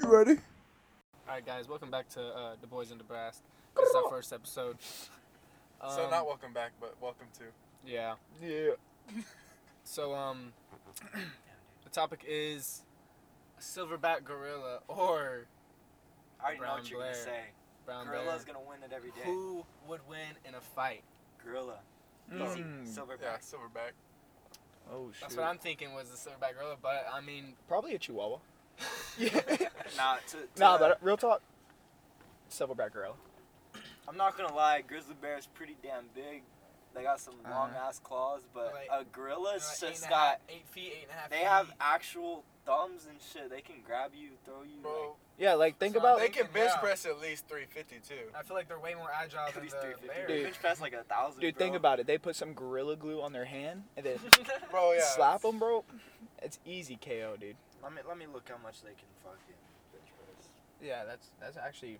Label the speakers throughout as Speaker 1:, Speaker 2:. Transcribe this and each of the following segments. Speaker 1: You ready?
Speaker 2: All right, guys, welcome back to uh, the Boys in the Brass. This is our first episode.
Speaker 3: so
Speaker 2: Um,
Speaker 3: not welcome back, but welcome to.
Speaker 2: yeah.
Speaker 1: Yeah.
Speaker 2: So um, the topic is silverback gorilla or
Speaker 4: I already know
Speaker 2: Brown
Speaker 4: what you're gonna
Speaker 2: Blair.
Speaker 4: say.
Speaker 2: brown
Speaker 4: Gorilla's
Speaker 2: bear.
Speaker 4: gonna win it every day.
Speaker 2: Who would win in a fight?
Speaker 4: Gorilla.
Speaker 1: Mm.
Speaker 4: Easy. Silverback.
Speaker 3: Yeah, Silverback.
Speaker 1: Oh shit.
Speaker 2: That's what I'm thinking was the silverback gorilla, but I mean,
Speaker 1: Probably a Chihuahua.
Speaker 4: Nah, to, to
Speaker 1: nah,
Speaker 4: the-
Speaker 1: but real talk. Silverback gorilla.
Speaker 4: I'm not gonna lie. Grizzly bear is pretty damn big. They got some
Speaker 1: Uh-huh.
Speaker 4: long ass claws, but
Speaker 2: Like,
Speaker 4: a gorilla's
Speaker 2: they're like eight
Speaker 4: just
Speaker 2: and a half-
Speaker 4: got.
Speaker 2: eight feet, eight and a half.
Speaker 4: They
Speaker 2: feet.
Speaker 4: have actual thumbs and shit. They can grab you, throw you.
Speaker 3: Bro,
Speaker 1: Yeah, like think
Speaker 2: So
Speaker 1: about.
Speaker 3: they can bench
Speaker 2: yeah.
Speaker 3: press at least 350 too.
Speaker 2: I feel like they're way more agile
Speaker 4: Like, at
Speaker 2: than
Speaker 4: least
Speaker 2: the
Speaker 4: 350.
Speaker 2: bear.
Speaker 1: Dude.
Speaker 4: Bitch passed like a thousand.
Speaker 1: Dude,
Speaker 4: bro.
Speaker 1: think about it. They put some gorilla glue on their hand and
Speaker 2: Oh,
Speaker 1: then
Speaker 3: Bro, yeah.
Speaker 1: slap them, bro. It's easy KO, dude.
Speaker 4: Let me let me look how much they can fucking bench press.
Speaker 1: Yeah, that's that's actually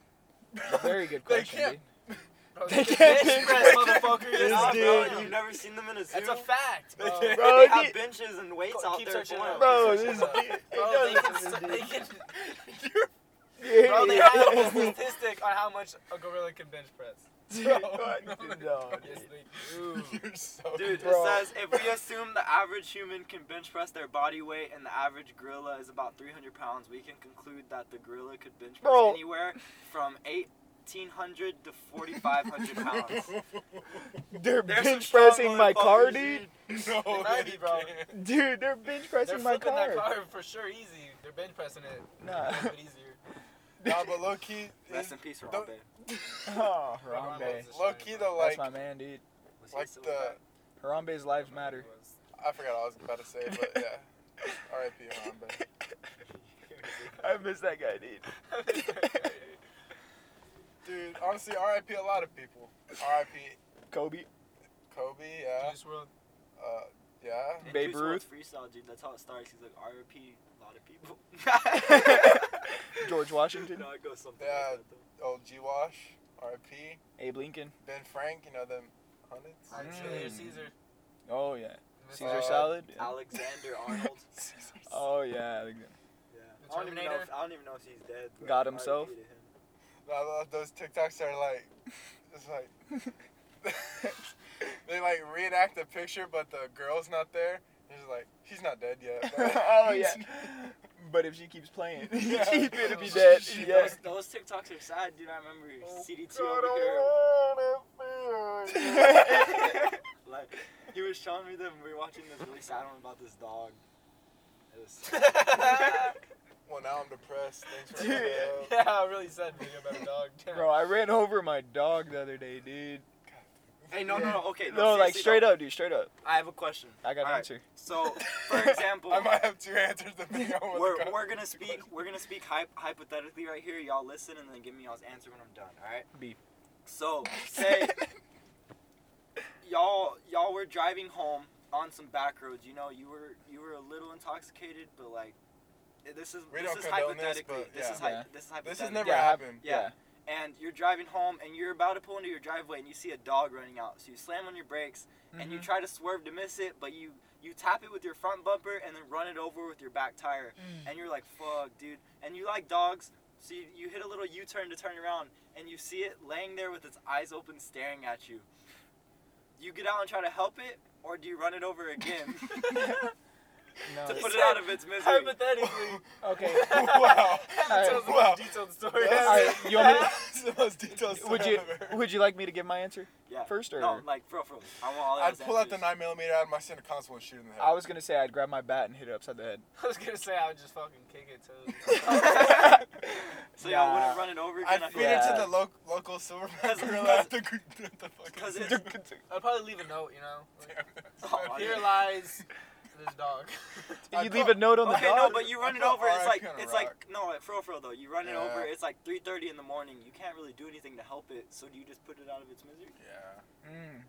Speaker 1: a very good
Speaker 3: They
Speaker 1: question,
Speaker 3: can't-
Speaker 1: dude.
Speaker 2: Bro,
Speaker 1: They
Speaker 2: you
Speaker 1: can't
Speaker 2: bench
Speaker 1: be-
Speaker 2: press, motherfucker.
Speaker 1: This
Speaker 2: That's
Speaker 4: Nah,
Speaker 2: what I'm
Speaker 1: dude-
Speaker 2: telling
Speaker 4: Bro,
Speaker 2: you.
Speaker 4: you've never seen them in a zoo.
Speaker 2: That's a fact.
Speaker 3: They
Speaker 2: bro.
Speaker 3: can't-
Speaker 1: Bro,
Speaker 4: They
Speaker 1: the-
Speaker 4: have benches and weights out
Speaker 2: keep
Speaker 4: there
Speaker 2: searching it
Speaker 4: for them.
Speaker 2: up.
Speaker 1: Bro,
Speaker 2: Keep
Speaker 1: this
Speaker 2: searching it
Speaker 1: dude-
Speaker 2: up. Bro,
Speaker 1: he
Speaker 2: they
Speaker 1: does
Speaker 2: can-
Speaker 1: this,
Speaker 2: they
Speaker 1: dude.
Speaker 2: can-
Speaker 1: Yeah,
Speaker 2: Bro, they
Speaker 1: yeah.
Speaker 2: have a statistic on how much a gorilla can bench press.
Speaker 1: Dude, no,
Speaker 2: Yes,
Speaker 1: dude.
Speaker 2: they do.
Speaker 3: You're so
Speaker 4: Dude,
Speaker 1: Bro.
Speaker 4: it says if we assume the average human can bench press their body weight and the average gorilla is about 300 pounds, we can conclude that the gorilla could bench press
Speaker 1: Bro.
Speaker 4: anywhere from 1,800 to 4,500 pounds.
Speaker 1: They're
Speaker 4: There's some
Speaker 1: bench
Speaker 4: strong
Speaker 1: pressing my car,
Speaker 4: motherfuckers,
Speaker 1: dude.
Speaker 3: no,
Speaker 2: might
Speaker 3: they
Speaker 2: be, bro.
Speaker 3: can't.
Speaker 1: Dude, they're bench
Speaker 2: They're
Speaker 1: pressing my
Speaker 2: flipping
Speaker 1: car.
Speaker 2: that car for sure easy. They're bench pressing it.
Speaker 1: Nah.
Speaker 2: Make it easier.
Speaker 3: Nah, but low key,
Speaker 4: Rest in peace,
Speaker 3: Don't-
Speaker 4: Harambe.
Speaker 1: oh,
Speaker 2: Harambe.
Speaker 1: Harambe.
Speaker 3: low key though,
Speaker 1: That's
Speaker 3: like,
Speaker 1: my man, dude.
Speaker 4: Was he
Speaker 3: like
Speaker 4: still
Speaker 3: the,
Speaker 4: alive?
Speaker 1: Harambe's lives matter.
Speaker 3: I forgot what I was about to say, but yeah. R.I.P. Harambe.
Speaker 1: I miss that guy, dude.
Speaker 3: Dude, honestly, R.I.P. a lot of people. R.I.P.
Speaker 1: Kobe.
Speaker 3: Kobe, yeah.
Speaker 2: Juice World.
Speaker 3: Uh, yeah.
Speaker 4: In
Speaker 1: Babe
Speaker 4: Juice WRLD's Freestyle, dude. That's how it starts. He's like R.I.P. A lot of people.
Speaker 1: George Washington.
Speaker 4: No, it goes something
Speaker 3: Yeah.
Speaker 4: like that. Though.
Speaker 3: Old G Wash. R.I.P.
Speaker 1: Abe Lincoln.
Speaker 3: Ben Frank, you know them hundreds.
Speaker 1: Mm.
Speaker 2: Julius Caesar.
Speaker 1: Oh, yeah. Caesar
Speaker 3: Uh,
Speaker 1: salad. Yeah.
Speaker 4: Alexander Arnold.
Speaker 1: Oh, yeah. Alexander.
Speaker 4: Yeah. I don't, even know if, I don't even know if he's dead. but
Speaker 1: God
Speaker 4: R.I.P.
Speaker 1: himself.
Speaker 4: to him.
Speaker 3: I love those TikToks that are like, it's like, they like reenact the picture, but the girl's not there. They're just like, she's not dead yet.
Speaker 1: oh, yeah. But if she keeps playing,
Speaker 3: Yeah.
Speaker 1: she better be dead.
Speaker 3: She
Speaker 1: Yeah.
Speaker 3: knows-
Speaker 4: Those TikToks are sad, dude. I remember
Speaker 3: Oh,
Speaker 4: CDT
Speaker 3: God, oh.
Speaker 4: over here.
Speaker 3: I wanna feel
Speaker 4: Like, he was showing me them. We were watching this really sad one about this dog. It was sad.
Speaker 3: you. well, now I'm depressed. Thanks for
Speaker 1: Dude.
Speaker 3: bringing it up.
Speaker 2: Yeah, I really sad video about a dog. Damn.
Speaker 1: Bro, uh, I ran over my dog the other day, dude.
Speaker 4: hey, no, no, no. Okay,
Speaker 1: No, like
Speaker 4: seriously,
Speaker 1: straight
Speaker 4: though.
Speaker 1: up, dude. Straight up.
Speaker 4: I have a question.
Speaker 1: I got an
Speaker 4: Alright,
Speaker 1: answer.
Speaker 4: So, for example,
Speaker 3: I might have two answers depending on what
Speaker 4: we're,
Speaker 3: the
Speaker 4: we're gonna speak we're gonna speak hy- hypothetically right here. Y'all listen and then give me y'all's answer when I'm done. All right.
Speaker 1: B.
Speaker 4: So say y'all y'all were driving home on some back roads. You know you were you were a little intoxicated, but like this is
Speaker 3: We
Speaker 4: this
Speaker 3: don't
Speaker 4: is
Speaker 3: condone this,
Speaker 4: hypothetically
Speaker 3: but
Speaker 4: this
Speaker 3: yeah.
Speaker 4: is hy-
Speaker 1: Yeah.
Speaker 4: this is
Speaker 3: This
Speaker 4: hypothetical.
Speaker 3: has never
Speaker 1: Yeah.
Speaker 3: happened.
Speaker 4: Yeah. And you're driving home and you're about to pull into your driveway and you see a dog running out. So you slam on your brakes and you
Speaker 3: Mm-hmm.
Speaker 4: try to swerve to miss it, but you you tap it with your front bumper and then run it over with your back tire.
Speaker 3: Mm.
Speaker 4: And you're like, "Fuck, dude." And you like dogs, so you, you hit a little U-turn to turn around and you see it laying there with its eyes open staring at you. You get out and try to help it or do you run it over again
Speaker 1: No.
Speaker 4: to
Speaker 2: He
Speaker 4: put it
Speaker 2: said
Speaker 4: out of its misery?
Speaker 2: Hypothetically.
Speaker 1: Okay.
Speaker 3: wow.
Speaker 2: Haven't told the
Speaker 3: Wow.
Speaker 2: most detailed story.
Speaker 3: That's-
Speaker 1: Alright, you want me to-
Speaker 3: that's the most detailed story
Speaker 1: Would you
Speaker 3: I've ever heard.
Speaker 1: would you like me to give my answer
Speaker 4: Yeah.
Speaker 1: first or?
Speaker 4: No, like, bro, bro. I want all
Speaker 3: I'd
Speaker 4: those
Speaker 3: pull out the
Speaker 4: answers.
Speaker 3: 9 millimeter out of my center console and shoot it in the head.
Speaker 1: I was gonna say I'd grab my bat and hit it upside the head.
Speaker 2: I was gonna say I would just fucking kick it too.
Speaker 4: So y'all
Speaker 1: Nah.
Speaker 4: wouldn't run it over again.
Speaker 3: I'd
Speaker 4: I
Speaker 3: feed
Speaker 4: feel
Speaker 3: it
Speaker 1: Yeah.
Speaker 3: to the lo- local silverback
Speaker 4: Cause-
Speaker 3: gorilla
Speaker 4: cause-
Speaker 3: at the, gr- at the fucking
Speaker 4: cause it-
Speaker 2: I'd probably leave a note, you know. Like,
Speaker 4: Oh,
Speaker 2: Here
Speaker 4: yeah.
Speaker 2: lies this dog.
Speaker 3: I
Speaker 1: you leave
Speaker 3: thought-
Speaker 1: a note on the
Speaker 4: Okay,
Speaker 1: dog.
Speaker 4: no, but you run
Speaker 3: I
Speaker 4: it
Speaker 3: thought
Speaker 4: over. It's like
Speaker 3: RIP on a
Speaker 4: it's like
Speaker 3: rock.
Speaker 4: no, like for real, for real though. You run it over.
Speaker 3: Yeah.
Speaker 4: It's like three thirty in the morning. You can't really do anything to help it. So do you just put it out of its misery?
Speaker 3: Yeah.
Speaker 1: Mm.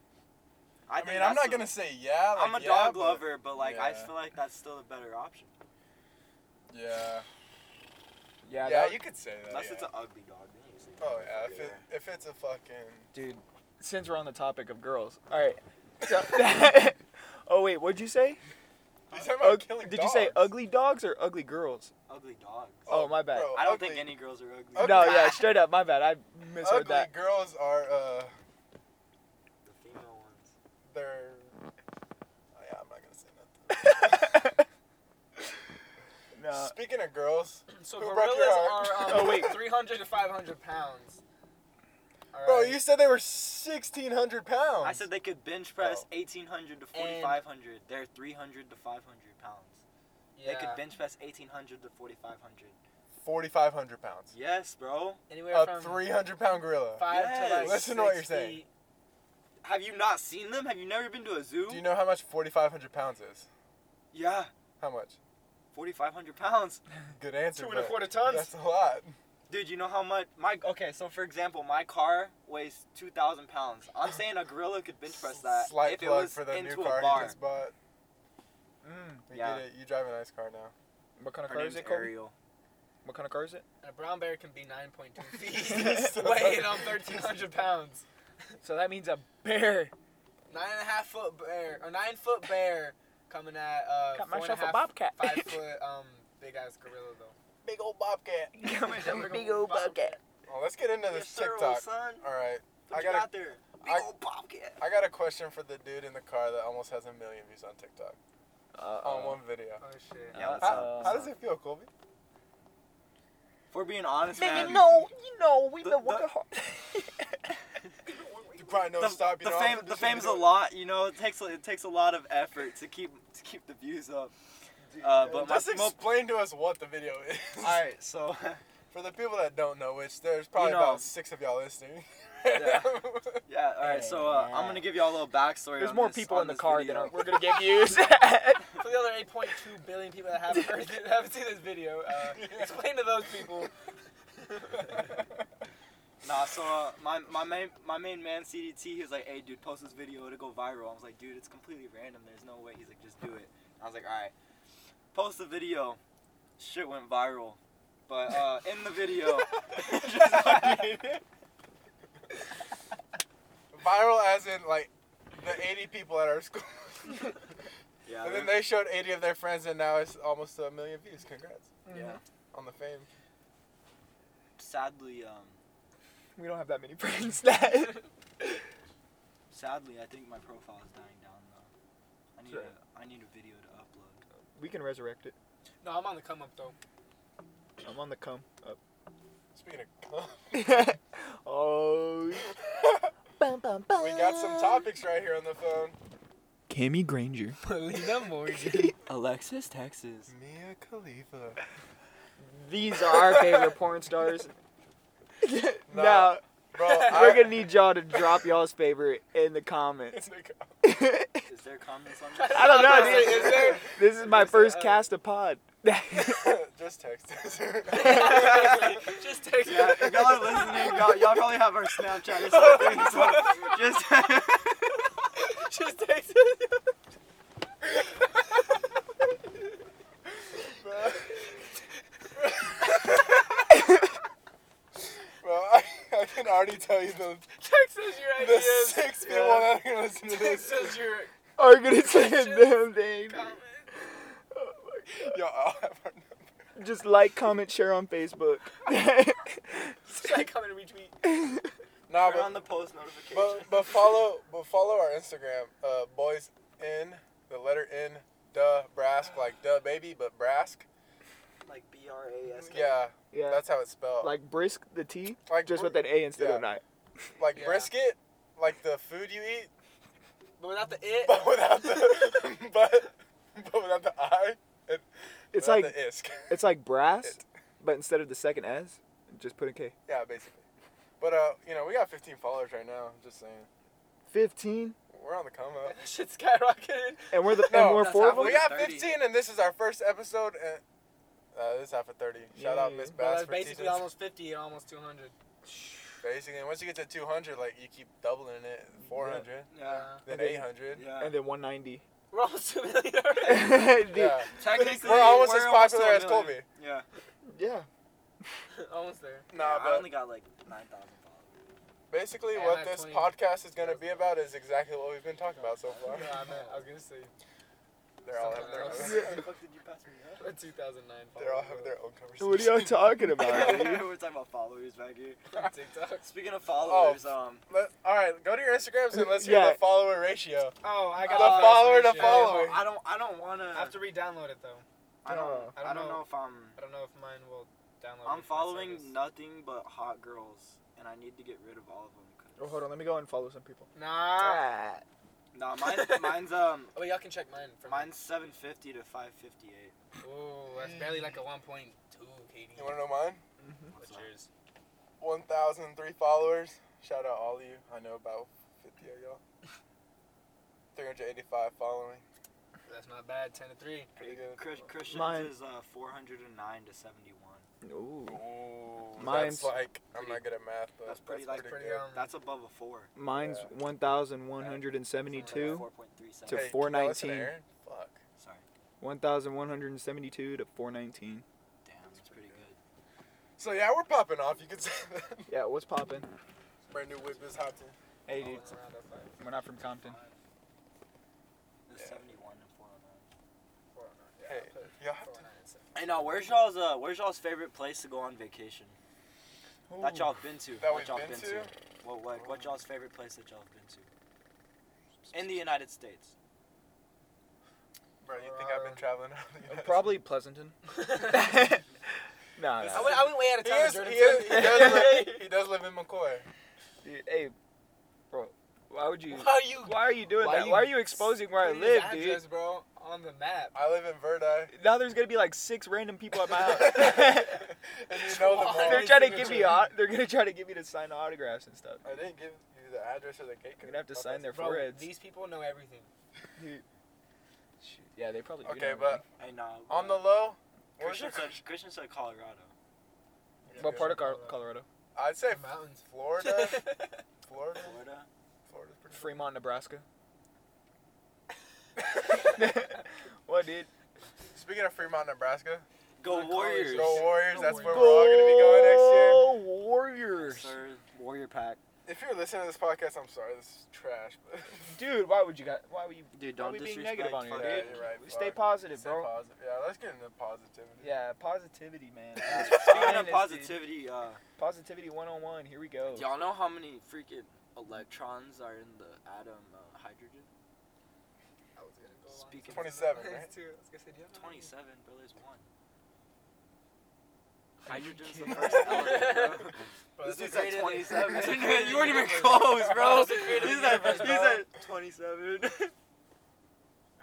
Speaker 3: I,
Speaker 4: think
Speaker 3: mean, I'm
Speaker 4: that's
Speaker 3: not
Speaker 4: the-
Speaker 3: gonna say yeah. Like,
Speaker 4: I'm a
Speaker 3: yeah,
Speaker 4: dog
Speaker 3: but-
Speaker 4: lover, but like I
Speaker 3: yeah.
Speaker 4: feel like that's still a better option.
Speaker 3: Yeah.
Speaker 1: Yeah,
Speaker 3: Yeah,
Speaker 1: that-
Speaker 3: you could say that.
Speaker 4: Unless
Speaker 3: yeah.
Speaker 4: it's an ugly dog. Then you say
Speaker 3: oh yeah, if, it,
Speaker 4: Yeah.
Speaker 3: if it's a fucking.
Speaker 1: dude. Since we're on the topic of girls, all right. So, oh wait, what'd you say?
Speaker 3: He's talking about
Speaker 1: Ug-
Speaker 3: killing
Speaker 1: did you say
Speaker 3: dogs.
Speaker 1: ugly dogs or ugly girls?
Speaker 4: ugly dogs.
Speaker 5: Oh, my bad.
Speaker 3: bro,
Speaker 4: I don't
Speaker 3: ugly-
Speaker 4: think any girls are ugly.
Speaker 3: Ugly-
Speaker 5: No, yeah, straight up. My bad. I misheard
Speaker 3: ugly
Speaker 5: that.
Speaker 3: girls are uh,
Speaker 4: The female ones.
Speaker 3: they're. Oh, yeah, I'm not gonna say nothing.
Speaker 5: no.
Speaker 3: Speaking of girls,
Speaker 2: So
Speaker 3: Who
Speaker 2: gorillas
Speaker 3: broke your heart?
Speaker 2: are um,
Speaker 5: Oh, wait.
Speaker 2: 300 to 500 pounds. All
Speaker 3: bro,
Speaker 2: right.
Speaker 3: you said they were 1,600 pounds.
Speaker 4: I said they could bench
Speaker 3: Oh.
Speaker 4: press 1800 to 4500. They're 300 to 500 pounds.
Speaker 2: yeah.
Speaker 4: They could bench press 1800 to 4500.
Speaker 3: 4,500 pounds.
Speaker 4: Yes, bro.
Speaker 2: anywhere
Speaker 3: A
Speaker 2: from
Speaker 3: 300 pound gorilla.
Speaker 2: five to
Speaker 4: Yes.
Speaker 2: like
Speaker 3: Listen to what you're
Speaker 2: 60.
Speaker 3: saying.
Speaker 4: Have you not seen them? Have you never been to a zoo?
Speaker 3: Do you know how much 4,500 pounds is?
Speaker 4: yeah,
Speaker 3: How much?
Speaker 4: 4500 pounds.
Speaker 3: Good answer.
Speaker 2: Two and a
Speaker 3: but
Speaker 2: quarter tons.
Speaker 3: That's a lot.
Speaker 4: Dude, you know how much my okay. So for example, my car weighs two thousand pounds. I'm saying a gorilla could bench press that
Speaker 3: Slight
Speaker 4: if it
Speaker 3: plug
Speaker 4: was
Speaker 3: for the new
Speaker 4: into
Speaker 3: car
Speaker 4: a bar.
Speaker 3: he just bought.
Speaker 5: Mm.
Speaker 3: You
Speaker 4: Yeah.
Speaker 3: get it. You drive a nice car now.
Speaker 5: What kind of
Speaker 4: Her
Speaker 5: car
Speaker 4: name's
Speaker 5: is it, Kobe?
Speaker 4: Ariel.
Speaker 5: What kind of car is it?
Speaker 2: And a brown bear can be 9.2
Speaker 3: So-
Speaker 2: feet, weighing on 1,300 pounds.
Speaker 5: So that means a bear.
Speaker 2: Nine and a half foot bear, or nine foot bear, coming at uh,
Speaker 5: Got
Speaker 2: four and
Speaker 5: myself a
Speaker 2: half-
Speaker 5: bobcat.
Speaker 2: five foot um big ass gorilla though.
Speaker 3: Big old bobcat.
Speaker 2: Big old bobcat.
Speaker 3: Well, let's get into
Speaker 4: Yes,
Speaker 3: this
Speaker 4: sir, old
Speaker 3: TikTok.
Speaker 4: son.
Speaker 3: All right.
Speaker 4: What
Speaker 3: I
Speaker 4: you
Speaker 3: gotta-
Speaker 4: got there? Big
Speaker 3: I-
Speaker 4: old bobcat.
Speaker 3: I got a question for the dude in the car that almost has a million views on TikTok
Speaker 4: Uh,
Speaker 3: on one video.
Speaker 2: Oh shit.
Speaker 4: Yeah, what's
Speaker 3: How,
Speaker 5: uh,
Speaker 4: up?
Speaker 3: how does it feel, Colby?
Speaker 4: If we're being honest, man.
Speaker 5: you know, we've
Speaker 4: The- been the- working
Speaker 5: hard.
Speaker 3: You probably know
Speaker 4: The,
Speaker 3: stop. You
Speaker 4: the
Speaker 3: know,
Speaker 4: fame, the fame's a lot. You know, it takes a- it takes a lot of effort to keep to keep the views up. Uh, but my
Speaker 3: Just
Speaker 4: smoke.
Speaker 3: explain to us what the video is.
Speaker 4: All right, so
Speaker 3: For the people that don't know, which there's probably
Speaker 4: know.
Speaker 3: about six of y'all listening.
Speaker 4: Yeah. yeah, all right, so uh, I'm gonna give y'all a little backstory.
Speaker 5: There's
Speaker 4: on
Speaker 5: more
Speaker 4: this-
Speaker 5: people
Speaker 4: on
Speaker 5: in the
Speaker 4: this
Speaker 5: car
Speaker 4: video.
Speaker 5: than are, we're gonna give views.
Speaker 2: For the other 8.2 billion people that haven't heard, that haven't seen this video, uh, explain to those people.
Speaker 4: Nah, so uh, my my main my main man CDT, he was like, "Hey, dude, post this video, it'll go viral." I was like, "Dude, it's completely random. There's no way." He's like, "Just do it." I was like, "All right." Post the video. Shit went viral, but uh, in the video,
Speaker 3: Viral as in like the 80 people at our school.
Speaker 4: yeah,
Speaker 3: and
Speaker 4: there-
Speaker 3: then they showed 80 of their friends, and now it's almost a million views. Congrats
Speaker 5: Mm-hmm.
Speaker 4: yeah.
Speaker 3: on the fame.
Speaker 4: Sadly, um,
Speaker 5: we don't have that many friends. That
Speaker 4: sadly, I think my profile is dying down though. I need
Speaker 5: Sure.
Speaker 4: a I need a video to upload.
Speaker 5: we can resurrect it.
Speaker 2: No, I'm on the come up though.
Speaker 5: I'm on the come up.
Speaker 3: Speaking of,
Speaker 5: oh,
Speaker 3: we got some topics right here on the phone.
Speaker 5: Cammy Granger.
Speaker 2: Melina Morgan.
Speaker 4: Alexis, Texas.
Speaker 3: Mia Khalifa.
Speaker 5: These are our favorite porn stars. now
Speaker 3: Bro,
Speaker 5: we're gonna need y'all to drop y'all's favorite in the comments.
Speaker 4: Is there comments on this?
Speaker 5: I don't know.
Speaker 2: Is
Speaker 5: Dude.
Speaker 2: there- is there-
Speaker 5: this is my
Speaker 2: is there,
Speaker 5: first
Speaker 2: uh,
Speaker 5: cast of pod.
Speaker 3: Just text us.
Speaker 2: Just take
Speaker 4: Yeah, if y'all are listening, y'all, y'all probably have our Snapchat or something. So just
Speaker 2: Just take
Speaker 3: Bro, I, I can already tell you the,
Speaker 2: Text us your
Speaker 3: the
Speaker 2: ideas.
Speaker 3: six people that are gonna listen to
Speaker 2: Text
Speaker 3: this.
Speaker 2: us your
Speaker 5: Are gonna say a damn thing.
Speaker 2: comments.
Speaker 3: Y'all all have our number.
Speaker 5: Just like, comment, share on Facebook.
Speaker 2: Just like, comment, and retweet.
Speaker 3: Nah,
Speaker 4: turn
Speaker 3: but-
Speaker 4: on the post notification.
Speaker 3: but but follow but follow our Instagram, uh, boys in the letter N, duh brask like duh baby, but brask.
Speaker 4: Like B R A S K.
Speaker 3: Yeah,
Speaker 5: yeah,
Speaker 3: that's how it's spelled.
Speaker 5: like brisk the T,
Speaker 3: Like
Speaker 5: just
Speaker 3: br-
Speaker 5: with an A instead of an
Speaker 3: yeah.
Speaker 5: I.
Speaker 3: like
Speaker 2: Yeah.
Speaker 3: brisket, like the food you eat,
Speaker 2: But without the it,
Speaker 3: but without the but but without the I. And
Speaker 5: It's
Speaker 3: without
Speaker 5: like
Speaker 3: the isk.
Speaker 5: it's like brass,
Speaker 3: It.
Speaker 5: but instead of the second S, just put a K.
Speaker 3: Yeah, basically. But uh, you know, we got 15 followers right now. Just saying,
Speaker 5: Fifteen,
Speaker 3: we're on the come up.
Speaker 2: that shit skyrocketed.
Speaker 5: and we're the and
Speaker 3: No,
Speaker 5: we're
Speaker 4: that's
Speaker 5: four of
Speaker 4: halfway.
Speaker 5: them.
Speaker 3: We got
Speaker 4: 30.
Speaker 3: 15, and this is our first episode. And uh, this is half of 30. Shout out
Speaker 5: Yay.
Speaker 3: Miss
Speaker 2: Well,
Speaker 3: Bass
Speaker 2: that's
Speaker 3: for
Speaker 2: basically
Speaker 3: teaching us.
Speaker 2: almost 50 and almost 200.
Speaker 3: Basically, and once you get to 200, like you keep doubling it, 400,
Speaker 4: Yeah.
Speaker 3: then
Speaker 5: Okay.
Speaker 3: 800.
Speaker 4: yeah.
Speaker 5: And then one ninety.
Speaker 2: Uh, We're almost 2 million already.
Speaker 5: Dude,
Speaker 3: Yeah.
Speaker 5: yeah.
Speaker 4: Technically,
Speaker 3: We're almost as
Speaker 4: almost
Speaker 3: popular
Speaker 4: to a
Speaker 3: as
Speaker 4: million.
Speaker 3: Colby.
Speaker 4: Yeah.
Speaker 2: almost there.
Speaker 3: Nah,
Speaker 4: I
Speaker 3: but
Speaker 4: only got like nine thousand followers.
Speaker 3: basically,
Speaker 2: Man, I
Speaker 3: what
Speaker 2: have
Speaker 3: this
Speaker 2: 20.
Speaker 3: podcast is gonna be about is exactly what we've been talking about so
Speaker 2: No,
Speaker 3: far.
Speaker 2: I, meant, I was gonna say.
Speaker 3: They're all have their own.
Speaker 2: Something else. the fuck did you pass me up?
Speaker 5: 2009.
Speaker 3: They all have their own conversation.
Speaker 1: What are y'all talking about? dude?
Speaker 4: We're talking about followers back here.
Speaker 2: TikTok.
Speaker 4: Speaking
Speaker 3: Oh,
Speaker 4: of followers, um,
Speaker 3: Let, all right, go to your Instagrams and let's hear
Speaker 1: Yeah.
Speaker 3: the follower ratio.
Speaker 2: Oh, I
Speaker 3: got
Speaker 2: got
Speaker 3: The a follower to
Speaker 4: I don't-
Speaker 3: follower.
Speaker 4: I don't, I don't wanna.
Speaker 2: I have to re-download it though.
Speaker 4: I don't,
Speaker 2: I don't
Speaker 4: I don't
Speaker 2: know.
Speaker 4: know if I'm.
Speaker 2: I don't know if mine will download.
Speaker 4: I'm
Speaker 2: it for
Speaker 4: following
Speaker 2: service.
Speaker 4: nothing but hot girls, and I need to get rid of all
Speaker 5: Oh,
Speaker 4: of them.
Speaker 5: hold on. Let me go and follow some people.
Speaker 2: Nah.
Speaker 4: Nah, mine, mine's um,
Speaker 2: Oh, y'all can check mine. From
Speaker 4: mine's 750 to 558.
Speaker 2: Ooh, that's barely like a 1.2, Katie.
Speaker 3: You want to know mine?
Speaker 2: What's yours?
Speaker 4: What's
Speaker 3: 1,003 followers. Shout out all of you. I know about 50 of y'all. 385 following.
Speaker 2: That's not bad. 10 to 3.
Speaker 3: Pretty good.
Speaker 4: Chris, Christian's
Speaker 1: Mine-
Speaker 4: is uh, 409 to 71.
Speaker 5: Mm-hmm.
Speaker 1: Ooh.
Speaker 3: Ooh,
Speaker 1: Mine's-
Speaker 3: that's like I'm not good at math, but
Speaker 4: That's pretty, like,
Speaker 2: Pretty
Speaker 3: good.
Speaker 2: um.
Speaker 4: That's above a four.
Speaker 1: Mine's
Speaker 3: Yeah.
Speaker 1: 1,172,
Speaker 4: 4.37.
Speaker 1: to
Speaker 3: Hey,
Speaker 1: four
Speaker 3: can I listen to
Speaker 1: nineteen.
Speaker 3: Aaron? Fuck.
Speaker 4: Sorry.
Speaker 1: 1,172 to 419.
Speaker 4: Damn, that's pretty good.
Speaker 3: So yeah, we're popping off. You can say that.
Speaker 1: Yeah, what's popping?
Speaker 3: Brand new whip is hot.
Speaker 5: Hey,
Speaker 2: all
Speaker 5: dude.
Speaker 2: around a five,
Speaker 5: We're not from Compton.
Speaker 4: It's
Speaker 3: Yeah.
Speaker 4: 71 and 409.
Speaker 2: four, nine, yeah,
Speaker 3: Hey,
Speaker 2: put it
Speaker 3: y'all have
Speaker 2: four,
Speaker 3: to.
Speaker 2: nine, and seven.
Speaker 4: Hey, now where's y'all's uh, where's y'all's favorite place to go on vacation? That y'all been to?
Speaker 3: That
Speaker 4: what
Speaker 3: we've
Speaker 4: y'all
Speaker 3: been to?
Speaker 4: What what what y'all's favorite place that y'all been to? In the United States.
Speaker 3: Bro, you think I've been traveling? around
Speaker 1: Uh,
Speaker 3: the US?
Speaker 5: Probably Pleasanton. nah,
Speaker 2: I
Speaker 5: nah.
Speaker 2: went, I went way out of
Speaker 3: He
Speaker 2: town.
Speaker 3: is. He,
Speaker 2: Jordan.
Speaker 3: is, he, does live, he does live in McCoy.
Speaker 5: Dude, hey, bro. Why would you?
Speaker 2: Why are you
Speaker 5: Why are you doing
Speaker 2: Why
Speaker 5: that?
Speaker 2: you
Speaker 5: why are you exposing where I
Speaker 2: putting his
Speaker 5: live, dude?
Speaker 2: address, bro, on the map?
Speaker 3: I live in Verdi.
Speaker 5: Now there's gonna be like six random people at my house.
Speaker 3: and you know them all.
Speaker 5: they're trying to give me. aut- They're gonna try to get me to sign autographs and stuff.
Speaker 3: I didn't give you the address or the gate.
Speaker 5: You're gonna have to
Speaker 3: code.
Speaker 5: sign their
Speaker 2: Bro,
Speaker 5: foreheads.
Speaker 2: these people know everything.
Speaker 5: Shoot, Yeah, they probably. do
Speaker 3: Okay,
Speaker 5: know
Speaker 3: but
Speaker 4: Hey, no.
Speaker 3: on the low, where's
Speaker 4: Christian
Speaker 3: your?
Speaker 4: said, Christian said Colorado.
Speaker 5: everything. What part of Col- Colorado?
Speaker 3: I'd say
Speaker 2: Mountains.
Speaker 3: Florida. Florida.
Speaker 4: Florida.
Speaker 3: Florida's pretty. Free.
Speaker 5: Fremont, Nebraska. what, dude?
Speaker 3: Speaking of Fremont, Nebraska,
Speaker 4: Go
Speaker 2: Go
Speaker 4: Warriors.
Speaker 3: go Warriors.
Speaker 2: Go
Speaker 3: That's where we're
Speaker 2: Warriors.
Speaker 3: all gonna be going next year.
Speaker 5: Go Warriors.
Speaker 4: Sir, Warrior pack.
Speaker 3: If you're listening to this podcast, I'm sorry. This is trash. But
Speaker 5: Dude, why would you guys? Why would you?
Speaker 4: Dude,
Speaker 5: Why
Speaker 4: don't
Speaker 5: we being
Speaker 4: disrespect.
Speaker 5: negative on
Speaker 4: fuck
Speaker 5: here,
Speaker 3: yeah,
Speaker 4: it.
Speaker 5: dude?
Speaker 3: you're right.
Speaker 5: Stay
Speaker 3: fuck.
Speaker 5: positive,
Speaker 3: Stay
Speaker 5: bro.
Speaker 3: positive. Yeah, let's get into positivity.
Speaker 5: Yeah, positivity, man.
Speaker 4: Speaking of
Speaker 5: Honest, dude.
Speaker 4: positivity, uh,
Speaker 5: Positivity 101. Here we go.
Speaker 4: do y'all know how many freaking electrons are in the atom uh, hydrogen? Speaking of-
Speaker 3: 27, right?
Speaker 4: Twenty-seven, bro. There's one.
Speaker 5: Are you
Speaker 4: Hydrogen's the
Speaker 5: kidding?
Speaker 4: first element, bro.
Speaker 3: Bro,
Speaker 4: This
Speaker 3: this is
Speaker 4: dude's at
Speaker 3: creative.
Speaker 4: 27.
Speaker 3: This is
Speaker 4: you weren't even
Speaker 3: creative.
Speaker 4: close, bro.
Speaker 3: This is creative
Speaker 4: He's at,
Speaker 3: universe,
Speaker 4: he's
Speaker 3: bro.
Speaker 4: at 27.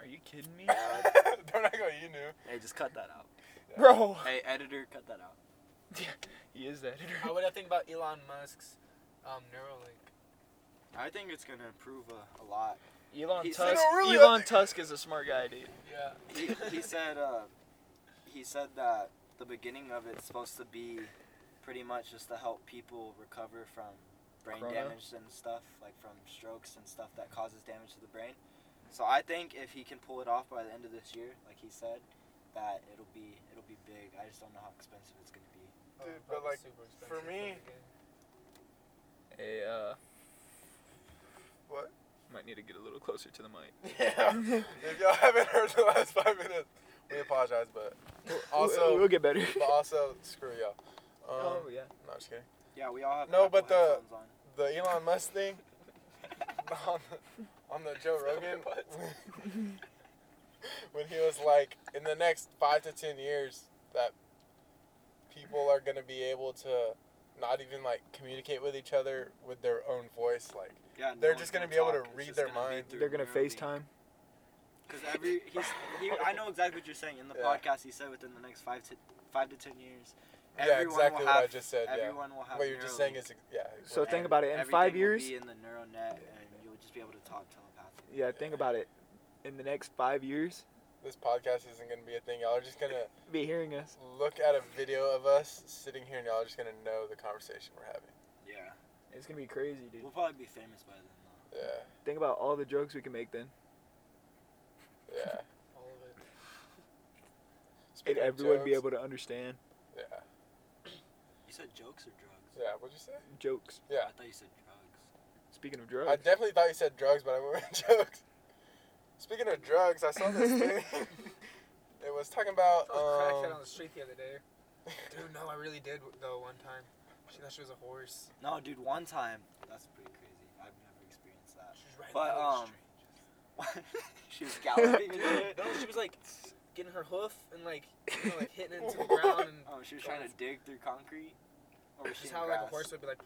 Speaker 5: Are you kidding me,
Speaker 3: Don't act like you knew.
Speaker 4: hey, just cut that out.
Speaker 5: bro?
Speaker 4: Hey, editor, cut that out.
Speaker 5: He is that.
Speaker 2: How would Uh, I think about Elon Musk's um, Neuralink?
Speaker 4: I think it's going to improve uh, a, a lot.
Speaker 5: Elon
Speaker 4: He's-
Speaker 5: Tusk.
Speaker 3: You know, really,
Speaker 5: Elon
Speaker 3: I think-
Speaker 5: Tusk is a smart guy, dude.
Speaker 2: Yeah.
Speaker 4: He, he said uh, he said that the beginning of it's supposed to be pretty much just to help people recover from brain
Speaker 5: Corona?
Speaker 4: damage and stuff, like from strokes and stuff that causes damage to the brain. So I think if he can pull it off by the end of this year, like he said, that it'll be it'll be big. I just don't know how expensive it's going to be.
Speaker 2: Um,
Speaker 3: Dude, but, like, for me-
Speaker 5: Hey, uh,
Speaker 3: What?
Speaker 5: might need to get a little closer to the mic.
Speaker 3: Yeah. if y'all haven't heard the last five minutes, we apologize, but
Speaker 1: we'll,
Speaker 3: also,
Speaker 1: we'll get better.
Speaker 3: but also, screw y'all. Um,
Speaker 5: oh yeah.
Speaker 3: no, I'm just kidding.
Speaker 4: Yeah, we all have.
Speaker 3: No,
Speaker 4: Apple
Speaker 3: but the-
Speaker 4: headphones on.
Speaker 3: The Elon Musk thing on the, on the Joe Rogan, when he was like, in the next five to ten years, that people are gonna be able to not even like communicate with each other with their own voice, like.
Speaker 4: Yeah, no
Speaker 3: They're
Speaker 4: one's
Speaker 3: just gonna
Speaker 4: gonna
Speaker 3: be able to
Speaker 4: talk, it's
Speaker 3: read
Speaker 4: just
Speaker 3: their
Speaker 4: gonna be
Speaker 3: mind.
Speaker 4: through
Speaker 1: They're gonna
Speaker 4: Neuralink.
Speaker 1: FaceTime.
Speaker 4: Because every he's, he, I know exactly what you're saying in the
Speaker 3: Yeah.
Speaker 4: podcast. He said within the next five to five to ten years,
Speaker 3: Yeah,
Speaker 4: everyone
Speaker 3: exactly
Speaker 4: will
Speaker 3: what
Speaker 4: have,
Speaker 3: I just said. Yeah,
Speaker 4: Everyone will have.
Speaker 3: what you're just saying
Speaker 4: Neuralink.
Speaker 3: is yeah.
Speaker 1: So
Speaker 4: Ev-
Speaker 1: think about it. In
Speaker 4: everything
Speaker 1: five
Speaker 4: will
Speaker 1: years,
Speaker 4: be in the neural net, and you'll just be able to talk telepathically.
Speaker 1: yeah, think about it. In the next five years,
Speaker 3: this podcast isn't gonna be a thing. Y'all are just gonna
Speaker 1: be hearing us.
Speaker 3: look at a video of us sitting here, and y'all are just gonna know the conversation we're having.
Speaker 4: Yeah,
Speaker 1: It's gonna be crazy, dude.
Speaker 4: we'll probably be famous by then. Though.
Speaker 3: Yeah,
Speaker 1: Think about all the jokes we can make then.
Speaker 3: yeah.
Speaker 2: All of it.
Speaker 1: And
Speaker 3: Speaking of
Speaker 1: everyone be
Speaker 3: jokes,
Speaker 1: able to understand
Speaker 3: Yeah,
Speaker 4: You said jokes or drugs?
Speaker 3: yeah. What'd you say?
Speaker 1: jokes.
Speaker 3: Yeah.
Speaker 4: I thought you said drugs.
Speaker 1: Speaking of drugs,
Speaker 3: I definitely thought you said drugs, but I went with jokes. Speaking of drugs, I saw this thing. it was talking about.
Speaker 2: Girl cracked out
Speaker 3: Um,
Speaker 2: on the street the other day. Dude, no, I really did though one time. She thought she was a horse.
Speaker 4: No, dude, one time. That's pretty crazy. I've never experienced that.
Speaker 2: She was riding
Speaker 4: But,
Speaker 2: the
Speaker 4: um,
Speaker 2: street.
Speaker 4: she was galloping. into
Speaker 2: Dude,
Speaker 4: it.
Speaker 2: no, she was like getting her hoof and like, you know, like hitting it into the ground and
Speaker 4: Oh, she was trying to dig through concrete. Or was
Speaker 2: Which
Speaker 4: Oh, she
Speaker 2: is
Speaker 4: in
Speaker 2: how like
Speaker 4: grass?
Speaker 2: a horse would be like,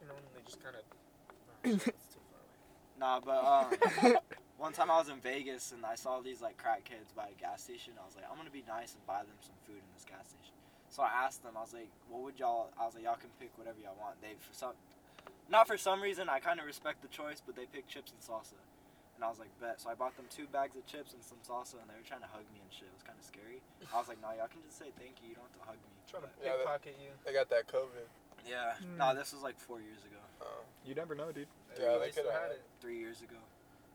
Speaker 2: you know, and they just kind of. Oh, shit, that's too far away.
Speaker 4: Nah, but um, one time I was in Vegas and I saw these like crack kids by a gas station. I was like, I'm gonna be nice and buy them some food in this gas station. So I asked them. I was like, What would y'all? I was like, Y'all can pick whatever y'all want. They for some, not for some reason. I kind of respect the choice, but they picked chips and salsa. And I was like, bet. So I bought them two bags of chips and some salsa, and they were trying to hug me and shit. It was kind of scary. I was like, no, y'all can just say thank you. You don't have to hug me.
Speaker 2: Trying to
Speaker 3: Yeah, that-
Speaker 2: pickpocket you.
Speaker 3: they got that COVID.
Speaker 4: Yeah.
Speaker 1: Hmm.
Speaker 4: No, this was like four years ago,
Speaker 3: Um,
Speaker 1: You never know, dude.
Speaker 3: Yeah,
Speaker 2: You
Speaker 3: they
Speaker 2: still
Speaker 3: coulda had
Speaker 2: had it.
Speaker 4: three years ago.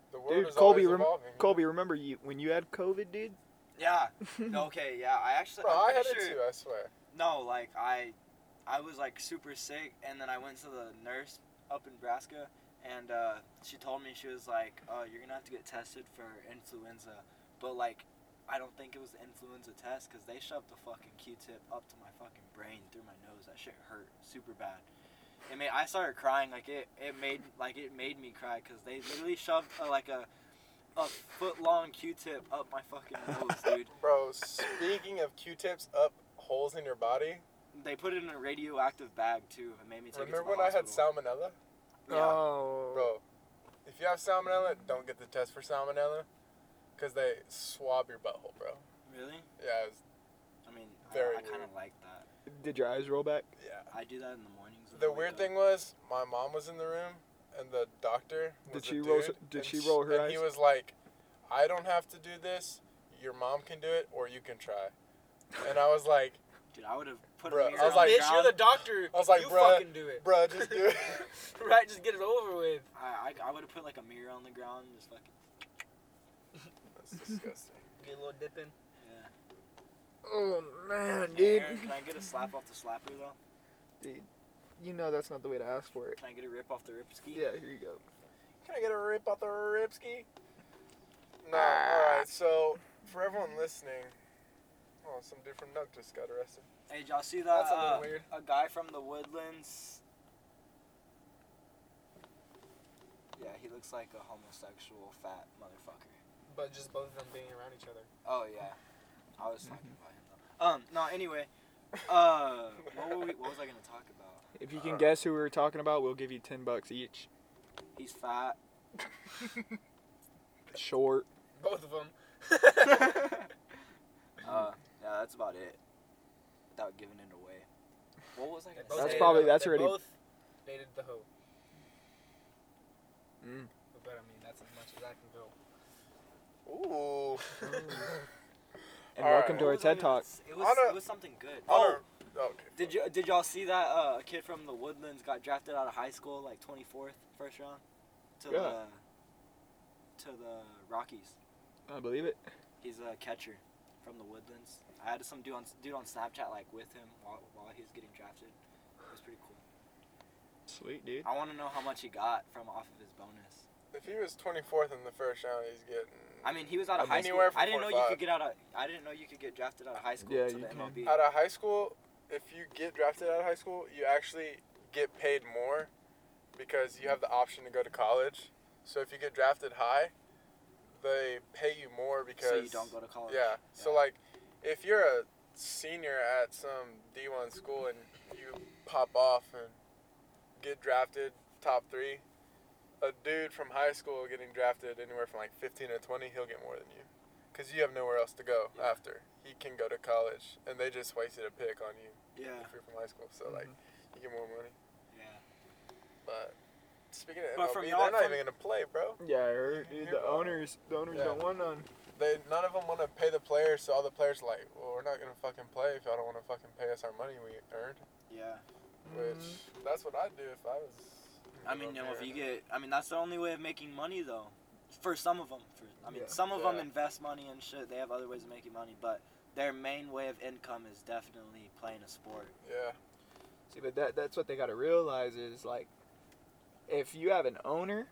Speaker 3: the world
Speaker 1: Dude,
Speaker 3: is
Speaker 1: Colby,
Speaker 3: always
Speaker 1: rem-
Speaker 3: evolving.
Speaker 1: Colby, remember you when you had COVID, dude?
Speaker 4: Yeah. Okay. Yeah. I actually.
Speaker 3: Bro, I
Speaker 4: I'm
Speaker 3: had it
Speaker 4: pretty sure,
Speaker 3: too. I swear.
Speaker 4: No, like I, I was like super sick, and then I went to the nurse up in Nebraska, and uh, she told me she was like, uh, "You're gonna have to get tested for influenza," but like, I don't think it was the influenza test because they shoved the fucking Q-tip up to my fucking brain through my nose. That shit hurt super bad. It made I started crying like it. It made like it made me cry because they literally shoved uh, like a, a foot long Q-tip up my fucking nose, dude.
Speaker 3: Bro, speaking of Q-tips up holes in your body,
Speaker 4: They put it in a radioactive bag too. It made me take
Speaker 3: remember
Speaker 4: it to
Speaker 3: when
Speaker 4: the
Speaker 3: I had
Speaker 4: hospital.
Speaker 3: salmonella?
Speaker 4: Yeah.
Speaker 1: Oh,
Speaker 3: Bro, if you have salmonella, don't get the test for salmonella, cause they swab your butthole, bro.
Speaker 4: Really?
Speaker 3: Yeah, it was,
Speaker 4: I mean,
Speaker 3: Very
Speaker 4: I, I kind
Speaker 3: weird.
Speaker 4: of like that.
Speaker 1: did your eyes roll back?
Speaker 3: yeah.
Speaker 4: I do that in the mornings. when I
Speaker 3: The
Speaker 4: wake
Speaker 3: weird
Speaker 4: up.
Speaker 3: thing was, my mom was in the room, and the doctor. Was
Speaker 1: Did she
Speaker 3: a
Speaker 1: roll-
Speaker 3: dude,
Speaker 1: did
Speaker 3: and
Speaker 1: she
Speaker 3: sh-
Speaker 1: roll her
Speaker 3: and He
Speaker 1: eyes?
Speaker 3: was like, "I don't have to do this. Your mom can do it, or you can try." And I was like,
Speaker 4: dude, I would have put
Speaker 3: Bruh,
Speaker 4: a mirror
Speaker 3: I was
Speaker 4: on
Speaker 3: like-
Speaker 4: the
Speaker 2: Bitch, you're
Speaker 4: ground.
Speaker 2: the doctor.
Speaker 3: I was like,
Speaker 2: you
Speaker 3: bruh.
Speaker 2: fucking do it.
Speaker 3: "Bruh, just do it."
Speaker 2: right, just get it over with.
Speaker 4: I, I, I would have put like a mirror on the ground, and just fucking.
Speaker 3: That's disgusting.
Speaker 2: Get a little dipping.
Speaker 4: Yeah.
Speaker 1: Oh man,
Speaker 4: Hey, Aaron, can I get a slap off the slapper though?
Speaker 1: you know that's not the way to ask for it.
Speaker 4: Can I get a rip off the rip ski?
Speaker 1: Yeah, here you go.
Speaker 3: Can I get a rip off the ripski? No.
Speaker 1: Ah.
Speaker 3: All right. So for everyone listening, oh, some different nug just got arrested.
Speaker 4: Hey, did y'all see that?
Speaker 2: That's a little
Speaker 4: uh,
Speaker 2: weird.
Speaker 4: a guy from the woodlands. Yeah, he looks like a homosexual fat motherfucker.
Speaker 2: But just both of them being around each other.
Speaker 4: Oh yeah, I was talking about him. Though. Um, no. Anyway, uh, what, were we, what was I gonna talk about?
Speaker 1: If you can
Speaker 3: Uh.
Speaker 1: guess who we were talking about, we'll give you ten bucks each.
Speaker 4: He's fat.
Speaker 1: Short.
Speaker 2: Both of them.
Speaker 4: Uh, yeah, that's about it. Without giving it away. What was I
Speaker 2: Both
Speaker 4: gonna
Speaker 1: That's
Speaker 4: say?
Speaker 2: dated
Speaker 1: probably-
Speaker 2: the-
Speaker 1: that's
Speaker 2: they
Speaker 1: already-
Speaker 2: Both dated the hoe.
Speaker 1: Mm.
Speaker 2: But I mean, that's as much as I can go.
Speaker 3: Ooh.
Speaker 1: And
Speaker 3: All
Speaker 1: welcome
Speaker 3: right.
Speaker 1: to
Speaker 4: What
Speaker 1: our
Speaker 4: was I gonna
Speaker 1: TED Talk.
Speaker 4: s- It was,
Speaker 3: On a-
Speaker 4: it was something good.
Speaker 3: oh.
Speaker 4: Oh,
Speaker 3: Okay.
Speaker 4: did you did y'all see that? Uh, a kid from the Woodlands got drafted out of high school like 24th, first round, to
Speaker 1: Yeah.
Speaker 4: the to the Rockies.
Speaker 1: I believe it.
Speaker 4: He's a catcher from the Woodlands. I had some dude on dude on Snapchat like with him while while he was getting drafted. It was pretty cool.
Speaker 1: Sweet dude.
Speaker 4: I want to know how much he got from off of his bonus.
Speaker 3: If he was 24th in the first round, he's getting.
Speaker 4: I mean, he was out of
Speaker 3: Um,
Speaker 4: high
Speaker 3: anywhere
Speaker 4: school. I
Speaker 3: from
Speaker 4: didn't know you
Speaker 3: 45.
Speaker 4: could get out of. I didn't know you could get drafted out of high school
Speaker 1: Yeah,
Speaker 4: to
Speaker 1: you
Speaker 4: the
Speaker 1: can.
Speaker 4: MLB.
Speaker 3: out of high school, if you get drafted out of high school, you actually get paid more because you have the option to go to college. So if you get drafted high, they pay you more because
Speaker 4: so you don't go to college.
Speaker 3: Yeah. So like, if you're a senior at some D1 school and you pop off and get drafted top three, a dude from high school getting drafted anywhere from like 15 to 20, he'll get more than you, because you have nowhere else to go
Speaker 4: Yeah.
Speaker 3: after. He can go to college, and they just wasted a pick on you
Speaker 4: Yeah. Mm-hmm.
Speaker 3: if you're from high school. So like, you get more money.
Speaker 4: Yeah.
Speaker 3: But speaking of
Speaker 4: But
Speaker 3: MLB,
Speaker 4: from
Speaker 3: they're
Speaker 4: y'all-
Speaker 3: not
Speaker 4: from-
Speaker 3: even gonna play, bro.
Speaker 1: Yeah, I heard, dude. The owners, the owners
Speaker 3: Yeah.
Speaker 1: don't want none.
Speaker 3: They none of them want to pay the players, so all the players are like, well, we're not gonna fucking play if y'all don't want to fucking pay us our money we earned.
Speaker 4: Yeah.
Speaker 3: Which
Speaker 1: Mm.
Speaker 3: that's what I'd do if I was.
Speaker 4: I mean, you know, if
Speaker 3: there.
Speaker 4: you get, I mean, that's the only way of making money though. For some of them, for I mean,
Speaker 1: Yeah.
Speaker 4: some of them
Speaker 3: Yeah.
Speaker 4: invest money and shit. They have other ways of making money, but their main way of income is definitely playing a sport.
Speaker 3: Yeah.
Speaker 1: See, but that that's what they got to realize is like, if you have an owner,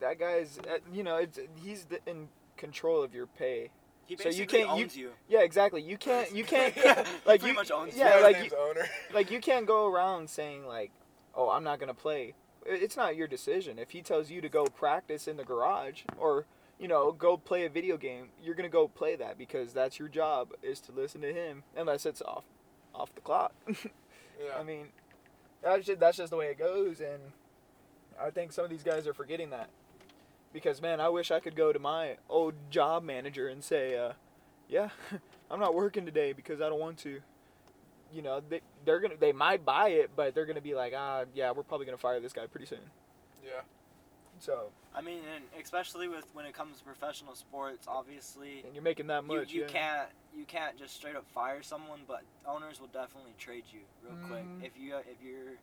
Speaker 1: that guy's. uh, You know, it's he's the, in control of your pay.
Speaker 4: He
Speaker 1: So you
Speaker 4: basically
Speaker 1: can't- you-
Speaker 4: owns you.
Speaker 1: Yeah, exactly. You can't. You can't.
Speaker 4: He
Speaker 1: like
Speaker 4: pretty
Speaker 1: you.
Speaker 4: much owns
Speaker 1: yeah,
Speaker 3: His
Speaker 4: you.
Speaker 1: like
Speaker 3: name's
Speaker 1: you-
Speaker 3: owner.
Speaker 1: Like you can't go around saying like, "Oh, I'm not gonna play." I- It's not your decision. If he tells you to go practice in the garage or you know go play a video game, you're gonna go play that because that's your job is to listen to him, unless it's off, off the clock.
Speaker 3: Yeah.
Speaker 1: I mean, that's just, that's just the way it goes, and I think some of these guys are forgetting that. Because man, I wish I could go to my old job manager and say, uh, "Yeah, I'm not working today because I don't want to." You know, they they're gonna they might buy it, but they're gonna be like, "Ah, yeah, we're probably gonna fire this guy pretty soon."
Speaker 3: yeah.
Speaker 1: So,
Speaker 4: I mean, and especially with when it comes to professional sports, obviously
Speaker 1: and you're making that
Speaker 4: you,
Speaker 1: much.
Speaker 4: you
Speaker 1: yeah.
Speaker 4: can't you can't just straight up fire someone, but owners will definitely trade you real quick
Speaker 1: Mhm.
Speaker 4: if you if you're
Speaker 3: yeah.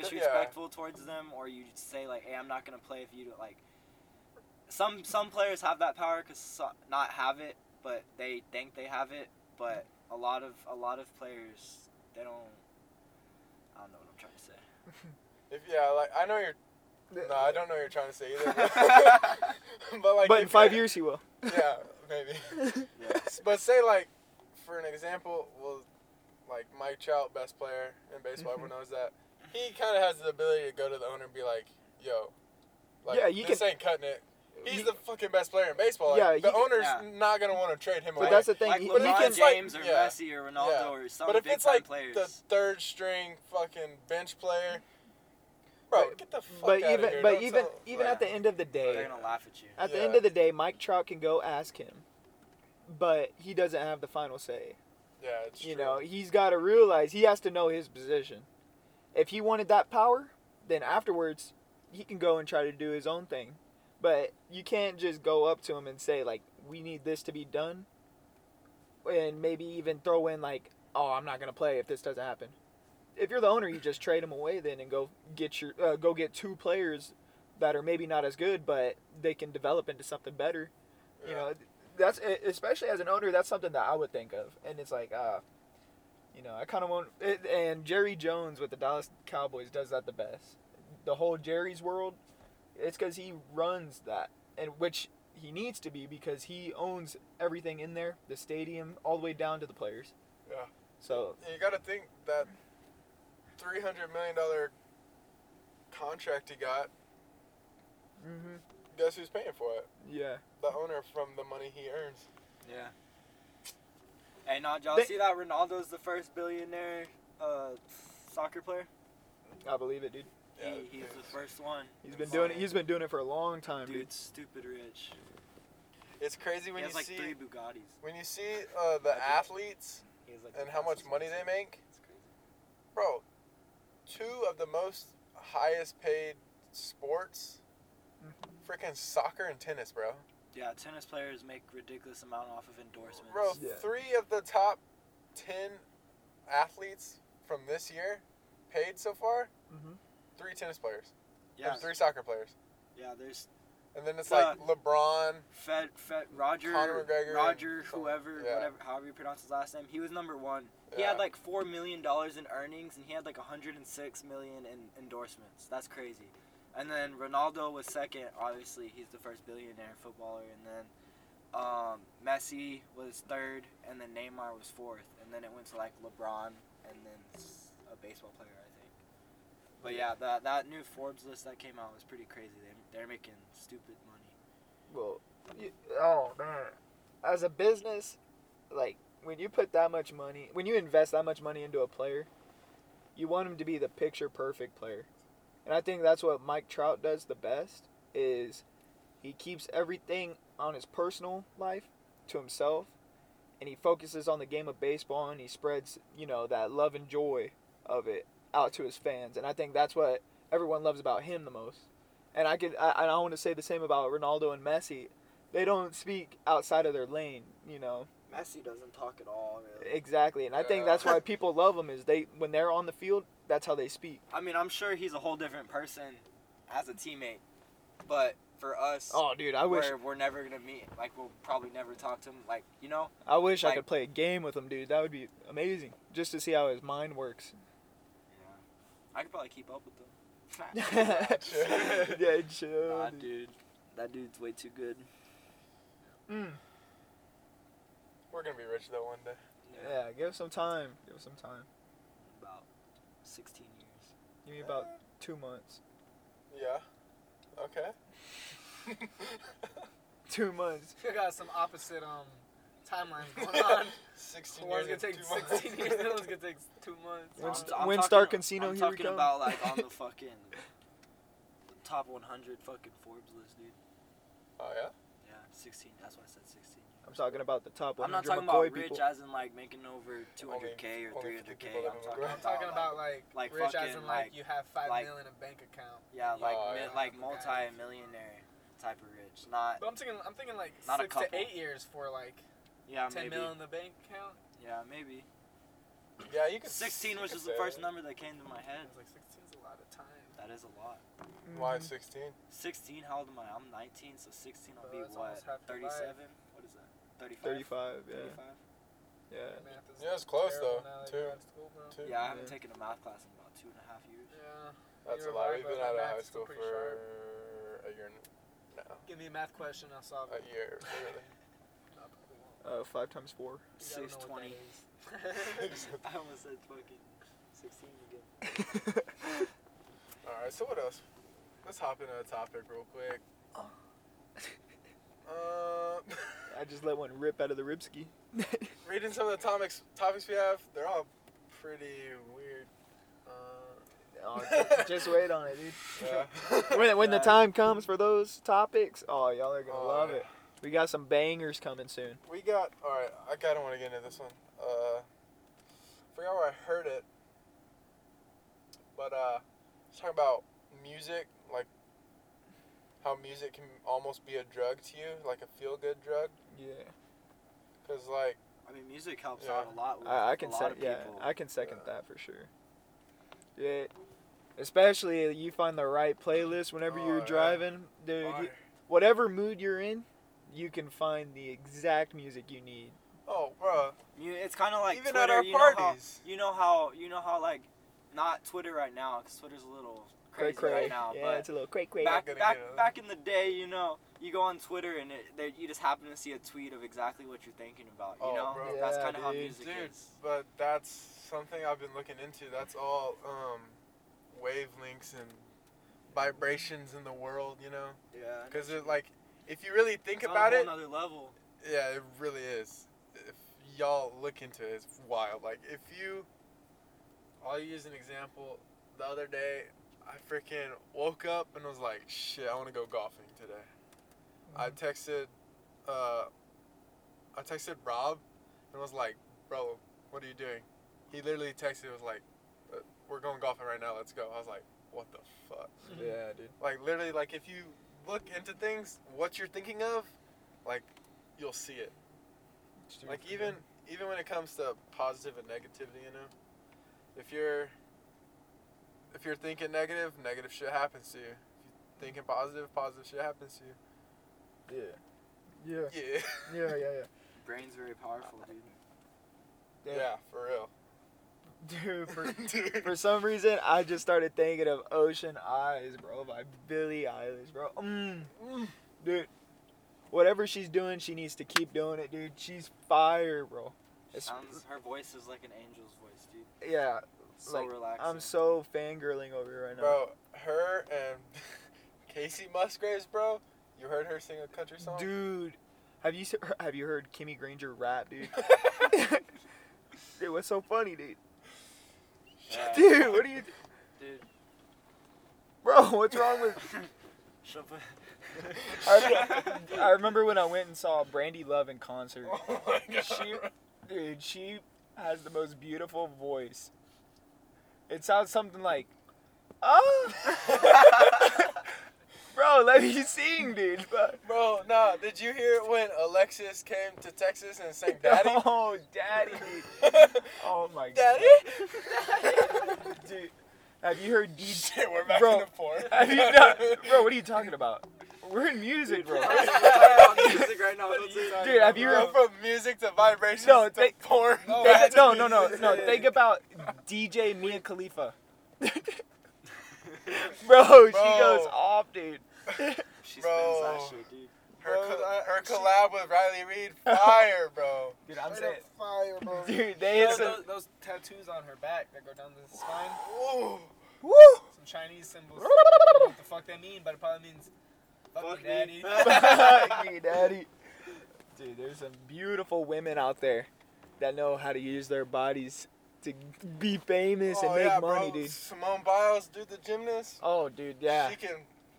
Speaker 4: disrespectful towards them or you just say like, "Hey, I'm not gonna play if you don't like." Some some players have that power because so, not have it, but they think they have it. But a lot of a lot of players they don't. I don't know what I'm trying to say.
Speaker 3: If yeah, like I know you're. No, I don't know what you're trying to say either. but like.
Speaker 1: but in
Speaker 3: if
Speaker 1: five
Speaker 3: you're-
Speaker 1: years he will.
Speaker 3: Yeah, maybe.
Speaker 4: Yeah.
Speaker 3: But say like, for an example, well, like Mike Trout, best player in baseball,
Speaker 1: Mhm.
Speaker 3: everyone knows that. He kind of has the ability to go to the owner and be like, "Yo, like
Speaker 1: Yeah, you
Speaker 3: this ain't cutting it. He's
Speaker 1: He-
Speaker 3: the fucking best player in baseball. Like,
Speaker 1: Yeah,
Speaker 3: the
Speaker 1: you-
Speaker 3: owner's
Speaker 4: yeah.
Speaker 3: not gonna want to trade him away.
Speaker 1: But that's the thing.
Speaker 4: Like
Speaker 1: he, he
Speaker 4: LeBron
Speaker 1: can,
Speaker 3: It's like-
Speaker 4: James or
Speaker 3: yeah.
Speaker 4: Messi or Ronaldo
Speaker 3: Yeah.
Speaker 4: or some
Speaker 3: but if
Speaker 4: big
Speaker 3: it's
Speaker 4: time
Speaker 3: like
Speaker 4: players.
Speaker 3: the third string fucking bench player, bro,
Speaker 1: But-
Speaker 3: get the fuck
Speaker 1: but
Speaker 3: out
Speaker 1: even
Speaker 3: of here.
Speaker 1: but
Speaker 3: Don't
Speaker 1: even
Speaker 3: tell-
Speaker 1: even
Speaker 3: like,
Speaker 1: at the end of the day,
Speaker 4: They're gonna laugh at you.
Speaker 1: At the
Speaker 3: Yeah.
Speaker 1: end of the day, Mike Trout can go ask him, but he doesn't have the final say.
Speaker 3: yeah, it's
Speaker 1: you
Speaker 3: true.
Speaker 1: know, he's got to realize he has to know his position. If he wanted that power, then afterwards he can go and try to do his own thing. But you can't just go up to him and say like, "We need this to be done," and maybe even throw in like, "Oh, I'm not gonna play if this doesn't happen." If you're the owner, you just trade him away then and go get your uh, go get two players that are maybe not as good, but they can develop into something better.
Speaker 3: yeah.
Speaker 1: You know, that's e, especially as an owner, that's something that I would think of, and it's like, uh, you know, I kind of want. It, and Jerry Jones with the Dallas Cowboys does that the best. The whole Jerry's world, it's because he runs that, and which he needs to be because he owns everything in there, the stadium all the way down to the players.
Speaker 3: Yeah.
Speaker 1: So
Speaker 3: And you got to think that three hundred million dollar contract he got. Guess who's paying for it?
Speaker 1: mm-hmm. yeah,
Speaker 3: The owner from the money he earns.
Speaker 4: Yeah. Hey, now did y'all
Speaker 1: They-
Speaker 4: see that Ronaldo's the first billionaire uh, soccer player?
Speaker 1: I believe it, dude.
Speaker 3: Yeah,
Speaker 4: he, he's the first one.
Speaker 1: He's been doing it. He's been doing it for a long time, dude.
Speaker 4: Dude's stupid rich.
Speaker 3: It's crazy
Speaker 4: He
Speaker 3: when you
Speaker 4: has like
Speaker 3: see
Speaker 4: three Bugattis.
Speaker 3: when you see uh, the athletes
Speaker 4: He has like
Speaker 3: and how much money they make,
Speaker 4: It's crazy.
Speaker 3: bro. Two of the most highest paid sports,
Speaker 2: Mm-hmm.
Speaker 3: freaking soccer and tennis, bro.
Speaker 4: Yeah, tennis players make ridiculous amount off of endorsements.
Speaker 3: Bro,
Speaker 1: Yeah.
Speaker 3: three of the top ten athletes from this year paid so far.
Speaker 2: Mm-hmm.
Speaker 1: Mhm.
Speaker 3: Three tennis players, or
Speaker 4: yeah,
Speaker 3: three soccer players,
Speaker 4: yeah. There's
Speaker 3: and then it's
Speaker 4: Uh,
Speaker 3: like LeBron.
Speaker 4: Fed, Fed, Roger,
Speaker 3: Conor McGregor and
Speaker 4: Roger,
Speaker 3: some-
Speaker 4: whoever,
Speaker 3: yeah.
Speaker 4: whatever, however you pronounce his last name. He was number one. He
Speaker 3: Yeah.
Speaker 4: had like four million dollars in earnings, and he had like 106 million in endorsements. That's crazy. And then Ronaldo was second. Obviously, he's the first billionaire footballer. And then um, Messi was third, and then Neymar was fourth. And then it went to like LeBron, and then s- a baseball player, I think. But yeah, that that new Forbes list that came out was pretty crazy. They they're making stupid money.
Speaker 1: Well, you, oh man, as a business, like when you put that much money, when you invest that much money into a player, you want him to be the picture perfect player, and I think that's what Mike Trout does the best. Is he keeps everything on his personal life to himself, and he focuses on the game of baseball, and he spreads you know that love and joy of it out to his fans, and I think that's what everyone loves about him the most and I could I, I want to say the same about Ronaldo and Messi. They don't speak outside of their lane, you know.
Speaker 4: Messi doesn't talk at all, really.
Speaker 1: Exactly, and I think that's why people love them is they when they're on the field, that's how they speak.
Speaker 4: I mean, I'm sure he's a whole different person as a teammate, but for us,
Speaker 1: Oh, dude, I wish
Speaker 4: we're, we're never gonna meet. Like, we'll probably never talk to him. Like, you know,
Speaker 1: I wish I
Speaker 4: like-
Speaker 1: could play a game with him, dude. That would be amazing, just to see how his mind works.
Speaker 4: I could probably keep up with him.
Speaker 1: yeah, chill.
Speaker 4: Nah,
Speaker 1: dude.
Speaker 4: dude. That dude's way too good.
Speaker 1: Mm.
Speaker 3: We're gonna be rich though one day.
Speaker 1: Yeah, give it some time. Give it some time.
Speaker 4: About 16 years.
Speaker 1: Give me about two months.
Speaker 3: Yeah. Okay.
Speaker 1: Two months.
Speaker 2: We got some opposite um timelines going on.
Speaker 3: Sixteen
Speaker 2: One's gonna
Speaker 3: years.
Speaker 2: take
Speaker 3: and two months.
Speaker 2: 16 years, the other one's gonna take two months.
Speaker 1: When,
Speaker 4: I'm-
Speaker 1: st-
Speaker 4: I'm
Speaker 1: when
Speaker 4: talking-
Speaker 1: Star Casino
Speaker 4: I'm
Speaker 1: here we
Speaker 4: talking
Speaker 1: come.
Speaker 4: about like on the fucking top 100 fucking Forbes list, dude.
Speaker 3: Oh yeah.
Speaker 4: Yeah, 16. That's why I said 16.
Speaker 1: I'm talking about the top 100
Speaker 4: I'm not talking
Speaker 1: McCoy
Speaker 4: about rich
Speaker 1: people.
Speaker 4: as in like making over 200k
Speaker 3: only people
Speaker 4: or 300k. I'm
Speaker 3: that
Speaker 4: talking,
Speaker 3: immigrate.
Speaker 2: I'm talking about like,
Speaker 4: like
Speaker 2: rich as
Speaker 4: fucking,
Speaker 2: in like,
Speaker 4: like-
Speaker 2: you have five
Speaker 4: like-
Speaker 2: million in a bank account.
Speaker 4: yeah, like
Speaker 3: Oh,
Speaker 4: mi-
Speaker 3: yeah.
Speaker 4: like multi-millionaire type of rich. Not
Speaker 2: But I'm thinking I'm thinking like
Speaker 4: Not a
Speaker 2: six to
Speaker 4: couple.
Speaker 2: eight years for like
Speaker 4: yeah,
Speaker 2: 10
Speaker 4: maybe
Speaker 2: million in the bank account.
Speaker 4: yeah, maybe
Speaker 3: Yeah, you could.
Speaker 4: 16
Speaker 3: you
Speaker 4: was
Speaker 3: could
Speaker 4: just the
Speaker 3: say
Speaker 4: first
Speaker 3: that.
Speaker 4: number that came to my head.
Speaker 2: It's like 16 is a lot of time.
Speaker 4: That is a lot.
Speaker 3: Why
Speaker 2: Mm-hmm.
Speaker 1: Mhm.
Speaker 3: sixteen?
Speaker 4: 16. How old am I? I'm 19, so 16 will
Speaker 2: Oh,
Speaker 4: be
Speaker 2: that's
Speaker 4: what?
Speaker 2: almost half your
Speaker 4: 37.
Speaker 2: life.
Speaker 4: What is that? 35.
Speaker 1: 35. Yeah.
Speaker 4: 35?
Speaker 1: Yeah.
Speaker 2: Math is
Speaker 3: Yeah, it's close,
Speaker 2: terrible
Speaker 3: though,
Speaker 2: now that
Speaker 3: too.
Speaker 2: you're out of school, bro.
Speaker 3: Two.
Speaker 4: Yeah, I haven't
Speaker 1: Yeah.
Speaker 4: taken a math class in about two and a half years.
Speaker 2: Yeah.
Speaker 3: That's
Speaker 2: You're
Speaker 3: a lot.
Speaker 2: right,
Speaker 3: We've been
Speaker 2: but my
Speaker 3: out of
Speaker 2: math's
Speaker 3: high school
Speaker 2: still pretty
Speaker 3: for a year and no,
Speaker 2: Give me a math question, I'll solve
Speaker 3: a
Speaker 2: it.
Speaker 3: year really.
Speaker 2: No, I probably won't.
Speaker 1: Uh, five times
Speaker 2: You
Speaker 1: four.
Speaker 2: gotta know
Speaker 4: Six
Speaker 2: what that
Speaker 4: twenty.
Speaker 2: is.
Speaker 4: I almost said fucking 16 again.
Speaker 3: All right, so what else? Let's hop into a topic real quick.
Speaker 2: Oh.
Speaker 3: Uh,
Speaker 1: I just let one rip out of the ribski.
Speaker 3: reading some of the topics topics we have, they're all pretty weird. Uh,
Speaker 1: Oh, just wait on it, dude.
Speaker 3: yeah.
Speaker 1: When, when the
Speaker 4: Yeah.
Speaker 1: time comes for those topics, oh, y'all are gonna
Speaker 3: Oh,
Speaker 1: love
Speaker 3: yeah.
Speaker 1: it. We got some bangers coming soon.
Speaker 3: we got all right. I kind of want to get into this one. Uh, forgot where I heard it, but uh, it's talking about music, like how music can almost be a drug to you, like a feel good drug,
Speaker 1: Yeah,
Speaker 3: because like
Speaker 4: I mean, music helps
Speaker 3: Yeah.
Speaker 4: out a lot with
Speaker 1: I, I can
Speaker 4: a lot
Speaker 1: second.
Speaker 4: of
Speaker 1: Yeah,
Speaker 4: people.
Speaker 1: I can second
Speaker 3: Yeah.
Speaker 1: that for sure. Yeah, especially you find the right playlist whenever
Speaker 3: Oh,
Speaker 1: you're
Speaker 3: yeah.
Speaker 1: driving, dude. you-
Speaker 3: fire.
Speaker 1: whatever mood you're in, you can find the exact music you need.
Speaker 3: oh, bro,
Speaker 4: You, it's kind of like
Speaker 3: even
Speaker 4: Twitter,
Speaker 3: at our
Speaker 4: you know how-
Speaker 3: parties.
Speaker 4: you know how you know how like not Twitter right now because Twitter's a little
Speaker 1: Cray
Speaker 4: crazy
Speaker 1: cray.
Speaker 4: right now.
Speaker 1: yeah,
Speaker 4: but
Speaker 1: it's a little cray cray.
Speaker 4: back
Speaker 3: gonna
Speaker 4: back
Speaker 3: get it.
Speaker 4: back in the day, you know, you go on Twitter and it, there, you just happen to see a tweet of exactly what you're thinking about. You
Speaker 3: Oh,
Speaker 4: know,
Speaker 3: bro.
Speaker 4: that's
Speaker 1: Yeah,
Speaker 4: kind of how
Speaker 1: dude.
Speaker 4: music
Speaker 3: Dude.
Speaker 4: is.
Speaker 3: But that's something I've been looking into. That's all um, wavelengths and vibrations in the world, you know.
Speaker 4: Yeah,
Speaker 3: Because it like, if you really think
Speaker 4: it's on
Speaker 3: about
Speaker 4: a
Speaker 3: it,
Speaker 4: whole nother level.
Speaker 3: Yeah, it really is. If y'all look into it, it's wild. Like if you, I'll use an example. The other day, I freaking woke up and was like, "Shit, I want to go golfing today." I texted, uh, I texted Rob, and was like, "Bro, what are you doing?" He literally texted, was like, "Uh, "We're going golfing right now. Let's go." I was like, "What the fuck?"
Speaker 1: Yeah, dude.
Speaker 3: Like literally, like if you look into things, what you're thinking of, like, you'll see it like even even when it comes to positive and negativity you know if you're if you're thinking negative negative shit happens to you if you're thinking positive positive shit happens to you
Speaker 1: Yeah. Yeah.
Speaker 3: yeah
Speaker 1: Yeah. Yeah. Yeah.
Speaker 4: Brain's very powerful, dude.
Speaker 3: yeah, for real
Speaker 1: Dude, for,
Speaker 3: Dude.
Speaker 1: for some reason, I just started thinking of Ocean Eyes, bro, by Billie Eilish, bro. Mm, mm, dude, whatever she's doing, she needs to keep doing it, dude. She's fire, bro. It's-
Speaker 4: Sounds, her voice is like an angel's voice, dude.
Speaker 1: yeah,
Speaker 4: So
Speaker 1: Like,
Speaker 4: relaxing.
Speaker 1: I'm so fangirling over here right now.
Speaker 3: bro her and casey musgraves bro you heard her sing a country song
Speaker 1: Dude, have you se- have you heard Kimmy Granger rap, dude? dude, what's so funny, dude?
Speaker 4: Yeah.
Speaker 1: Dude, what are you,
Speaker 4: dude.
Speaker 1: bro? What's wrong with?
Speaker 4: Shut up.
Speaker 1: I, I remember when I went and saw Brandy Love in concert.
Speaker 3: oh my god
Speaker 1: She, dude, she has the most beautiful voice. It sounds something like, oh, bro, let me sing, dude. But,
Speaker 3: bro nah did you hear when alexis came to texas and sang daddy
Speaker 1: oh, daddy, dude. Oh my
Speaker 3: daddy
Speaker 1: god, dude. Have you heard DJ?
Speaker 3: shit we're back
Speaker 1: Bro.
Speaker 3: in the porn
Speaker 1: Have you not, bro? What are you talking about? We're in music, bro.
Speaker 4: music right now. That's it.
Speaker 1: Dude, have you?
Speaker 3: Bro, from music to vibrations
Speaker 1: No,
Speaker 3: to
Speaker 1: think-
Speaker 3: porn.
Speaker 1: Think- no, no, no, no. Think about DJ Mia Khalifa. Bro, she
Speaker 3: Bro.
Speaker 1: goes off, dude.
Speaker 4: She
Speaker 3: Bro.
Speaker 4: spins that shit, dude.
Speaker 3: Her,
Speaker 2: Bro,
Speaker 3: co-
Speaker 2: I-
Speaker 3: her collab with Riley Reed, fire, bro.
Speaker 5: Dude, I'm
Speaker 2: Straight
Speaker 5: saying,
Speaker 2: up fire, bro.
Speaker 5: dude,
Speaker 2: She
Speaker 5: they hit
Speaker 2: has
Speaker 5: some.
Speaker 2: those, those tattoos on her back that go down the spine.
Speaker 3: Ooh.
Speaker 5: Woo!
Speaker 2: Some Chinese symbols. I don't know what the fuck that mean, but it probably means fuck,
Speaker 4: Fuck
Speaker 2: fuck daddy.
Speaker 4: me.
Speaker 5: Fuck me, daddy. Dude, there's some beautiful women out there that know how to use their bodies to be famous and
Speaker 3: Oh,
Speaker 5: make
Speaker 3: yeah,
Speaker 5: money,
Speaker 3: bro.
Speaker 5: dude.
Speaker 3: Simone Biles, dude, the gymnast.
Speaker 5: Oh, dude, yeah.
Speaker 3: She can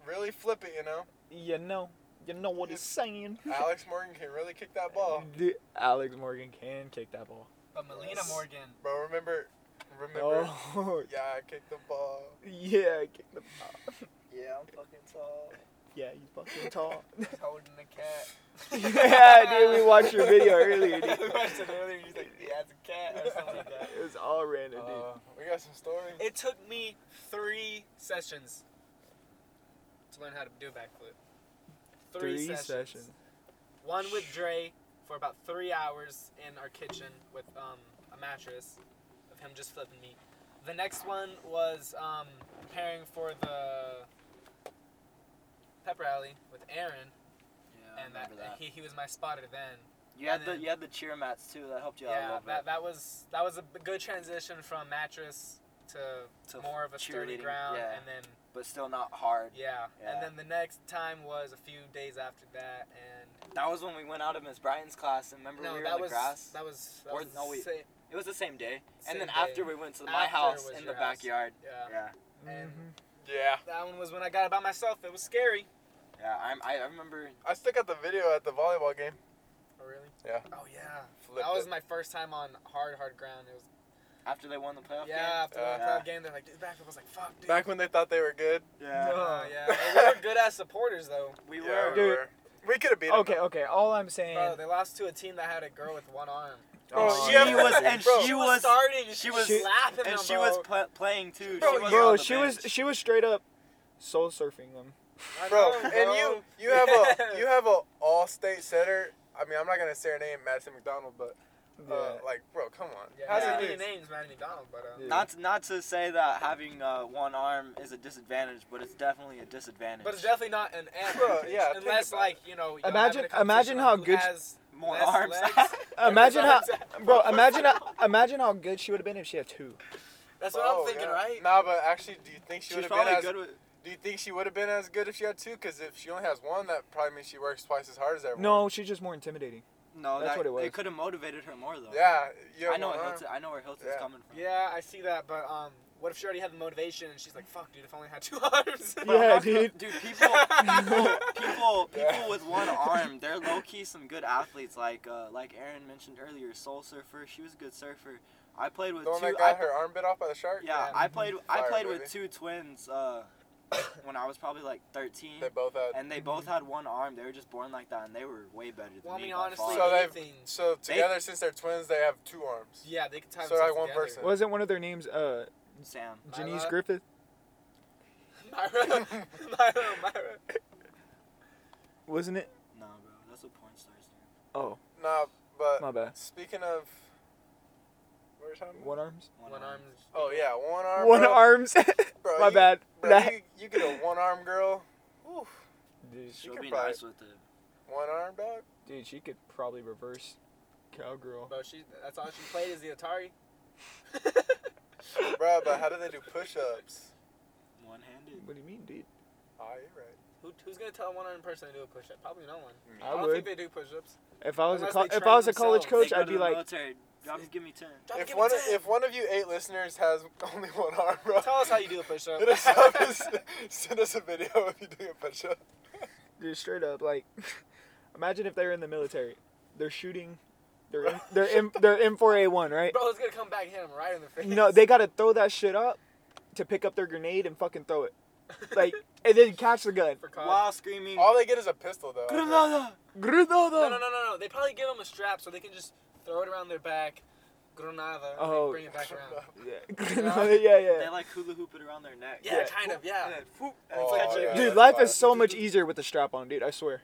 Speaker 3: really flip it, you know.
Speaker 5: You know, you know what it's saying.
Speaker 3: Alex Morgan can really kick that ball,
Speaker 5: Dude, Alex Morgan can kick that ball.
Speaker 2: But Melina Morgan.
Speaker 3: bro. Remember, remember.
Speaker 5: Oh,
Speaker 3: Yeah, I kicked the ball.
Speaker 5: yeah, kick the ball.
Speaker 4: Yeah, I'm fucking tall.
Speaker 5: Yeah, you fucking tall.
Speaker 2: He's holding the cat.
Speaker 5: yeah, dude, we watched your video earlier, dude.
Speaker 2: we watched it earlier. He's like, yeah, it's a cat or something like that.
Speaker 5: It was all random, dude.
Speaker 3: Uh, we got some stories.
Speaker 2: It took me three sessions to learn how to do a backflip. Three, sessions. One with Dre for about three hours in our kitchen with um, a mattress of him just flipping me. The next one was um, preparing for the pep rally with Aaron,
Speaker 4: Yeah, I
Speaker 2: and that,
Speaker 4: remember that.
Speaker 2: He, he was my spotter then.
Speaker 4: You had
Speaker 2: and
Speaker 4: the
Speaker 2: then-
Speaker 4: you had the cheer mats too. That helped you out a
Speaker 2: Yeah,
Speaker 4: little
Speaker 2: that,
Speaker 4: bit.
Speaker 2: that was that was a b- good transition from mattress to,
Speaker 4: To
Speaker 2: more of a sturdy
Speaker 4: cheerleading,
Speaker 2: ground,
Speaker 4: yeah.
Speaker 2: and then
Speaker 4: But still not hard.
Speaker 2: Yeah.
Speaker 4: Yeah.
Speaker 2: And then the next time was a few days after that, and
Speaker 4: That was when we went out of Miss Bryan's class. And remember
Speaker 2: no,
Speaker 4: we were in
Speaker 2: that
Speaker 4: the
Speaker 2: was,
Speaker 4: grass.
Speaker 2: that was that
Speaker 4: Or-
Speaker 2: was
Speaker 4: no, wait.
Speaker 2: sa-
Speaker 4: It was the same day.
Speaker 2: Same
Speaker 4: and then
Speaker 2: day.
Speaker 4: after we went to my
Speaker 2: After
Speaker 4: house
Speaker 2: was
Speaker 4: in the
Speaker 2: your house.
Speaker 4: backyard.
Speaker 2: Yeah.
Speaker 4: Yeah,
Speaker 2: And
Speaker 1: Mm-hmm.
Speaker 3: Yeah,
Speaker 2: that one was when I got it by myself. It was scary.
Speaker 4: yeah. I'm, I I remember.
Speaker 3: I still got the video at the volleyball game.
Speaker 2: Oh really?
Speaker 3: Yeah.
Speaker 2: Oh yeah.
Speaker 3: Flipped
Speaker 2: that was
Speaker 3: it.
Speaker 2: my first time on hard, hard ground. It was
Speaker 4: After they won the playoff
Speaker 2: yeah.
Speaker 4: game.
Speaker 2: After the
Speaker 4: Yeah.
Speaker 2: playoff game, they're like, "Dude, back." I was like, "Fuck, dude."
Speaker 3: back when they thought they were good.
Speaker 2: Uh,
Speaker 4: Uh-huh.
Speaker 2: yeah. They were good ass supporters though.
Speaker 4: We
Speaker 3: Yeah,
Speaker 4: were.
Speaker 3: we,
Speaker 5: Dude.
Speaker 3: were. we Oh, could have beat 'em.
Speaker 1: Okay, okay. All I'm saying.
Speaker 2: Bro, they lost to a team that had a girl with one arm.
Speaker 3: Oh,
Speaker 4: she
Speaker 3: yeah,
Speaker 4: was
Speaker 3: bro.
Speaker 4: and
Speaker 3: Bro.
Speaker 4: she was
Speaker 2: starting. She,
Speaker 4: she
Speaker 2: was
Speaker 4: was-
Speaker 2: laughing.
Speaker 4: and
Speaker 2: them,
Speaker 4: she was
Speaker 2: bro.
Speaker 4: pl- playing too.
Speaker 3: Bro,
Speaker 4: she wasn't
Speaker 1: bro,
Speaker 4: on the
Speaker 1: she was
Speaker 4: bench.
Speaker 1: she was straight up soul surfing them.
Speaker 2: I
Speaker 3: bro.
Speaker 2: know,
Speaker 3: And you, you have a, you have a all-state setter. I mean, I'm not gonna say her name, Madison McDonald, but uh, like, bro, come on.
Speaker 2: Yeah,
Speaker 3: How's
Speaker 2: not
Speaker 3: it
Speaker 2: any
Speaker 3: do?
Speaker 2: names, Maddie McDonald, but uh,
Speaker 1: Yeah.
Speaker 4: Not to, not to say that having uh, one arm is a disadvantage, but it's definitely a disadvantage.
Speaker 2: But it's definitely not an advantage.
Speaker 3: Bro, yeah, think
Speaker 2: unless
Speaker 3: about
Speaker 2: like you know. you
Speaker 1: Imagine-
Speaker 2: have a competition
Speaker 1: imagine
Speaker 2: on
Speaker 1: how
Speaker 2: who
Speaker 1: good-
Speaker 2: Has
Speaker 4: more
Speaker 2: less
Speaker 4: arms.
Speaker 2: legs.
Speaker 1: Imagine how,
Speaker 2: That's-
Speaker 1: bro. Imagine how, imagine how good she would have been if she had two.
Speaker 2: That's what
Speaker 3: Bro,
Speaker 2: I'm thinking,
Speaker 3: Oh, yeah.
Speaker 2: right?
Speaker 3: Nah, but actually, do you think she
Speaker 4: she
Speaker 3: would
Speaker 4: was
Speaker 3: have been
Speaker 4: probably
Speaker 3: as
Speaker 4: good with.
Speaker 3: Do you think she would have been as good if she had two? Because if she only has one, that probably means she works twice as hard as everyone.
Speaker 1: No, she's just more intimidating.
Speaker 4: No,
Speaker 1: That's
Speaker 4: that,
Speaker 1: what it was.
Speaker 4: It could have motivated her more though.
Speaker 3: Yeah. You
Speaker 4: I
Speaker 3: have
Speaker 4: know uh,
Speaker 3: one
Speaker 4: what
Speaker 3: arm.
Speaker 4: Hilton, I know where Hilton's
Speaker 3: Yeah.
Speaker 4: coming from.
Speaker 2: Yeah, I see that, but um, what if she already had the motivation and she's like, "Fuck, dude, if I only had two arms."
Speaker 1: Yeah,
Speaker 4: how-
Speaker 1: dude.
Speaker 4: Dude, people, people, people, people
Speaker 3: Yeah.
Speaker 4: with one arm, they're low key some good athletes. Like, uh, like Aaron mentioned earlier, Soul Surfer. She was a good surfer. I played with
Speaker 3: The one
Speaker 4: two.
Speaker 3: that
Speaker 4: I,
Speaker 3: got her arm bit off by the shark.
Speaker 4: Yeah,
Speaker 2: Yeah.
Speaker 4: I played. I
Speaker 3: Fire,
Speaker 4: played
Speaker 3: baby.
Speaker 4: with two twins uh, when I was probably like 13,
Speaker 3: They both had.
Speaker 4: and they both had one arm. They were just born like that, and they were way better than
Speaker 2: Well, I
Speaker 4: me.
Speaker 2: mean,
Speaker 4: by
Speaker 2: honestly,
Speaker 4: far.
Speaker 3: So they-
Speaker 2: anything.
Speaker 3: So together, since they're twins, they have two arms.
Speaker 2: Yeah, they could tie
Speaker 3: So
Speaker 2: themselves
Speaker 3: like one
Speaker 2: together.
Speaker 3: person.
Speaker 1: Wasn't one of their names uh
Speaker 4: Sam.
Speaker 1: Janice
Speaker 2: Myla?
Speaker 1: Griffith?
Speaker 2: Myra, Myra, Myra.
Speaker 1: Wasn't it?
Speaker 4: No, bro, that's what porn stars do.
Speaker 1: Oh,
Speaker 3: Nah, but
Speaker 1: my bad.
Speaker 3: speaking of. What were we talking about?
Speaker 1: One arms.
Speaker 2: One arm.
Speaker 3: Oh yeah, one arm.
Speaker 1: One
Speaker 3: bro.
Speaker 1: arms.
Speaker 3: Bro,
Speaker 1: my
Speaker 3: you-
Speaker 1: bad.
Speaker 3: Bro,
Speaker 1: That-
Speaker 3: you, you get a one arm girl. Oof.
Speaker 1: dude,
Speaker 4: She'll
Speaker 3: could
Speaker 4: be
Speaker 3: probably-
Speaker 4: nice with it.
Speaker 3: One arm dog.
Speaker 1: dude, she could probably reverse cowgirl.
Speaker 2: Bro, she. That's all she played is the Atari.
Speaker 3: Bro, but how do they do push-ups?
Speaker 4: One-handed.
Speaker 1: What do you mean, dude?
Speaker 3: Oh, you're
Speaker 2: Who, who's gonna tell a one-armed person to do a push-up? Probably no one.
Speaker 1: I
Speaker 2: don't
Speaker 1: would.
Speaker 2: think they do push-ups.
Speaker 1: If I was a
Speaker 2: Unless
Speaker 1: col-
Speaker 2: they
Speaker 1: if
Speaker 2: train
Speaker 1: I was a college
Speaker 2: themselves.
Speaker 1: coach,
Speaker 4: They go
Speaker 1: I'd
Speaker 4: to
Speaker 1: be
Speaker 4: the
Speaker 1: like,
Speaker 4: military. Drop, give me ten.
Speaker 2: Drop,
Speaker 3: right.
Speaker 2: give
Speaker 3: If
Speaker 2: me
Speaker 3: one,
Speaker 2: 10.
Speaker 3: if one of you eight listeners has only one arm, bro,
Speaker 2: Tell us how you do a push-up.
Speaker 3: Hit us up and s- send us a video if you do a push up.
Speaker 1: dude, straight up, like, imagine if they're in the military, they're shooting, they're in, they're in, they're M four A one, right?
Speaker 2: Bro, it's gonna come back and hit him right in the face.
Speaker 1: No, they gotta throw that shit up to pick up their grenade and fucking throw it, like, and then catch the gun.
Speaker 2: For cause.
Speaker 4: While screaming.
Speaker 3: All they get is a pistol though. I
Speaker 4: Granada.
Speaker 2: No, no,
Speaker 1: Granada.
Speaker 2: no, no, no. They probably give them a strap so they can just throw it around their back, granada, and
Speaker 1: Oh.
Speaker 2: then bring it back around.
Speaker 1: Yeah, Granada, yeah,
Speaker 4: They
Speaker 1: yeah.
Speaker 4: like hula hoop it around their neck.
Speaker 2: Yeah, kind of, yeah.
Speaker 4: And then whoop, and
Speaker 3: Oh,
Speaker 4: catch it.
Speaker 3: yeah.
Speaker 1: Dude, life is so much easier with the strap on, dude. I swear.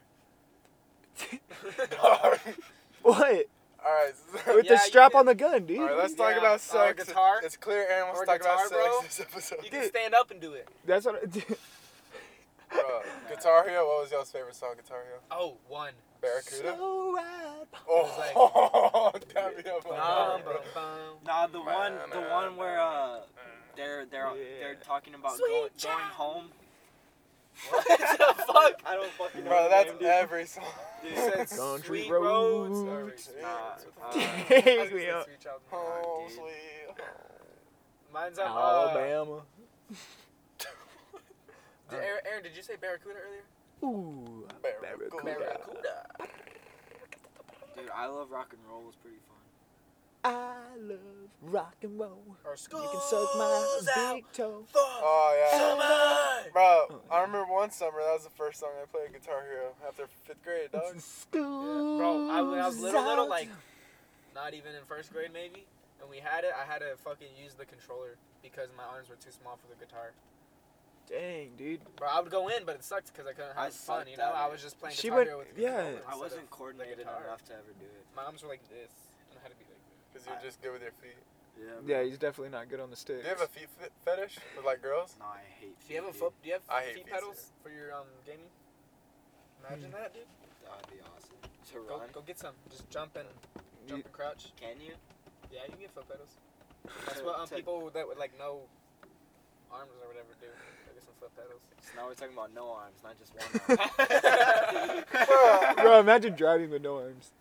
Speaker 3: think.
Speaker 1: What?
Speaker 3: All right.
Speaker 5: With
Speaker 2: Yeah,
Speaker 5: the
Speaker 2: you
Speaker 5: strap
Speaker 2: can-
Speaker 5: on the gun, dude.
Speaker 3: All right, let's
Speaker 2: Yeah,
Speaker 3: talk about
Speaker 2: or
Speaker 3: sex.
Speaker 2: guitar.
Speaker 3: It's clear Aaron wants
Speaker 2: Or
Speaker 3: to talk about
Speaker 2: guitar, bro.
Speaker 3: sex this episode.
Speaker 2: You can stand up and do it.
Speaker 5: That's what. I,
Speaker 3: Bro, Guitar Hero, what was y'all's favorite song, Guitar Hero?
Speaker 2: Oh, one.
Speaker 3: Barracuda?
Speaker 5: So rad.
Speaker 3: oh, that me up my
Speaker 2: Bum,
Speaker 3: butt,
Speaker 2: bum,
Speaker 3: bro.
Speaker 2: bum.
Speaker 4: Nah, the one, the one where uh, they're they're they're talking about
Speaker 2: Sweet
Speaker 4: going,
Speaker 2: child.
Speaker 4: going home.
Speaker 2: What the fuck?
Speaker 4: I don't fucking know.
Speaker 3: Bro,
Speaker 4: his
Speaker 3: that's
Speaker 4: name, dude.
Speaker 3: every song.
Speaker 2: You said
Speaker 5: Country
Speaker 2: sweet roads.
Speaker 5: roads.
Speaker 2: Or,
Speaker 4: Nah,
Speaker 2: what the fuck?
Speaker 4: uh,
Speaker 2: I was gonna say
Speaker 5: Yeah.
Speaker 2: sweet child.
Speaker 3: Oh,
Speaker 4: dude.
Speaker 3: sweet.
Speaker 2: Mine's on uh,
Speaker 5: Alabama.
Speaker 2: did- Aaron, Aaron, did you say Barracuda earlier?
Speaker 5: Ooh,
Speaker 3: Barracuda.
Speaker 5: Barracuda.
Speaker 2: Barracuda.
Speaker 4: Dude, I love rock and roll was pretty fun.
Speaker 5: I love rock and roll.
Speaker 2: Or school.
Speaker 5: You can suck my
Speaker 2: out.
Speaker 5: big toe.
Speaker 2: For
Speaker 3: Oh, yeah.
Speaker 2: summer.
Speaker 3: Bro, I remember one summer, that was the first song I played Guitar Hero after fifth grade, dog.
Speaker 5: School.
Speaker 2: Bro, I, when I was little, little, like, not even in first grade maybe, and we had it. I had to fucking use the controller because my arms were too small for the guitar.
Speaker 5: Dang, dude.
Speaker 2: Bro, I would go in, but it sucked because I couldn't
Speaker 4: I
Speaker 2: have fun.
Speaker 4: sucked
Speaker 2: You know,
Speaker 4: at
Speaker 2: I
Speaker 4: it.
Speaker 2: was just playing
Speaker 5: She
Speaker 2: guitar
Speaker 5: went-
Speaker 2: Hero with the
Speaker 5: yeah.
Speaker 2: controller
Speaker 5: I
Speaker 4: I
Speaker 2: instead
Speaker 4: wasn't
Speaker 2: of
Speaker 4: coordinated
Speaker 2: the guitar.
Speaker 4: enough to ever do it.
Speaker 2: My arms were like this, and I had to be like. This.
Speaker 3: Because you're just good with your feet.
Speaker 4: Yeah.
Speaker 5: Yeah, he's definitely not good on
Speaker 3: Do
Speaker 5: the sticks.
Speaker 3: you have a feet fe- fetish with, like, girls?
Speaker 4: No, I hate.
Speaker 2: Do you have a
Speaker 4: feet,
Speaker 2: foot? Do you have
Speaker 3: I hate
Speaker 2: feet
Speaker 3: feet,
Speaker 2: pedals for your um gaming? Imagine
Speaker 5: Hmm.
Speaker 2: that, dude.
Speaker 4: dude. That'd be awesome. To
Speaker 2: Go,
Speaker 4: run?
Speaker 2: go get some. Just jump and jump
Speaker 5: You-
Speaker 2: and crouch.
Speaker 4: Can you?
Speaker 2: Yeah, you can get foot pedals. That's
Speaker 4: To-
Speaker 2: what um,
Speaker 4: to-
Speaker 2: people that would like no arms or whatever do. Go get some foot pedals.
Speaker 4: So now we're talking about no arms, not just one arm.
Speaker 3: Bro,
Speaker 5: Bro, imagine driving with no arms.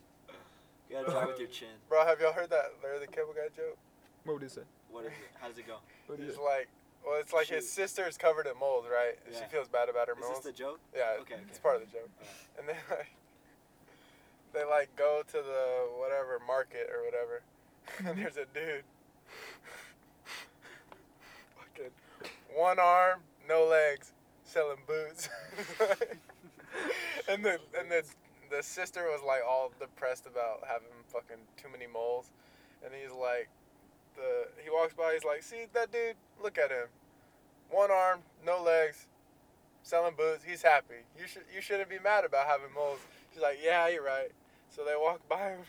Speaker 4: You gotta drive with your chin.
Speaker 3: bro, have y'all heard that Larry the Cable Guy joke?
Speaker 5: What is it?
Speaker 4: What is it? How does it go?
Speaker 5: What
Speaker 3: He's
Speaker 5: is it?
Speaker 3: like, well, it's like his sister's covered in mold, right? And
Speaker 4: Yeah.
Speaker 3: She feels bad about her
Speaker 4: Is
Speaker 3: mold.
Speaker 4: this the joke?
Speaker 3: Yeah,
Speaker 4: Okay,
Speaker 3: it's
Speaker 4: okay.
Speaker 3: part of the joke. And they like, they like go to the whatever market or whatever, and there's a dude, fucking one arm, no legs, selling boots. and the and the the sister was like all depressed about having fucking too many moles, and he's like, the he walks by, he's like, see that dude, look at him, one arm, no legs, selling boots. He's happy. You should you shouldn't be mad about having moles. She's like, yeah, you're right. So they walk by him,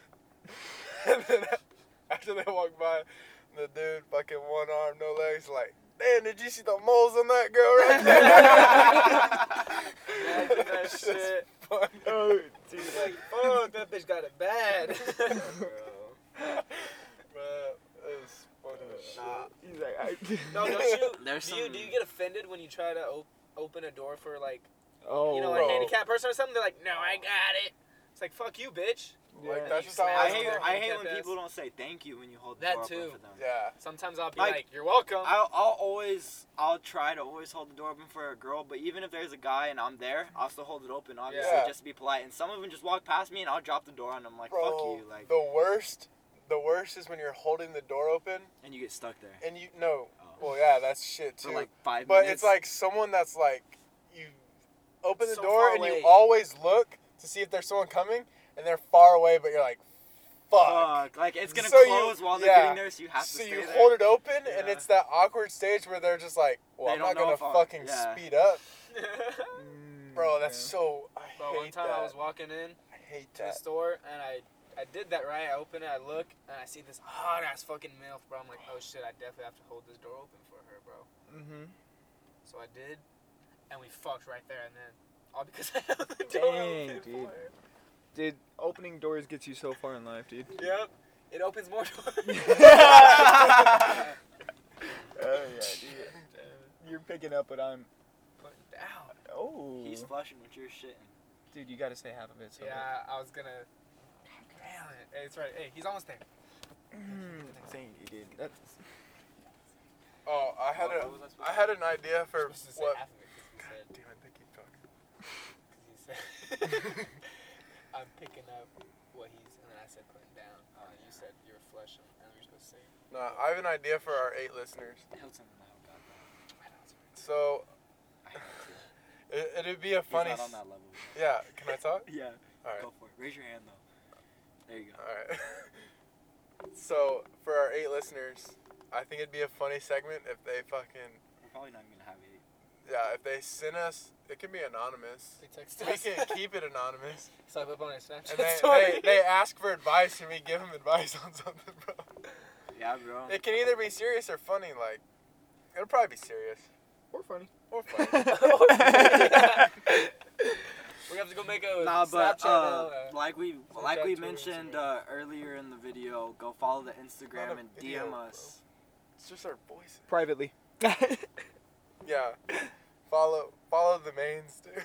Speaker 3: and then after they walk by, the dude fucking one arm, no legs, like, damn, did you see the moles on that girl right there?
Speaker 2: Imagine that
Speaker 3: That's
Speaker 2: shit.
Speaker 3: funny.
Speaker 5: Oh, dude.
Speaker 2: It's like, fuck, that bitch got it bad.
Speaker 3: Bro, it was funny as shit.
Speaker 2: Nah.
Speaker 5: He's like, I...
Speaker 2: no, don't you?
Speaker 4: There's
Speaker 2: do you do you get offended when you try to op- open a door for like
Speaker 5: Oh,
Speaker 2: you know
Speaker 3: Bro.
Speaker 2: a handicapped person or something? They're like, no, I got it. It's like, fuck you, bitch.
Speaker 3: Like,
Speaker 5: Yeah. Mm,
Speaker 3: that's just how
Speaker 4: I
Speaker 3: I was
Speaker 4: hate,
Speaker 3: there.
Speaker 4: I hate
Speaker 2: Get
Speaker 4: when
Speaker 2: this.
Speaker 4: people don't say thank you when you hold the
Speaker 2: That
Speaker 4: door
Speaker 2: too.
Speaker 4: open for them.
Speaker 3: Yeah.
Speaker 2: Sometimes I'll be
Speaker 4: Like-
Speaker 2: like, you're welcome.
Speaker 4: I'll, I'll always, I'll try to always hold the door open for a girl, but even if there's a guy and I'm there, I'll still hold it open, obviously,
Speaker 3: Yeah.
Speaker 4: just to be polite. And some of them just walk past me and I'll drop the door on them, like, fuck
Speaker 3: Bro,
Speaker 4: you, like,
Speaker 3: the worst, the worst is when you're holding the door open
Speaker 4: and you get stuck there
Speaker 3: and you no.
Speaker 4: Oh.
Speaker 3: Well, yeah, that's shit too.
Speaker 4: for like five
Speaker 3: But
Speaker 4: minutes.
Speaker 3: it's like someone that's like you open the
Speaker 2: So
Speaker 3: door
Speaker 2: far
Speaker 3: and
Speaker 2: away.
Speaker 3: you always look to see if there's someone coming and they're far away, but you're like, fuck.
Speaker 4: fuck, like, it's gonna
Speaker 3: So you-
Speaker 4: close while they're
Speaker 3: yeah.
Speaker 4: getting there, so you have to
Speaker 3: So
Speaker 4: stay
Speaker 3: you
Speaker 4: there.
Speaker 3: hold it open and
Speaker 2: Yeah.
Speaker 3: it's that awkward stage where they're just like, well,
Speaker 4: They
Speaker 3: I'm
Speaker 4: don't
Speaker 3: not
Speaker 4: know
Speaker 3: gonna
Speaker 4: if I'll-
Speaker 3: fucking
Speaker 4: yeah.
Speaker 3: speed up,
Speaker 5: Mm,
Speaker 3: bro. That's
Speaker 5: yeah.
Speaker 3: so. I
Speaker 2: Bro,
Speaker 3: hate
Speaker 2: one time
Speaker 3: that.
Speaker 2: I was walking in
Speaker 3: I hate
Speaker 2: to the
Speaker 3: that.
Speaker 2: store and I I did that right. I open it, I look, and I see this hot ass fucking MILF, bro. I'm like, oh shit, I definitely have to hold this door open for her, bro.
Speaker 5: Mhm.
Speaker 2: So I did, and we fucked right there and then. All because I held the door
Speaker 5: Dang,
Speaker 2: open
Speaker 5: dude.
Speaker 2: for her.
Speaker 5: Dude, opening doors gets you so far in life, dude.
Speaker 2: Yep. It opens more doors.
Speaker 5: Oh, yeah, You're picking up what I'm.
Speaker 2: Put it down.
Speaker 5: Oh.
Speaker 4: He's flushing with your shit.
Speaker 5: Dude, you gotta say half of it. So
Speaker 2: Yeah, I was gonna. Damn it! Hey, it's right. Hey, he's almost there.
Speaker 1: Mm-hmm.
Speaker 5: Thank you, dude. That's.
Speaker 3: Oh, I had
Speaker 4: What-
Speaker 3: a,
Speaker 4: what was I supposed
Speaker 3: I
Speaker 4: to
Speaker 3: had an idea
Speaker 2: You're
Speaker 3: for
Speaker 2: supposed to say
Speaker 3: what.
Speaker 2: half of it 'cause he said-
Speaker 3: Damn it, they keep talking.
Speaker 2: 'cause he said- I'm picking up what he's, and then I said putting down. Uh, you said you were flushing, and we were supposed to say.
Speaker 3: No, I have an idea for our eight listeners.
Speaker 4: Hilton and I got
Speaker 2: I
Speaker 4: that.
Speaker 2: know, it's right.
Speaker 3: So
Speaker 4: I hate that too.
Speaker 3: it, it'd be a
Speaker 4: He's
Speaker 3: funny. s-
Speaker 4: not on that level.
Speaker 3: Yeah, can I talk?
Speaker 4: Yeah,
Speaker 3: All right.
Speaker 4: go for it. Raise your hand though. There you go.
Speaker 3: Alright. so, for our eight listeners, I think it'd be a funny segment if they fucking.
Speaker 4: We're probably not even gonna have eight.
Speaker 3: Yeah, if they they sent us. It can be anonymous.
Speaker 2: They text
Speaker 3: We
Speaker 2: us.
Speaker 3: can keep it anonymous.
Speaker 2: Swipe up on our Snapchat
Speaker 3: And they,
Speaker 2: story.
Speaker 3: they, they ask for advice and we give them advice on something, bro.
Speaker 4: Yeah, bro.
Speaker 3: It can either be serious or funny. Like, it'll probably be serious
Speaker 6: Or funny.
Speaker 3: or funny.
Speaker 2: we have to go make a
Speaker 4: Nah, but
Speaker 2: Snapchat
Speaker 4: uh,
Speaker 2: now, uh,
Speaker 4: like we
Speaker 2: Snapchat,
Speaker 4: like we
Speaker 2: Twitter,
Speaker 4: mentioned uh,
Speaker 2: Instagram.
Speaker 4: earlier in the video, go follow the
Speaker 3: Not
Speaker 4: Instagram
Speaker 3: a
Speaker 4: and
Speaker 3: video,
Speaker 4: DM
Speaker 3: bro.
Speaker 4: us.
Speaker 3: It's just our voices.
Speaker 1: Privately.
Speaker 3: Yeah. Follow follow the mains, dude.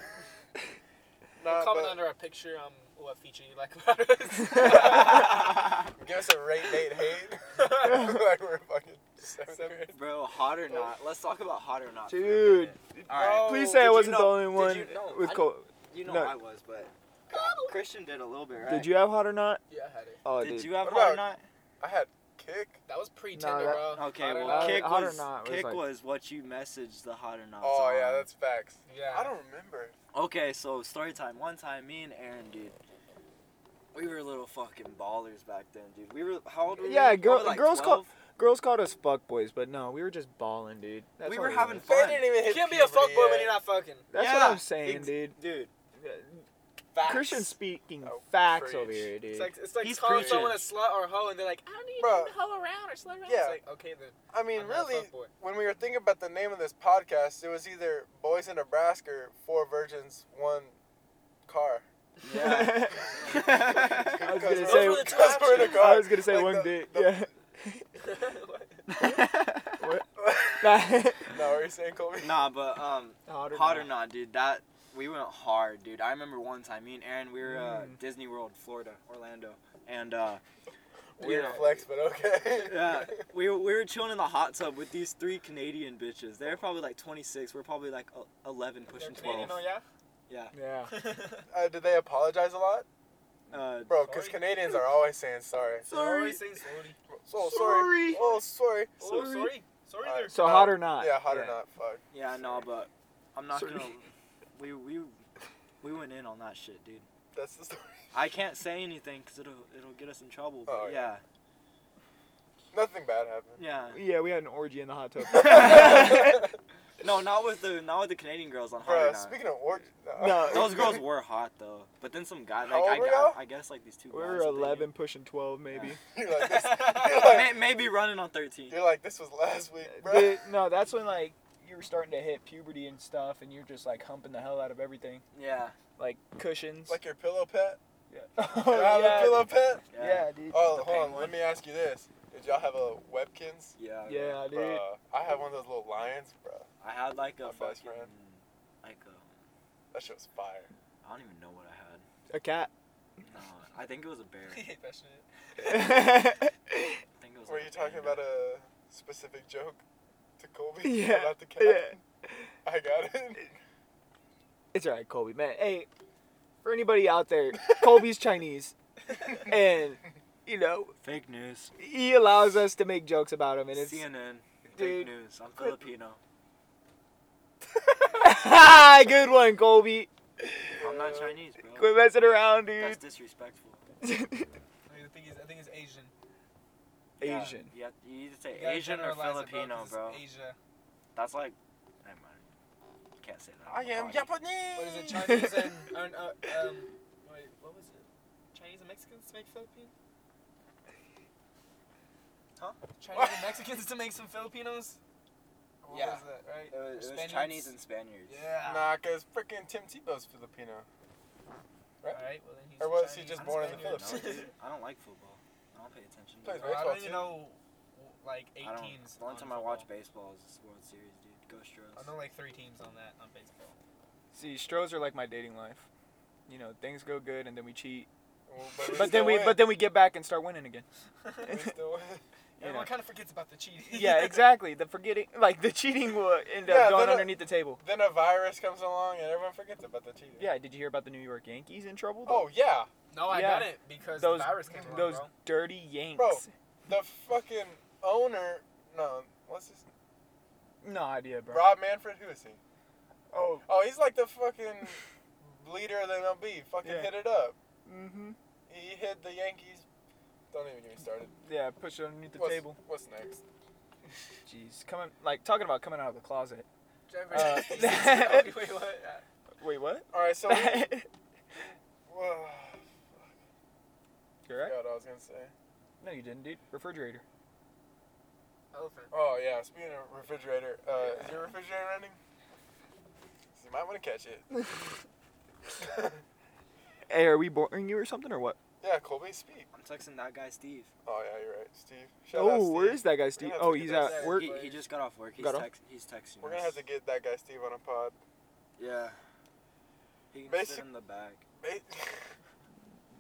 Speaker 3: Nah,
Speaker 2: comment
Speaker 3: but
Speaker 2: under our picture on what feature you like about us.
Speaker 3: give us a rate, date, hate. like we're fucking seventh
Speaker 2: Seventh
Speaker 3: grade.
Speaker 4: Bro, hot or not? Let's talk about hot or not, for a
Speaker 1: Dude,
Speaker 4: minute. All
Speaker 3: Oh,
Speaker 4: right.
Speaker 1: please say
Speaker 4: did
Speaker 1: I
Speaker 4: you know-
Speaker 1: wasn't the only
Speaker 4: did
Speaker 1: one
Speaker 4: you know-
Speaker 1: with
Speaker 4: I-
Speaker 1: cold.
Speaker 4: You know
Speaker 1: No.
Speaker 4: I was, but Christian did a little bit, right?
Speaker 1: Did you have hot or not?
Speaker 2: yeah, I had it.
Speaker 1: Oh,
Speaker 4: Did
Speaker 1: dude.
Speaker 4: you have
Speaker 3: What
Speaker 4: hot or
Speaker 3: about-
Speaker 4: not?
Speaker 3: I had kick.
Speaker 2: That was pre-Tinder,
Speaker 1: that-
Speaker 2: bro. I
Speaker 4: Okay,
Speaker 2: don't
Speaker 4: well,
Speaker 2: know.
Speaker 4: kick
Speaker 1: Hot or
Speaker 4: was
Speaker 1: not was
Speaker 4: kick
Speaker 1: like-
Speaker 4: was what you messaged the hot or not.
Speaker 3: Oh
Speaker 4: on.
Speaker 3: yeah, that's facts.
Speaker 2: Yeah.
Speaker 3: I don't remember.
Speaker 4: Okay, so story time. One time, me and Aaron, dude, we were little fucking ballers back then, dude. We were how old were we?
Speaker 1: Yeah, girl-
Speaker 4: Probably, like,
Speaker 1: girls call-
Speaker 4: 12?
Speaker 1: Girls called us fuckboys, but no, we were just balling, dude. That's
Speaker 4: We
Speaker 1: what
Speaker 4: were
Speaker 1: it
Speaker 4: having
Speaker 1: was.
Speaker 4: fun.
Speaker 3: They didn't even
Speaker 2: You
Speaker 3: hit
Speaker 2: can't be a
Speaker 3: puberty
Speaker 2: fuckboy when
Speaker 3: yet.
Speaker 2: you're not fucking.
Speaker 1: That's
Speaker 4: Yeah,
Speaker 1: what I'm saying,
Speaker 4: ex-
Speaker 1: dude.
Speaker 4: dude.
Speaker 3: Facts.
Speaker 1: Christian speaking
Speaker 3: Oh,
Speaker 1: facts
Speaker 3: preach.
Speaker 1: over here, dude.
Speaker 2: It's like it's like
Speaker 4: He's
Speaker 2: calling
Speaker 4: preaching.
Speaker 2: someone a slut or hoe, and they're like, I don't need
Speaker 3: Bro.
Speaker 2: to hoe around or slut around.
Speaker 3: Yeah.
Speaker 2: It's like, okay then.
Speaker 3: I mean,
Speaker 2: I'm not a
Speaker 3: really,
Speaker 2: fuckboy.
Speaker 3: when we were thinking about the name of this podcast, it was either Boys in Nebraska, or Four Virgins, One Car.
Speaker 4: Yeah.
Speaker 1: I was
Speaker 3: Because
Speaker 1: gonna
Speaker 3: those
Speaker 1: say-
Speaker 3: were the times we were in a car.
Speaker 1: I was gonna say
Speaker 3: Like
Speaker 1: one
Speaker 3: the-
Speaker 1: dick.
Speaker 3: the-
Speaker 1: yeah.
Speaker 3: no, what are you saying, Colby?
Speaker 4: nah, but um,
Speaker 1: hot
Speaker 4: hot or not, dude. That we went hard, dude. I remember one time, me and Aaron, we were uh,
Speaker 1: Mm.
Speaker 4: Disney World, Florida, Orlando, and uh,
Speaker 3: Weird
Speaker 4: yeah.
Speaker 3: flex, but okay.
Speaker 4: yeah, we were, we were chilling in the hot tub with these three Canadian bitches. They were probably like 26. We're probably like el- 11,
Speaker 2: They're
Speaker 4: pushing
Speaker 2: Canadian,
Speaker 4: 12.
Speaker 2: oh yeah.
Speaker 1: Yeah.
Speaker 3: Uh, did they apologize a lot?
Speaker 4: Uh,
Speaker 3: oh, Bro, because
Speaker 2: Sorry.
Speaker 3: Canadians are always saying sorry.
Speaker 2: They're
Speaker 1: Sorry.
Speaker 2: always saying sorry.
Speaker 3: So sorry.
Speaker 1: Sorry.
Speaker 3: Oh, sorry.
Speaker 2: Oh,
Speaker 1: Sorry.
Speaker 2: sorry. Sorry
Speaker 3: Alright.
Speaker 2: there.
Speaker 1: So
Speaker 3: Uh,
Speaker 1: hot or not?
Speaker 3: Yeah, hot or
Speaker 4: Yeah.
Speaker 3: not, fuck.
Speaker 4: yeah, no, but I'm not
Speaker 1: Sorry.
Speaker 4: gonna. We we we went in on that shit, dude.
Speaker 3: That's the story.
Speaker 4: I can't say anything because it'll it'll get us in trouble. But
Speaker 3: Oh, yeah.
Speaker 4: yeah,
Speaker 3: Nothing bad happened.
Speaker 4: yeah,
Speaker 1: Yeah, we had an orgy in the hot tub.
Speaker 4: No, not with the not with the Canadian girls on hot or
Speaker 3: Bro,
Speaker 4: not.
Speaker 3: speaking of orgy.
Speaker 1: No.
Speaker 4: Those girls were hot though, but then some guy like
Speaker 3: How old
Speaker 4: I,
Speaker 3: were
Speaker 4: gu-
Speaker 3: y'all?
Speaker 4: I guess like these two.
Speaker 1: we
Speaker 4: guys
Speaker 1: were
Speaker 4: that they knew.
Speaker 1: 11, pushing 12, maybe.
Speaker 3: you're, like, this, you're,
Speaker 4: May,
Speaker 3: like,
Speaker 4: maybe running on 13.
Speaker 3: you're like, this was last week, bro.
Speaker 1: Dude, no, that's when like you were starting to hit puberty and stuff, and you're just like humping the hell out of everything,
Speaker 4: Yeah,
Speaker 1: like cushions.
Speaker 3: Like your pillow pet?
Speaker 1: Oh, yeah.
Speaker 3: Do you have a pillow pet?
Speaker 4: yeah,
Speaker 1: yeah, dude.
Speaker 3: Oh,
Speaker 4: The
Speaker 3: hold on.
Speaker 4: penguin.
Speaker 3: Let me ask you this. Did y'all have a Webkins?
Speaker 4: yeah.
Speaker 1: yeah, dude.
Speaker 3: Oh, Bro, I had one of those little lions, bro.
Speaker 4: I had like a
Speaker 3: My best
Speaker 4: fucking
Speaker 3: friend.
Speaker 4: like a
Speaker 3: That shit was fire.
Speaker 4: I don't even know what I had.
Speaker 1: A cat.
Speaker 4: No, I think it was a bear.
Speaker 2: I hate that shit.
Speaker 4: I think it was.
Speaker 3: Were
Speaker 4: like
Speaker 3: you
Speaker 4: a
Speaker 3: talking
Speaker 4: panda.
Speaker 3: about a specific joke to Colby
Speaker 1: Yeah,
Speaker 3: about the cat?
Speaker 1: yeah.
Speaker 3: I got it.
Speaker 1: It's alright, Colby. Man, hey, for anybody out there, Colby's Chinese, and you know
Speaker 4: fake news?
Speaker 1: he allows us to make jokes about him, and it's
Speaker 4: CNN. fake
Speaker 1: Dude,
Speaker 4: news. I'm
Speaker 1: quit-
Speaker 4: Filipino.
Speaker 1: good one, Colby.
Speaker 4: I'm not Chinese, bro.
Speaker 1: Quit messing around,
Speaker 4: That's
Speaker 1: dude.
Speaker 4: disrespectful.
Speaker 2: I think he's, I think he's Asian.
Speaker 4: Yeah,
Speaker 1: Asian.
Speaker 4: you, have, you either say
Speaker 2: You gotta
Speaker 4: Asian or
Speaker 2: generalize it,
Speaker 4: Filipino,
Speaker 2: 'cause
Speaker 4: bro.
Speaker 2: it's Asia.
Speaker 4: That's like. Never mind. You can't say that. on the podcast.
Speaker 3: Japanese.
Speaker 2: What is it? Chinese and and, uh, um, wait, what was it? Chinese and Mexicans to make Philippines? Huh? Chinese and Mexicans to make some Filipinos? What
Speaker 4: Yeah.
Speaker 2: was that, right?
Speaker 4: It was, it was
Speaker 2: Spaniards?
Speaker 4: Chinese and Spaniards.
Speaker 2: Yeah.
Speaker 3: Nah, cause freaking Tim Tebow's Filipino.
Speaker 2: All right. Well, then he's
Speaker 3: Or was he
Speaker 2: Chinese.
Speaker 3: just
Speaker 4: I'm
Speaker 3: born in the
Speaker 4: Spaniard.
Speaker 2: Spaniard.
Speaker 3: Philippines?
Speaker 4: No, dude, I don't like football. I don't pay attention.
Speaker 3: Plays
Speaker 4: to
Speaker 2: Bro,
Speaker 4: it.
Speaker 2: I
Speaker 3: Baseball
Speaker 2: don't
Speaker 3: too.
Speaker 2: even know like eight
Speaker 4: I don't,
Speaker 2: teams.
Speaker 4: The only
Speaker 2: on
Speaker 4: time I watch
Speaker 2: football.
Speaker 4: baseball is this World Series, dude. Go Stros.
Speaker 2: I know like three teams on that on baseball.
Speaker 1: See, Stros are like my dating life. You know, things go good and then we cheat.
Speaker 3: Well,
Speaker 1: But then we but then we get back and start winning again.
Speaker 3: still win. We still win.
Speaker 1: You
Speaker 2: Everyone
Speaker 1: know.
Speaker 2: kind of forgets about the cheating.
Speaker 1: Yeah, exactly. The forgetting like the cheating will end up
Speaker 3: Yeah,
Speaker 1: going
Speaker 3: then, uh,
Speaker 1: underneath the table.
Speaker 3: Then a virus comes along and everyone forgets about the cheating.
Speaker 1: Yeah, did you hear about the New York Yankees in trouble?
Speaker 3: Oh yeah,
Speaker 2: no, I
Speaker 1: Yeah.
Speaker 2: didn't because
Speaker 1: those
Speaker 2: the virus came along,
Speaker 1: those
Speaker 2: bro.
Speaker 1: dirty Yanks.
Speaker 3: Bro. the fucking owner. No, what's his?
Speaker 1: No idea, bro.
Speaker 3: Rob Manfred. Who is he?
Speaker 1: Oh.
Speaker 3: Oh, he's like the fucking leader of the MLB. Fucking
Speaker 1: Yeah.
Speaker 3: hit it up.
Speaker 1: Mhm.
Speaker 3: He hit the Yankees. Don't even get me started.
Speaker 1: Yeah, push it underneath the
Speaker 3: what's,
Speaker 1: table.
Speaker 3: What's next?
Speaker 1: Jeez, coming like talking about coming out of the closet.
Speaker 2: Driver.
Speaker 3: Uh,
Speaker 2: Okay, wait, what? Uh,
Speaker 1: Wait, what?
Speaker 3: All right, so.
Speaker 1: You're
Speaker 3: we-
Speaker 1: right.
Speaker 3: Whoa. Forgot what I was gonna say.
Speaker 1: No, you didn't, dude. Refrigerator.
Speaker 2: elephant.
Speaker 3: Oh yeah, speaking of refrigerator, uh, is your refrigerator running? So you might want to catch it.
Speaker 1: Hey, are we boring you or something or what?
Speaker 3: yeah, Colby, speak.
Speaker 4: I'm texting that guy Steve.
Speaker 3: Oh yeah, you're right, Steve. Shout out,
Speaker 1: Oh,
Speaker 3: Steve.
Speaker 1: where is that guy,
Speaker 3: We're
Speaker 1: Steve?
Speaker 3: gonna have
Speaker 1: Oh,
Speaker 3: to get
Speaker 1: he's
Speaker 3: that
Speaker 1: at
Speaker 3: set.
Speaker 1: work.
Speaker 4: He, he just got off work. He's,
Speaker 1: Got off?
Speaker 4: text, he's texting.
Speaker 3: We're gonna have to get that guy Steve on a pod.
Speaker 4: Yeah. He can
Speaker 3: Basic-
Speaker 4: sit in the back.
Speaker 3: Ba-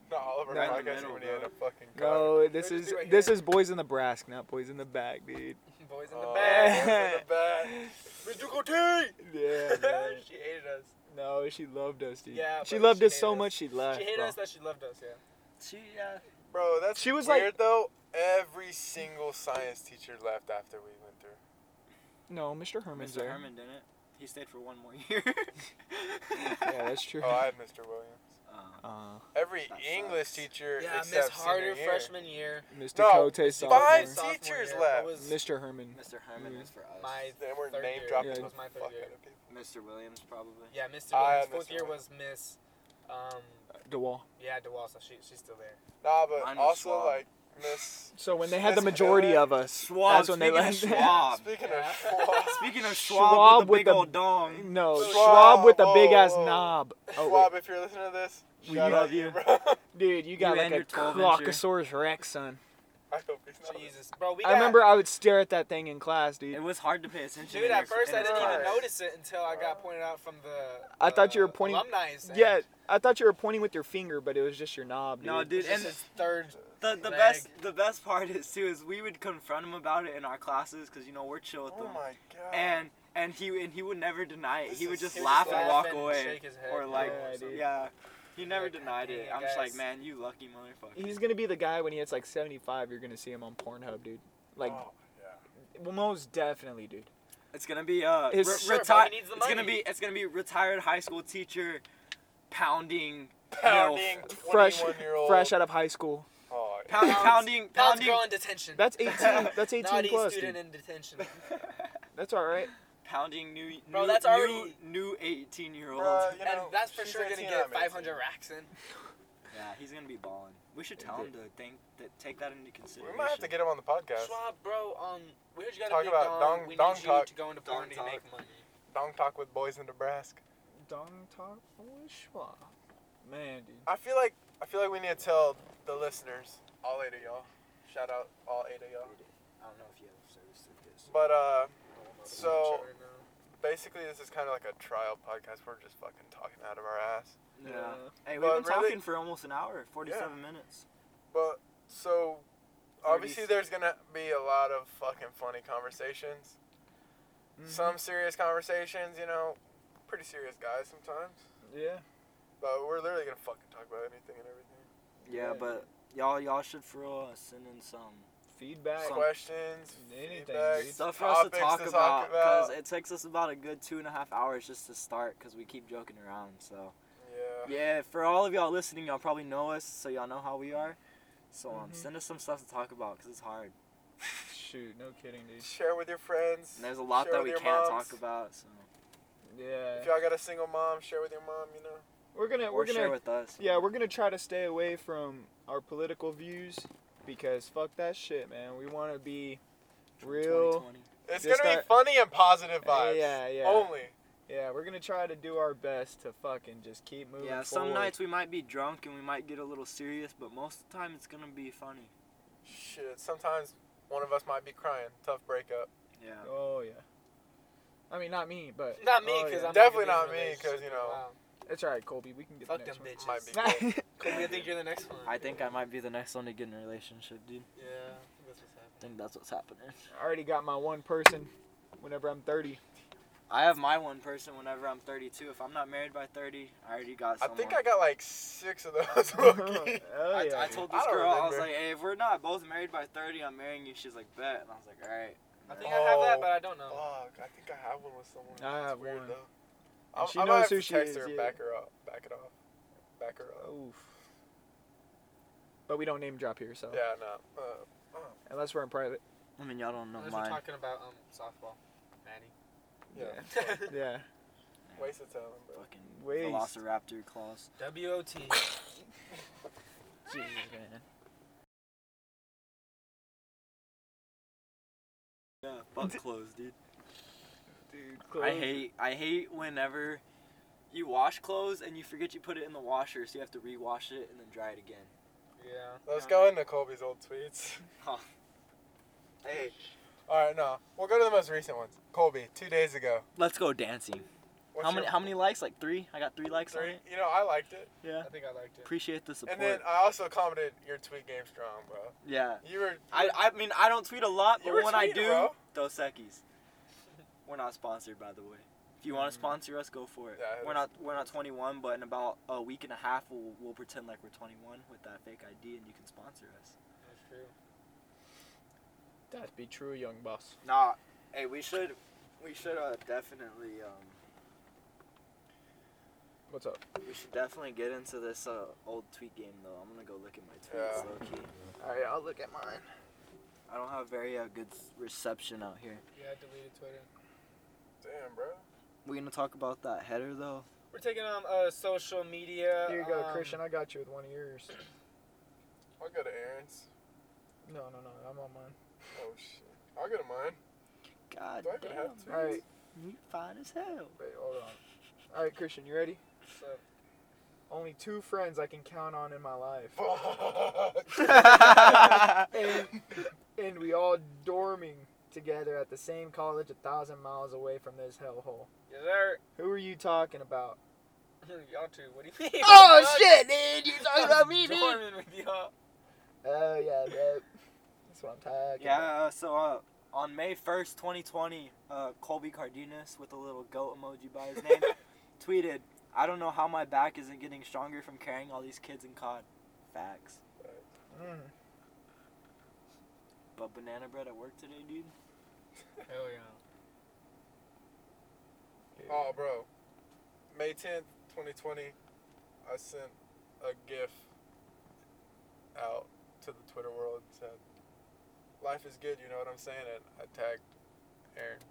Speaker 3: Not all of our
Speaker 1: Not
Speaker 4: in the
Speaker 3: podcasts
Speaker 4: middle,
Speaker 3: are gonna end
Speaker 4: bro.
Speaker 3: up fucking.
Speaker 1: No,
Speaker 2: Just
Speaker 1: this
Speaker 2: do
Speaker 1: is
Speaker 2: right
Speaker 1: this
Speaker 2: here.
Speaker 1: is boys in the brass, not boys in the bag, dude.
Speaker 2: Boys in the
Speaker 3: Oh,
Speaker 2: back.
Speaker 3: boys in the back. Mr. Cote.
Speaker 1: Yeah. man.
Speaker 2: she hated us.
Speaker 1: no, she loved us, dude.
Speaker 2: Yeah,
Speaker 1: she
Speaker 2: but
Speaker 1: loved
Speaker 2: she
Speaker 1: us so
Speaker 2: hated us.
Speaker 1: much she left.
Speaker 2: she hated
Speaker 1: bro.
Speaker 2: us that she loved us. Yeah.
Speaker 4: She, yeah.
Speaker 3: Bro, that's
Speaker 1: She was like-
Speaker 3: weird though. Every single science teacher left after we went through.
Speaker 1: No, Mr. Herman's
Speaker 4: Mr.
Speaker 1: there.
Speaker 4: Herman didn't. He stayed for one more year.
Speaker 1: Yeah, that's true.
Speaker 3: Oh, I had Mr. Williams.
Speaker 4: Uh,
Speaker 1: uh,
Speaker 3: Every
Speaker 4: That
Speaker 3: English
Speaker 4: sucks.
Speaker 3: teacher
Speaker 2: Yeah,
Speaker 3: except
Speaker 2: Miss Harder,
Speaker 3: senior year.
Speaker 2: freshman year.
Speaker 1: Mr.
Speaker 3: No,
Speaker 1: Cote
Speaker 3: five
Speaker 1: sophomore.
Speaker 2: Sophomore
Speaker 3: teachers
Speaker 2: year,
Speaker 3: left.
Speaker 2: What was
Speaker 1: Mr. Herman.
Speaker 4: Mr. Herman
Speaker 1: Mm.
Speaker 4: is for us.
Speaker 2: my
Speaker 3: Then we're
Speaker 2: third
Speaker 3: name
Speaker 2: year.
Speaker 3: dropping
Speaker 1: Yeah.
Speaker 3: the
Speaker 2: was my third
Speaker 3: fuck
Speaker 2: year.
Speaker 3: out of people.
Speaker 4: Mr. Williams, probably.
Speaker 2: Yeah, Mr.
Speaker 3: I
Speaker 2: Williams.
Speaker 3: am
Speaker 2: Fourth
Speaker 3: Mr.
Speaker 2: year
Speaker 3: Williams.
Speaker 2: was Miss um,
Speaker 1: DeWall.
Speaker 2: Yeah, DeWall, so she, she's still there.
Speaker 3: Nah, but
Speaker 4: Mine was
Speaker 3: also
Speaker 4: Schwab.
Speaker 3: like Miss.
Speaker 1: So when they had the
Speaker 3: That's
Speaker 1: majority
Speaker 3: correct.
Speaker 1: of us,
Speaker 4: Schwab,
Speaker 1: that's when they
Speaker 4: speaking of
Speaker 1: left.
Speaker 4: Schwab.
Speaker 3: Speaking
Speaker 2: Yeah.
Speaker 3: of Schwab,
Speaker 4: Speaking of
Speaker 1: Schwab
Speaker 4: Schwab,
Speaker 1: Schwab
Speaker 4: with the
Speaker 1: with the with big
Speaker 4: big
Speaker 1: the- old
Speaker 4: old dong.
Speaker 1: No,
Speaker 3: Schwab,
Speaker 1: Schwab with the
Speaker 3: whoa,
Speaker 1: big ass
Speaker 3: whoa.
Speaker 1: knob. Oh,
Speaker 3: Schwab, if you're listening to this,
Speaker 1: We
Speaker 3: shout out
Speaker 1: love you.
Speaker 3: bro. I
Speaker 1: dude, you got
Speaker 4: You
Speaker 1: like
Speaker 4: and
Speaker 1: a
Speaker 4: your 12-incher.
Speaker 1: Crocosaurus Rex, son.
Speaker 3: hope he's not.
Speaker 2: Jesus. Bro, we got,
Speaker 1: I remember I would stare at that thing in class, dude.
Speaker 4: It was hard to pay attention.
Speaker 2: Dude,
Speaker 4: in
Speaker 2: at
Speaker 4: your-
Speaker 2: first
Speaker 4: in
Speaker 2: I
Speaker 4: your
Speaker 2: didn't even
Speaker 4: class.
Speaker 2: notice it until I got pointed out from the.
Speaker 1: I thought you were
Speaker 2: uh,
Speaker 1: pointing-
Speaker 2: Alumni. stand.
Speaker 1: Yeah, I thought you were pointing with your finger, but it was just your knob, dude.
Speaker 4: No,
Speaker 2: Dude,
Speaker 4: dude,
Speaker 2: and
Speaker 4: and
Speaker 2: his third.
Speaker 4: the, the
Speaker 2: Leg.
Speaker 4: best the best part is too is we would confront him about it in our classes because you know we're chill with
Speaker 3: Oh
Speaker 4: them,
Speaker 3: my god.
Speaker 4: and and he and he would never deny it.
Speaker 3: This
Speaker 4: He would
Speaker 3: is-
Speaker 4: just
Speaker 3: he would
Speaker 4: laugh
Speaker 3: just
Speaker 4: and
Speaker 3: laugh
Speaker 4: walk
Speaker 2: and
Speaker 4: away
Speaker 2: shake his head
Speaker 4: or
Speaker 2: no,
Speaker 4: like yeah,
Speaker 1: or something.
Speaker 4: He never
Speaker 2: Like,
Speaker 4: denied it.
Speaker 2: dang,
Speaker 4: I'm just like,
Speaker 2: guys.
Speaker 4: man, you lucky motherfucker.
Speaker 1: He's gonna be the guy when he hits like 75. You're gonna see him on Pornhub, dude. Like,
Speaker 3: Oh, yeah.
Speaker 1: well, most definitely, dude.
Speaker 4: It's gonna be uh re-
Speaker 1: His-
Speaker 4: reti-
Speaker 2: Sure, bro, he needs the
Speaker 4: It's gonna
Speaker 2: money.
Speaker 4: be it's gonna be retired high school teacher pounding
Speaker 3: Pounding
Speaker 1: Fresh,
Speaker 3: 21 year old.
Speaker 1: fresh out of high school.
Speaker 3: Oh, yeah.
Speaker 4: pound,
Speaker 2: Pounds-
Speaker 4: pounding
Speaker 2: Pound's
Speaker 4: pounding
Speaker 2: girl in detention.
Speaker 1: That's 18. That's 18
Speaker 2: Naughty
Speaker 1: plus,
Speaker 2: student
Speaker 1: dude.
Speaker 2: in detention.
Speaker 1: That's all right.
Speaker 4: pounding new
Speaker 2: Bro,
Speaker 4: new,
Speaker 2: that's
Speaker 4: new-
Speaker 2: already-
Speaker 4: new 18 year old.
Speaker 3: Bruh, you know,
Speaker 2: and that's for
Speaker 3: she's
Speaker 2: sure gonna
Speaker 3: 18,
Speaker 2: get
Speaker 3: I'm 18.
Speaker 2: 500 racks in.
Speaker 4: Yeah, he's gonna be balling. We should tell him to think that take that into consideration.
Speaker 3: We might have to get him on the podcast.
Speaker 2: Schwab, bro, um, we heard you got
Speaker 3: Talk
Speaker 2: a big
Speaker 3: about
Speaker 2: dong.
Speaker 3: dong-
Speaker 2: we
Speaker 3: dong
Speaker 2: need
Speaker 3: talk.
Speaker 2: you to go into
Speaker 4: Dong
Speaker 2: porn to
Speaker 4: talk.
Speaker 2: make money.
Speaker 3: Dong talk with boys in Nebraska.
Speaker 1: Dong talk Schwab. Man, dude.
Speaker 3: I feel like I feel like we need to tell the listeners, all eight of y'all. Shout out all eight of y'all.
Speaker 4: I don't know if you have service like this.
Speaker 3: But uh, So-
Speaker 2: Right now.
Speaker 3: basically this is kind of like a trial podcast. We're just fucking talking out of our ass.
Speaker 4: Yeah.
Speaker 1: Uh,
Speaker 4: Hey, we've
Speaker 3: But
Speaker 4: been
Speaker 3: really-
Speaker 4: talking for almost an hour, 47 minutes.
Speaker 3: But so
Speaker 4: Or
Speaker 3: obviously
Speaker 4: these-
Speaker 3: there's gonna be a lot of fucking funny conversations.
Speaker 4: Mm-hmm.
Speaker 1: Mhm.
Speaker 3: Some serious conversations, you know, pretty serious guys sometimes.
Speaker 1: mm-hmm. Yeah.
Speaker 3: But we're literally gonna fucking talk about anything and everything.
Speaker 1: Yeah.
Speaker 4: Yeah, but y'all y'all should for real send in some
Speaker 1: Feedback.
Speaker 4: Some-
Speaker 3: Questions,
Speaker 1: Anything,
Speaker 3: feedback,
Speaker 1: dude.
Speaker 4: stuff for us to
Speaker 3: topics
Speaker 4: talk about because it takes us about a good two and a half hours just to start because we keep joking around. So
Speaker 3: yeah.
Speaker 4: yeah, for all of y'all listening, y'all probably know us, so y'all know how we are. So um,
Speaker 1: Mhm.
Speaker 4: send us some stuff to talk about because it's hard.
Speaker 1: Shoot, no kidding, dude.
Speaker 3: Share with your friends.
Speaker 4: And there's a lot
Speaker 3: share
Speaker 4: that
Speaker 3: with
Speaker 4: we
Speaker 3: your
Speaker 4: can't
Speaker 3: moms.
Speaker 4: talk about. So
Speaker 1: Yeah.
Speaker 3: If y'all got a single mom, share with your mom. You know.
Speaker 1: We're gonna. We're
Speaker 4: or share
Speaker 1: gonna.
Speaker 4: with us.
Speaker 1: Yeah, we're gonna try to stay away from our political views because fuck that shit, man. We want to be
Speaker 4: from
Speaker 1: real.
Speaker 4: 2020.
Speaker 3: It's
Speaker 1: Just
Speaker 3: gonna
Speaker 1: that-
Speaker 3: be funny and positive
Speaker 1: Yeah,
Speaker 3: vibes.
Speaker 1: yeah, yeah.
Speaker 3: Only.
Speaker 1: Yeah, we're gonna try to do our best to fucking just keep moving.
Speaker 4: Yeah, some
Speaker 1: forward.
Speaker 4: nights we might be drunk and we might get a little serious, but most of the time it's gonna be funny.
Speaker 3: Shit. Sometimes one of us might be crying. Tough breakup.
Speaker 4: Yeah.
Speaker 1: Oh yeah. I mean, not me, but
Speaker 2: Not me,
Speaker 1: oh,
Speaker 2: because
Speaker 1: yeah.
Speaker 2: I'm
Speaker 3: Definitely
Speaker 2: gonna
Speaker 3: not me,
Speaker 2: be in a relationship.
Speaker 3: 'cause, you know,
Speaker 2: Wow.
Speaker 1: It's alright, Colby. We can get
Speaker 2: Fuck
Speaker 1: the
Speaker 2: them
Speaker 1: next
Speaker 2: bitches.
Speaker 3: Might be.
Speaker 1: one.
Speaker 2: Kobe, I think you're the next one.
Speaker 4: I think I might be the next one to get in a relationship, dude.
Speaker 2: Yeah, that's what's happening.
Speaker 4: I think that's what's happening.
Speaker 1: I already got my one person. Whenever I'm 30,
Speaker 4: I have my one person whenever I'm 32. If I'm not married by 30, I already got
Speaker 3: I
Speaker 4: someone.
Speaker 3: think I got like six of those.
Speaker 1: oh
Speaker 3: low-key.
Speaker 1: yeah,
Speaker 4: I, I
Speaker 1: dude.
Speaker 4: told
Speaker 3: I
Speaker 4: this
Speaker 3: don't
Speaker 4: girl, I was
Speaker 3: remember.
Speaker 4: like, hey, if we're not both married by 30, I'm marrying you. She's like, bet. And I was like, all right.
Speaker 2: I think I have that,
Speaker 3: Oh.
Speaker 2: but I don't know.
Speaker 3: Fuck. I think I have one with someone.
Speaker 1: I
Speaker 3: It's
Speaker 1: have
Speaker 3: weird,
Speaker 1: one.
Speaker 3: Though.
Speaker 1: And
Speaker 3: I,
Speaker 1: she
Speaker 3: I might
Speaker 1: knows
Speaker 3: have
Speaker 1: who
Speaker 3: to
Speaker 1: she
Speaker 3: text
Speaker 1: is,
Speaker 3: her.
Speaker 1: yeah. Oh.
Speaker 3: Back her up. Back it off. Back her up.
Speaker 1: Oof. But we don't name drop here, so
Speaker 3: Yeah. No. Uh,
Speaker 1: unless we're in private.
Speaker 4: I mean, y'all don't know
Speaker 2: Unless we're
Speaker 4: mine.
Speaker 2: talking about um softball, Maddie.
Speaker 3: Yeah.
Speaker 1: Yeah.
Speaker 3: Waste of time, bro.
Speaker 4: Fucking
Speaker 1: Waste.
Speaker 4: Velociraptor claws.
Speaker 2: WOT.
Speaker 1: Jesus, man.
Speaker 4: Yeah, butt clothes, dude.
Speaker 1: Dude,
Speaker 4: I
Speaker 1: clothes-
Speaker 4: hate I hate whenever you wash clothes and you forget you put it in the washer, so you have to rewash it and then dry it again.
Speaker 2: Yeah.
Speaker 3: Let's go into Colby's old tweets.
Speaker 4: Hey,
Speaker 3: All right, no, we'll go to the most recent ones. Colby, two days ago.
Speaker 4: let's go dancing.
Speaker 3: What's
Speaker 4: how many
Speaker 3: your-
Speaker 4: how many likes? Like three? I got three likes on
Speaker 3: Three.
Speaker 4: it.
Speaker 3: You know, I liked it.
Speaker 4: Yeah.
Speaker 2: I think I liked it.
Speaker 4: Appreciate the support.
Speaker 3: And then I also commented your tweet game strong, bro.
Speaker 4: yeah.
Speaker 3: You were
Speaker 4: I, I mean I don't tweet a lot,
Speaker 3: You
Speaker 4: but
Speaker 3: were
Speaker 4: when I
Speaker 3: tweeting,
Speaker 4: do,
Speaker 3: bro.
Speaker 4: Dos Equis. We're not sponsored, by the way. If you want to sponsor us, go for Mm-hmm. it.
Speaker 3: Yeah,
Speaker 4: we're
Speaker 3: that's-
Speaker 4: not we're not 21, but in about a week and a half, we'll, we'll pretend like we're 21 with that fake ID, and you can sponsor us.
Speaker 2: That's true.
Speaker 1: That be true, young boss.
Speaker 4: Nah, hey, we should we should uh, definitely um
Speaker 1: What's up?
Speaker 4: we should definitely get into this uh, old tweet game though. I'm gonna go look at my
Speaker 3: Yeah.
Speaker 4: tweets, low key.
Speaker 1: All right, I'll look at mine.
Speaker 4: I don't have very uh, good s- reception out here.
Speaker 2: Yeah, I deleted Twitter.
Speaker 3: damn, bro.
Speaker 4: We gonna talk about that header though.
Speaker 2: We're taking um uh, social media.
Speaker 1: Here you go,
Speaker 2: um,
Speaker 1: Christian. I got you with one of yours.
Speaker 3: I'll go to Aaron's.
Speaker 1: No, no, no. I'm on mine.
Speaker 3: Oh shit. I'll go to mine.
Speaker 4: God
Speaker 3: Do I even
Speaker 4: damn,
Speaker 3: have tweets?
Speaker 1: All right,
Speaker 4: you fine as hell.
Speaker 1: wait, hold on. All right, Christian, you ready?
Speaker 2: So,
Speaker 1: Only two friends I can count on in my life, and, and we all dorming together at the same college, a thousand miles away from this hellhole.
Speaker 2: yeah, there.
Speaker 1: Who are you talking about?
Speaker 2: y'all two. What do you mean?
Speaker 3: Oh,
Speaker 1: shit, dude! You talking
Speaker 2: Dorming with y'all.
Speaker 1: Oh yeah, bro. That's what I'm talking.
Speaker 4: yeah. uh, So uh, on May 1st, 2020, uh, Colby Cardenas with a little goat emoji by his name tweeted, "I don't know how my back isn't getting stronger from carrying all these kids in COD." Facts.
Speaker 1: About. Mm.
Speaker 4: But banana bread at work today, dude.
Speaker 2: Hell yeah.
Speaker 3: oh, bro. May tenth, twenty twenty. I sent a GIF out to the Twitter world and said, "Life is good." You know what I'm saying? And I tagged Aaron.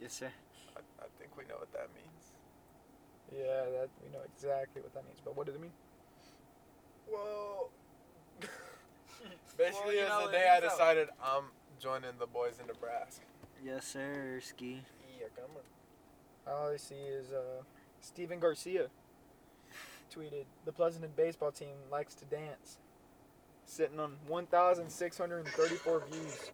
Speaker 4: Yes, sir.
Speaker 3: I, I think we know what that means.
Speaker 1: Yeah, that we know exactly what that means. But what does it mean?
Speaker 3: Well, basically,
Speaker 2: you
Speaker 3: it
Speaker 2: know,
Speaker 3: was
Speaker 2: it
Speaker 3: the day I
Speaker 2: means that-
Speaker 3: decided I'm joining the boys in Nebraska.
Speaker 4: Yes, sir. Ski.
Speaker 3: Yeah, come on.
Speaker 1: All I see is uh, Steven Garcia tweeted the Pleasanton baseball team likes to dance, sitting on 1,634 views.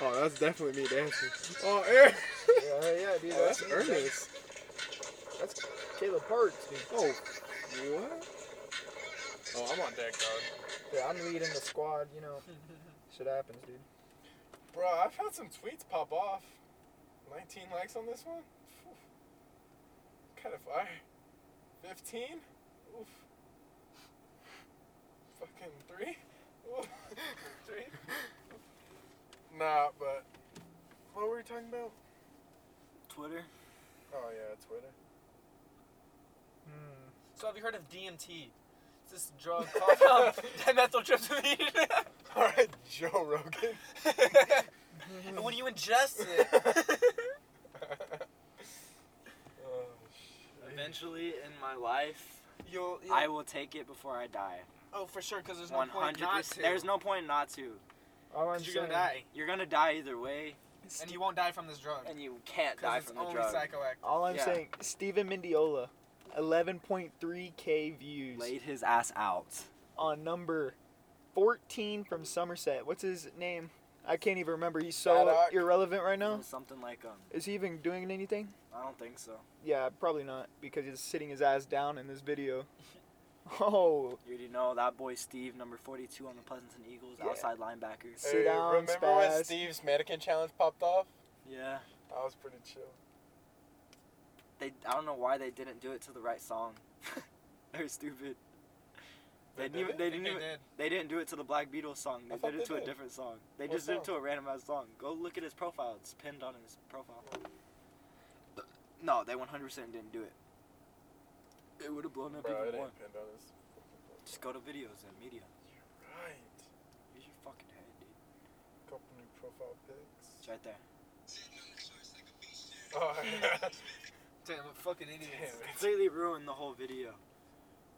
Speaker 3: Oh, that's definitely me dancing. Oh, Aaron.
Speaker 1: Yeah, yeah, dude,
Speaker 3: Oh, that's
Speaker 1: me.
Speaker 3: Ernest.
Speaker 1: That's Caleb Parks, dude.
Speaker 3: Oh, what? Oh, I'm on deck, dog.
Speaker 1: Yeah, I'm leading the squad. You know, shit happens, dude.
Speaker 3: Bro, I've had some tweets pop off. 19 likes on this one? Kind of fire. 15? Oof. Fucking three? Oof. three? Nah, but. What were we talking about?
Speaker 4: Twitter.
Speaker 3: Oh, yeah, Twitter.
Speaker 1: Hmm.
Speaker 2: So have you heard of DMT? It's this drug called um, dimethyltryptamine.
Speaker 1: Mm-hmm.
Speaker 3: Alright, Joe Rogan.
Speaker 2: and when you ingest it,
Speaker 3: oh, shit.
Speaker 4: Eventually in my life,
Speaker 2: you'll, you'll
Speaker 4: I will take it before I die.
Speaker 2: oh for sure because there's no
Speaker 4: One
Speaker 2: point
Speaker 4: hundred
Speaker 2: not to.
Speaker 4: percent. There's no point not to.
Speaker 1: All I'm
Speaker 2: 'Cause you're gonna
Speaker 1: saying,
Speaker 2: die,
Speaker 4: You're gonna die either way,
Speaker 2: and you won't die from this drug.
Speaker 4: and you can't die
Speaker 2: Because it's
Speaker 4: from the
Speaker 2: only
Speaker 4: drug.
Speaker 2: psychoactive.
Speaker 1: all I'm
Speaker 4: Yeah.
Speaker 1: saying, Steven Mendiola, 11.3k views
Speaker 4: Laid his ass out.
Speaker 1: on number 14 from Somerset. What's his name? I can't even remember. He's so
Speaker 3: Maddox.
Speaker 1: irrelevant right now.
Speaker 4: Something like um,
Speaker 1: Is he even doing anything?
Speaker 4: I don't think so.
Speaker 1: Yeah, probably not because he's sitting his ass down in this video. Oh,
Speaker 4: You already know that boy Steve, number 42 on the Pleasanton Eagles,
Speaker 1: Yeah.
Speaker 4: outside linebacker.
Speaker 1: Sit down,
Speaker 3: remember when
Speaker 1: spaz.
Speaker 3: Steve's mannequin challenge popped off?
Speaker 4: Yeah.
Speaker 3: I was pretty chill.
Speaker 4: They, I don't know why they didn't do it to the right song. They're stupid.
Speaker 3: They
Speaker 4: They, didn't even,
Speaker 3: did?
Speaker 4: they
Speaker 2: They
Speaker 4: didn't even,
Speaker 2: did.
Speaker 4: they didn't do it to the Black Beatles song. They
Speaker 3: I thought
Speaker 4: did it
Speaker 3: they
Speaker 4: to
Speaker 3: did.
Speaker 4: a different song. They
Speaker 3: What
Speaker 4: just did it to
Speaker 3: song?
Speaker 4: a randomized song. Go look at his profile. It's pinned on his profile. No, they 100% didn't do it. It would have blown up
Speaker 3: Bro, it ain't
Speaker 4: even more.
Speaker 3: pinned on us.
Speaker 4: Just go to videos and media.
Speaker 3: Right.
Speaker 4: Use your fucking head, dude.
Speaker 3: Company profile pics.
Speaker 4: It's right there.
Speaker 3: Oh,
Speaker 2: Damn, what fucking idiots.
Speaker 3: Damn.
Speaker 4: Completely ruined the whole video.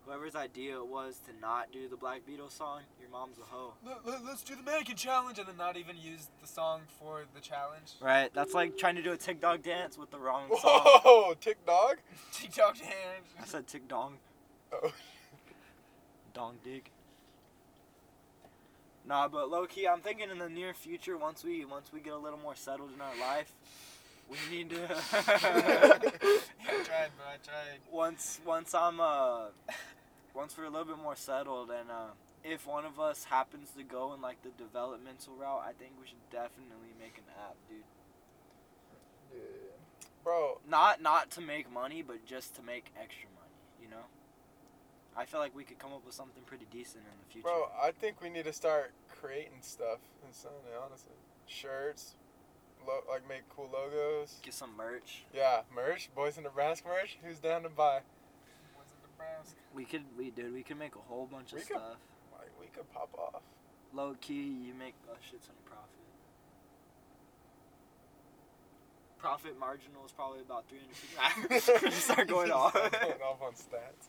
Speaker 4: Whoever's idea it was to not do the Black Beatles song, your mom's a hoe.
Speaker 2: Let, let, let's do the mannequin challenge and then not even use the song for the challenge.
Speaker 4: Right, that's like trying to do a tick dog dance with the wrong song.
Speaker 3: Whoa, tick dog.
Speaker 2: TikTok challenge.
Speaker 4: I said tick dong,
Speaker 3: Oh.
Speaker 4: dong dig. Nah, but low key, I'm thinking in the near future, once we once we get a little more settled in our life, we need to
Speaker 2: I tried, bro. I tried.
Speaker 4: once once I'm uh once we're a little bit more settled and uh if one of us happens to go in like the developmental route, I think we should definitely make an app, dude.
Speaker 3: Bro,
Speaker 4: Not not to make money, but just to make extra money, you know? I feel like we could come up with something pretty decent in the future.
Speaker 3: bro, I think we need to start creating stuff and selling it. Honestly, shirts, lo- like make cool logos.
Speaker 4: Get some merch.
Speaker 3: Yeah, merch. Boys in Nebraska merch. Who's down to buy?
Speaker 2: Was in Nebraska.
Speaker 4: We could we dude, we could make a whole bunch of
Speaker 3: We could-
Speaker 4: stuff.
Speaker 3: Like we could pop off.
Speaker 4: Low key, you make a shit ton of profit. Profit marginal is probably about 350. just start going off.
Speaker 3: Start going off on stats.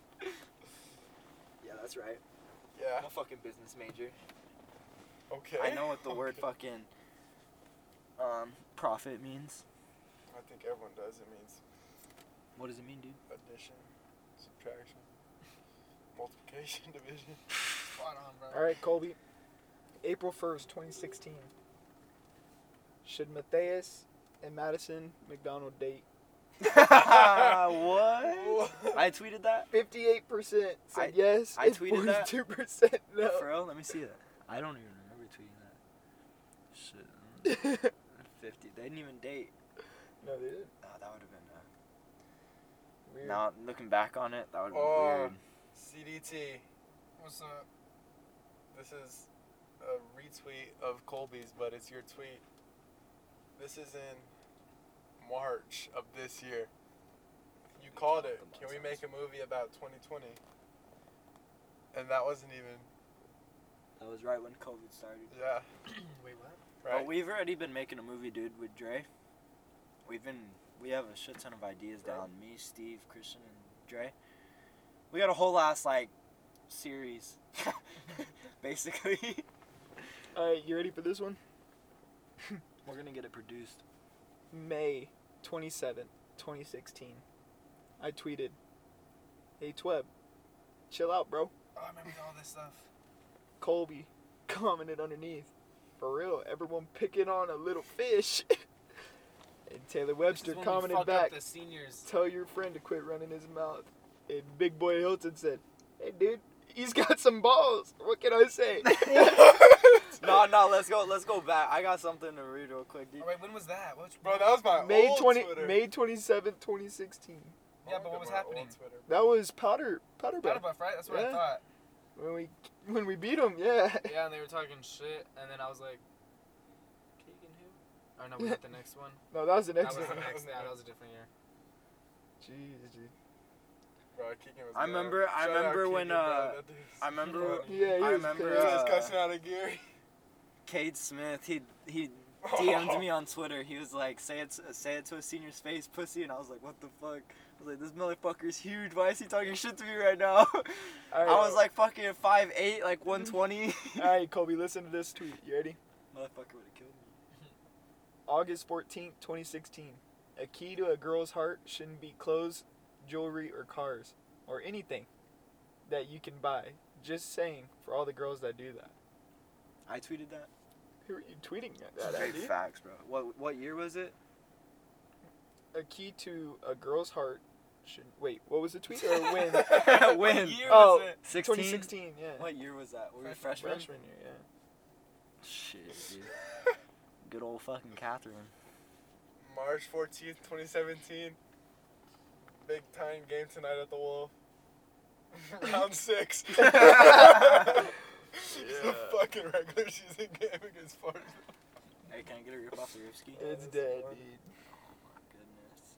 Speaker 4: yeah, that's right.
Speaker 3: Yeah.
Speaker 4: I'm a fucking business major.
Speaker 3: Okay.
Speaker 4: I know what the word
Speaker 3: Okay.
Speaker 4: fucking um profit means.
Speaker 3: I think everyone does. It means
Speaker 4: What does it mean, dude?
Speaker 3: addition, subtraction, multiplication, division.
Speaker 2: Spot on, bro.
Speaker 1: All right, Colby. April 1st, 2016. Should Matthias and Madison McDonald date?
Speaker 4: what? I tweeted that.
Speaker 1: 58% said
Speaker 4: I-
Speaker 1: yes.
Speaker 4: I
Speaker 1: and
Speaker 4: tweeted that.
Speaker 1: 42% no.
Speaker 4: For real? Let me see that. I don't even remember tweeting that. Shit. I don't
Speaker 1: no,
Speaker 4: know. 50. They didn't even date.
Speaker 1: they didn't.
Speaker 4: No, that would have been.
Speaker 1: Weird.
Speaker 4: Uh, now looking back on it, that would have been
Speaker 3: Oh.
Speaker 4: weird.
Speaker 3: CDT.
Speaker 2: What's up?
Speaker 3: This is a retweet of Colby's, but it's your tweet. This is in March of this year. You called it. Can we make a movie about 2020? And that wasn't even.
Speaker 4: That was right when COVID started.
Speaker 3: Yeah.
Speaker 2: Wait, what?
Speaker 3: Right.
Speaker 4: But we've already been making a movie, dude, with Dre. We've been we have a shit ton of ideas down. Me, Steve, Christian, and Dre. We got a whole ass like series, basically.
Speaker 1: All right, you ready for this one?
Speaker 4: We're gonna get it produced.
Speaker 1: May 27th, 2016. I tweeted, Hey, Tweb, chill out, bro.
Speaker 2: Oh, I remember all this stuff.
Speaker 1: Colby commented underneath, For real, everyone picking on a little fish. and Taylor
Speaker 2: This
Speaker 1: Webster
Speaker 2: is when we
Speaker 1: commented
Speaker 2: fuck
Speaker 1: back,
Speaker 2: Up the seniors.
Speaker 1: tell your friend to quit running his mouth. And Big Boy Hilton said, Hey, dude, he's got some balls. What can I say?
Speaker 4: No, no, let's go. Let's go back. I got something to read real quick, dude.
Speaker 2: Oh, wait, when was that? What
Speaker 3: Bro, that was my
Speaker 1: May
Speaker 3: old
Speaker 1: 20,
Speaker 3: Twitter.
Speaker 1: May 27th, 2016.
Speaker 2: Yeah, but what was
Speaker 3: My old
Speaker 2: happening?
Speaker 3: Twitter.
Speaker 1: That was Powder Powder
Speaker 2: Powder
Speaker 1: Puff.
Speaker 2: Buff, right? That's what
Speaker 1: Yeah.
Speaker 2: I thought.
Speaker 1: when we when we beat him. Yeah.
Speaker 2: Yeah, and they were talking shit, and then I was like, Keegan who? Or no, we hit the next one.
Speaker 1: No, that was the
Speaker 2: That
Speaker 1: next
Speaker 2: was the
Speaker 1: one.
Speaker 2: next. Yeah, that was a different year.
Speaker 1: Jeez, dude.
Speaker 3: Bro, Keegan was
Speaker 4: I
Speaker 3: dope.
Speaker 4: remember- I
Speaker 3: Shout out
Speaker 4: remember when,
Speaker 3: Keegan, bro,
Speaker 4: uh,
Speaker 3: that dude's-
Speaker 4: I remember.
Speaker 1: Yeah, he
Speaker 4: I
Speaker 1: was
Speaker 4: remember.
Speaker 1: pissed.
Speaker 3: He was
Speaker 4: uh,
Speaker 3: cussing out of gear.
Speaker 4: Cade Smith, he he
Speaker 1: Oh.
Speaker 4: DM'd me on Twitter. He was like, "Say it, say it to a senior's face, pussy," and I was like, "What the fuck?" I was like, "This motherfucker's huge. Why is he talking shit to me right now?"
Speaker 1: All right,
Speaker 4: I was like, "Fucking 5'8", like 120."
Speaker 1: all right, Kobe, listen to this tweet. You ready?
Speaker 4: Motherfucker would have killed me.
Speaker 1: August 14th, 2016. A key to a girl's heart shouldn't be clothes, jewelry, or cars, or anything that you can buy. Just saying for all the girls that do that.
Speaker 4: I tweeted that.
Speaker 1: Who are you tweeting at that at,
Speaker 4: Straight
Speaker 1: dude?
Speaker 4: facts, bro. What what year was it?
Speaker 1: A key to a girl's heart should wait. What was the tweet or when?
Speaker 4: when?
Speaker 2: Year
Speaker 1: Oh.
Speaker 2: was it?
Speaker 4: 16?
Speaker 1: 2016. Yeah.
Speaker 4: What year was that? Were we
Speaker 2: Freshman.
Speaker 4: freshmen?
Speaker 1: Freshman year. Yeah.
Speaker 4: Shit, dude. Good old fucking Catherine.
Speaker 3: March 14th, 2017. Big time game tonight at the Wolf. Round six. The fucking regular season game against Fargo.
Speaker 4: Hey, can I get a rip off the Ripski?
Speaker 1: It's
Speaker 3: that's
Speaker 1: dead,
Speaker 3: fun.
Speaker 1: dude.
Speaker 4: Goodness.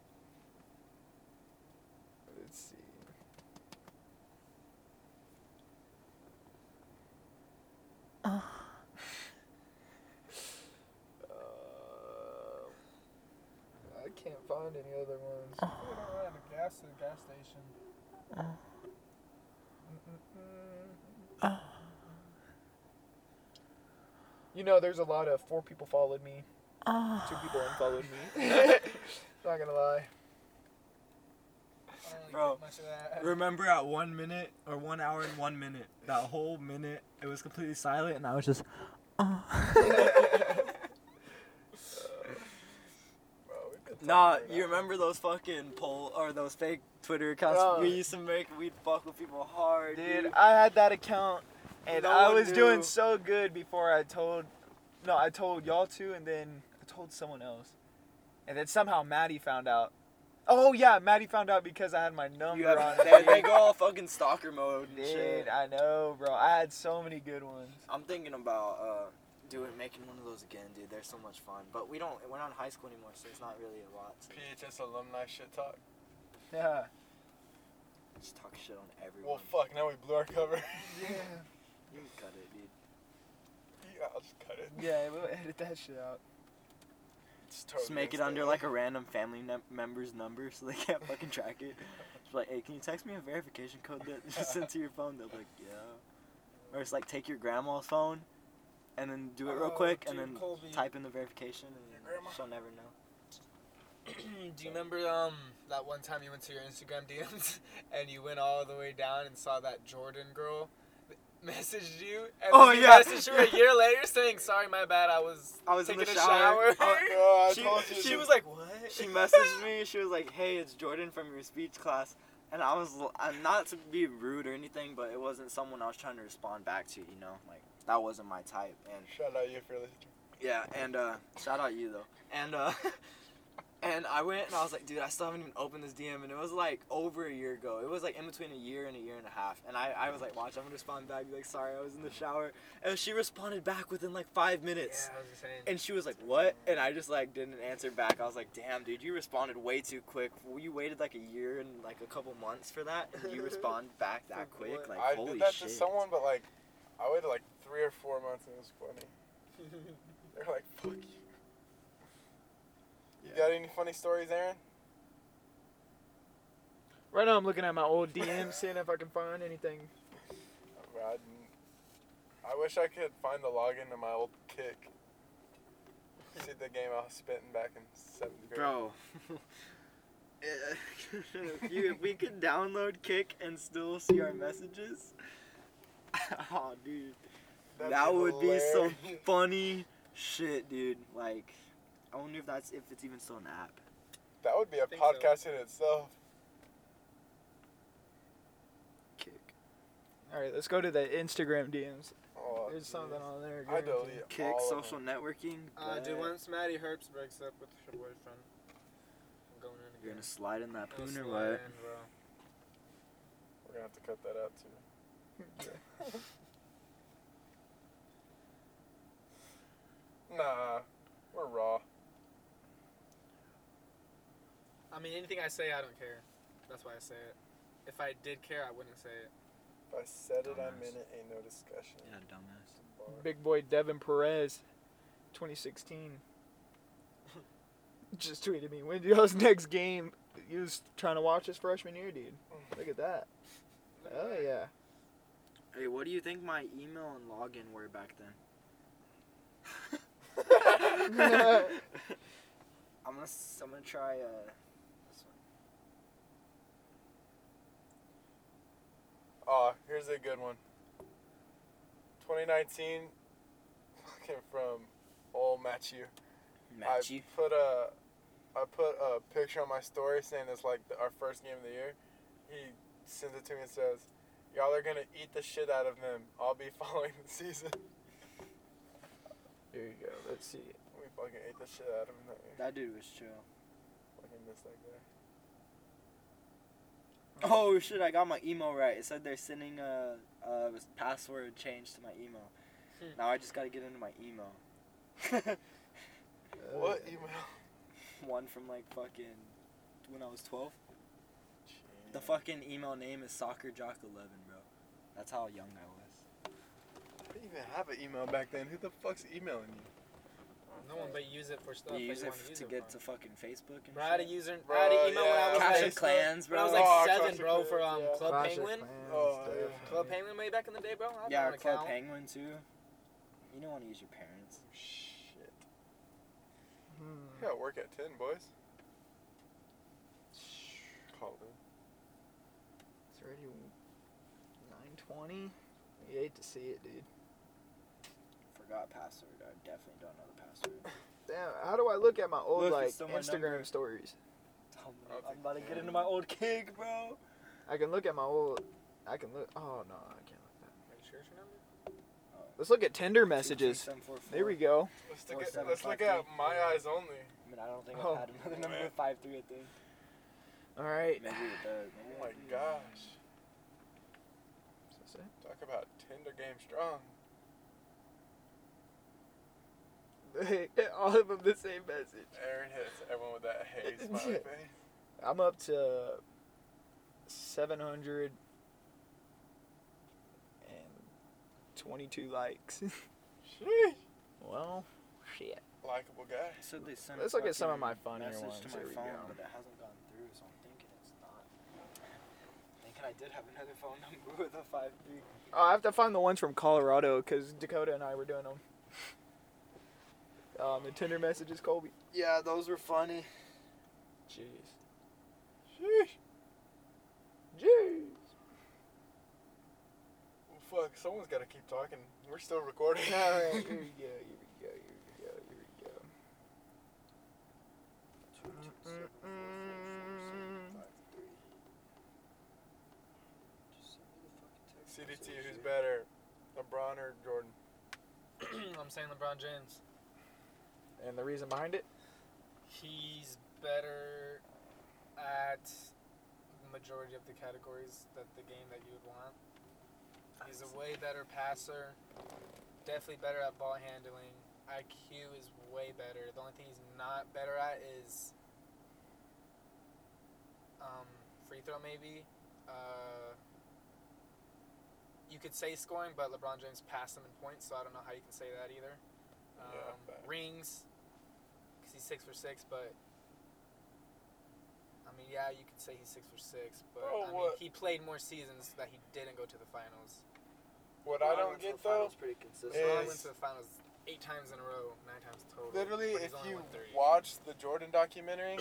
Speaker 1: Let's see. Uh, I can't find any other ones.
Speaker 2: We don't run out of gas at the gas station.
Speaker 1: Uh. Uh. You know, there's a lot of four people followed me, two people unfollowed me. Not gonna lie.
Speaker 2: I don't really
Speaker 4: Bro.
Speaker 2: think much of that.
Speaker 5: Remember at one minute or one hour and one minute, that whole minute it was completely silent and I was just
Speaker 4: Nah, you remember those fucking poll or those fake Twitter accounts
Speaker 1: Bro.
Speaker 4: we used to make? We'd fuck with people hard, dude.
Speaker 1: Dude, I had that account, and
Speaker 4: No
Speaker 1: I
Speaker 4: one
Speaker 1: was
Speaker 4: knew.
Speaker 1: doing so good before I told. No, I told y'all two, and then I told someone else, and then somehow Maddie found out. Oh yeah, Maddie found out because I had my
Speaker 4: You
Speaker 1: number on.
Speaker 4: have, they,
Speaker 1: it.
Speaker 4: they go all fucking stalker mode and shit.
Speaker 1: Dude, I know, bro. I had so many good ones.
Speaker 4: I'm thinking about uh, doing making one of those again, dude. They're so much fun, but we don't. We're not in high school anymore, so it's not really a lot. To
Speaker 3: PHS alumni shit talk.
Speaker 1: Yeah.
Speaker 4: just talk shit on
Speaker 3: Well,
Speaker 4: everyone.
Speaker 3: fuck. Now we blew our cover.
Speaker 4: you can cut it, dude.
Speaker 3: yeah, I'll just cut it.
Speaker 1: Yeah, we'll edit that shit out.
Speaker 3: It's
Speaker 4: Just
Speaker 3: totally
Speaker 4: make it
Speaker 3: unstable.
Speaker 4: under like a random family num- member's number, so they can't fucking track it. Just like, hey, can you text me a verification code that you sent to your phone? They'll be like, yeah. Or it's like take your grandma's phone, and then do it real
Speaker 2: Oh,
Speaker 4: quick, and
Speaker 2: dude,
Speaker 4: then
Speaker 2: Colby.
Speaker 4: type in the verification, and
Speaker 3: grandma.
Speaker 4: she'll never know.
Speaker 2: Do you remember um that one time you went to your Instagram DMs and you went all the way down and saw that Jordan girl messaged you and
Speaker 4: Oh,
Speaker 2: then you
Speaker 4: yeah.
Speaker 2: messaged her a year later saying sorry my bad I was
Speaker 4: I was in
Speaker 2: taking
Speaker 4: the
Speaker 2: a shower.
Speaker 4: shower.
Speaker 3: Oh, I
Speaker 4: She-
Speaker 3: told you.
Speaker 2: she was like what?
Speaker 4: She messaged me. She was like, hey, it's Jordan from your speech class, and I was l- I'm not to be rude or anything, but it wasn't someone I was trying to respond back to. You know, like that wasn't my type, and
Speaker 3: Shout out you for listening.
Speaker 4: Yeah, and uh, shout out you though. And uh, and I went and I was like, dude, I still haven't even opened this DM, and it was like over a year ago. It was like in between a year and a year and a half. And I, I was like, watch, I'm gonna respond back. Be like, sorry, I was in the shower. And she responded back within like five
Speaker 2: Yeah,
Speaker 4: minutes.
Speaker 2: I was just saying.
Speaker 4: And she was like, "What?" And I just like didn't answer back. I was like, "Damn, dude, you responded way too quick. You waited like a year and like a couple months for that, and you respond back that
Speaker 2: For
Speaker 4: quick.
Speaker 2: what?
Speaker 4: Like,
Speaker 3: I
Speaker 4: holy
Speaker 3: did that
Speaker 4: shit!"
Speaker 3: to someone, but like, I waited like three or four months and it was funny. They're like, fuck you. You got any funny stories, Aaron?
Speaker 1: Right now, I'm looking at my old DMs, seeing if I can find anything.
Speaker 3: Bro, I, didn't- I wish I could find the login to my old kick. See the game I was spitting back in seventh grade.
Speaker 4: Bro. if, you, if we could download Kick and still see our messages, oh, dude,
Speaker 3: That'd
Speaker 4: that would be some
Speaker 3: hilarious.
Speaker 4: funny shit, dude. Like, I wonder if that's if it's even still an app.
Speaker 3: That would be a
Speaker 2: Think so.
Speaker 3: podcast in itself.
Speaker 4: Kick.
Speaker 1: All right, let's go to the Instagram DMs.
Speaker 3: Oh,
Speaker 1: There's something on there.
Speaker 3: I
Speaker 1: guaranteed.
Speaker 3: delete
Speaker 4: Kick.
Speaker 3: all of
Speaker 4: social
Speaker 3: them.
Speaker 4: networking.
Speaker 2: uh, dude,
Speaker 4: but
Speaker 2: once Maddie Herbst breaks up with her boyfriend, I'm going in
Speaker 4: You're
Speaker 2: again.
Speaker 4: gonna slide in that
Speaker 2: I'll
Speaker 4: poon
Speaker 2: slide
Speaker 4: or what?
Speaker 2: in, bro.
Speaker 3: We're gonna have to cut that out too.
Speaker 4: Hmm.
Speaker 3: Nah, we're raw.
Speaker 2: I mean, anything I say, I don't care. That's why I say it. If I did care, I wouldn't say it.
Speaker 3: If I said it, I
Speaker 4: Dumbass.
Speaker 3: meant it. Ain't no discussion.
Speaker 4: Yeah, dumbass.
Speaker 3: Bar.
Speaker 1: Big boy Devin Perez, 2016, just tweeted me, when y'all's next game? He was trying to watch his freshman year, dude. Look at that. Oh, yeah.
Speaker 4: Hey, what do you think my email and login were back then? I'm gonna s- I'm gonna try uh this one.
Speaker 3: Oh, here's a good one. 2019, fucking from old Matthew.
Speaker 4: Match
Speaker 3: I
Speaker 4: you.
Speaker 3: put a, I put a picture on my story saying it's like the, our first game of the year. He sends it to me and says, "Y'all are gonna eat the shit out of them. I'll be following the season."
Speaker 1: There you go. Let's see.
Speaker 3: We fucking ate the shit out of him that year.
Speaker 4: That dude was chill.
Speaker 3: Fucking missed that guy.
Speaker 4: Oh shit, I got my email right. It said they're sending a, a password change to my email.
Speaker 2: Hmm.
Speaker 4: Now I just gotta get into my email.
Speaker 1: Oh,
Speaker 3: what
Speaker 1: yeah.
Speaker 3: email?
Speaker 4: One from like fucking when I was 12. The
Speaker 3: Jeez.
Speaker 4: fucking email name is SoccerJock11, bro. That's how young I was.
Speaker 3: I didn't even have an email back then. Who the fuck's emailing you?
Speaker 2: No one, but use it for stuff.
Speaker 7: You
Speaker 2: that
Speaker 7: use
Speaker 2: you
Speaker 7: it
Speaker 2: wanna
Speaker 7: f-
Speaker 2: use
Speaker 7: to
Speaker 2: it
Speaker 7: get
Speaker 2: for.
Speaker 7: to fucking Facebook and
Speaker 2: Bro, I had a
Speaker 7: shit.
Speaker 2: user. Bro, I had an email when I
Speaker 3: yeah.
Speaker 2: was
Speaker 7: Clash
Speaker 2: like,
Speaker 7: of Clans,
Speaker 2: when I
Speaker 7: bro.
Speaker 2: was like
Speaker 3: Oh,
Speaker 2: seven,
Speaker 3: Clash of
Speaker 2: bro, for um
Speaker 3: Clans, yeah.
Speaker 2: Club
Speaker 1: Clash of
Speaker 2: Penguin.
Speaker 1: Clans,
Speaker 3: Oh,
Speaker 1: definitely.
Speaker 3: yeah.
Speaker 2: Club Penguin way back in the day, bro. I
Speaker 7: yeah,
Speaker 2: had
Speaker 7: or
Speaker 2: an
Speaker 7: Club
Speaker 2: account.
Speaker 7: Penguin too. You don't want to use your parents.
Speaker 3: Shit.
Speaker 1: Hmm.
Speaker 3: Yeah, work at 10, boys. Call them.
Speaker 1: It's already nine twenty. You hate to see it, dude.
Speaker 7: Forgot password. I definitely don't know the password.
Speaker 1: Damn, how do I look at my old
Speaker 7: Look,
Speaker 1: like
Speaker 7: it's still my number.
Speaker 1: Instagram stories?
Speaker 7: I'm,
Speaker 3: I'll
Speaker 7: I'm
Speaker 3: take
Speaker 7: about to get
Speaker 3: ten.
Speaker 7: into my old kick, bro.
Speaker 1: I can look at my old. I can look. Oh no, I can't look at that.
Speaker 2: Are you sure it's your number?
Speaker 1: Let's look at Tinder messages. There we go.
Speaker 3: Let's,
Speaker 7: Four,
Speaker 3: look at-
Speaker 7: seven,
Speaker 3: let's
Speaker 7: five,
Speaker 3: look at
Speaker 7: three.
Speaker 3: my eyes only.
Speaker 7: I mean, I don't think
Speaker 1: Oh.
Speaker 7: I've had another number
Speaker 3: Man.
Speaker 7: with five three. I think.
Speaker 1: All right.
Speaker 7: Maybe it does.
Speaker 3: Oh
Speaker 7: Maybe
Speaker 3: my
Speaker 7: I do.
Speaker 3: gosh.
Speaker 1: Is this it?
Speaker 3: Talk about Tinder game strong.
Speaker 1: All of them the same message.
Speaker 3: Aaron hits everyone with that hey smiley face.
Speaker 1: I'm up to seven hundred and twenty-two likes.
Speaker 3: Sheesh.
Speaker 1: well, shit.
Speaker 3: Likable guy.
Speaker 7: So they sent
Speaker 1: Let's
Speaker 7: a
Speaker 1: look at some of my
Speaker 7: fucking
Speaker 1: funnier
Speaker 7: message
Speaker 1: ones.
Speaker 7: to
Speaker 1: Here we
Speaker 7: my phone,
Speaker 1: go.
Speaker 7: but it hasn't gone through, so I'm thinking it's not. Thinking I did have another phone number with a five three.
Speaker 1: Oh, I have to find the ones from Colorado because Dakota and I were doing them. Um, the Tinder messages, Colby.
Speaker 7: Yeah, those were funny.
Speaker 1: Jeez.
Speaker 3: Sheesh.
Speaker 1: Jeez.
Speaker 3: Well, fuck, someone's gotta keep talking. We're still recording.
Speaker 1: All right, here we go. Here we go. Here we go. Here we go.
Speaker 3: CDT, who's better, LeBron or Jordan?
Speaker 2: I'm saying LeBron James.
Speaker 1: And the reason behind it?
Speaker 2: He's better at the majority of the categories that the game that you would want. He's a way better passer. Definitely better at ball handling. IQ is way better. The only thing he's not better at is um, free throw, maybe. Uh, you could say scoring, but LeBron James passed him in points, so I don't know how you can say that either. Um,
Speaker 3: Yeah, fact.
Speaker 2: rings, because he's six for six, but I mean, yeah, you could say he's six for six, but
Speaker 3: Bro,
Speaker 2: I mean,
Speaker 3: what-
Speaker 2: he played more seasons that he didn't go to the finals.
Speaker 3: What I don't get though,
Speaker 4: pretty
Speaker 3: is-
Speaker 4: consistent.
Speaker 2: LeBron went to the finals eight times in a row, nine times total.
Speaker 3: literally,
Speaker 2: but
Speaker 3: if
Speaker 2: he's only
Speaker 3: you
Speaker 2: won three.
Speaker 3: watch the Jordan documentary,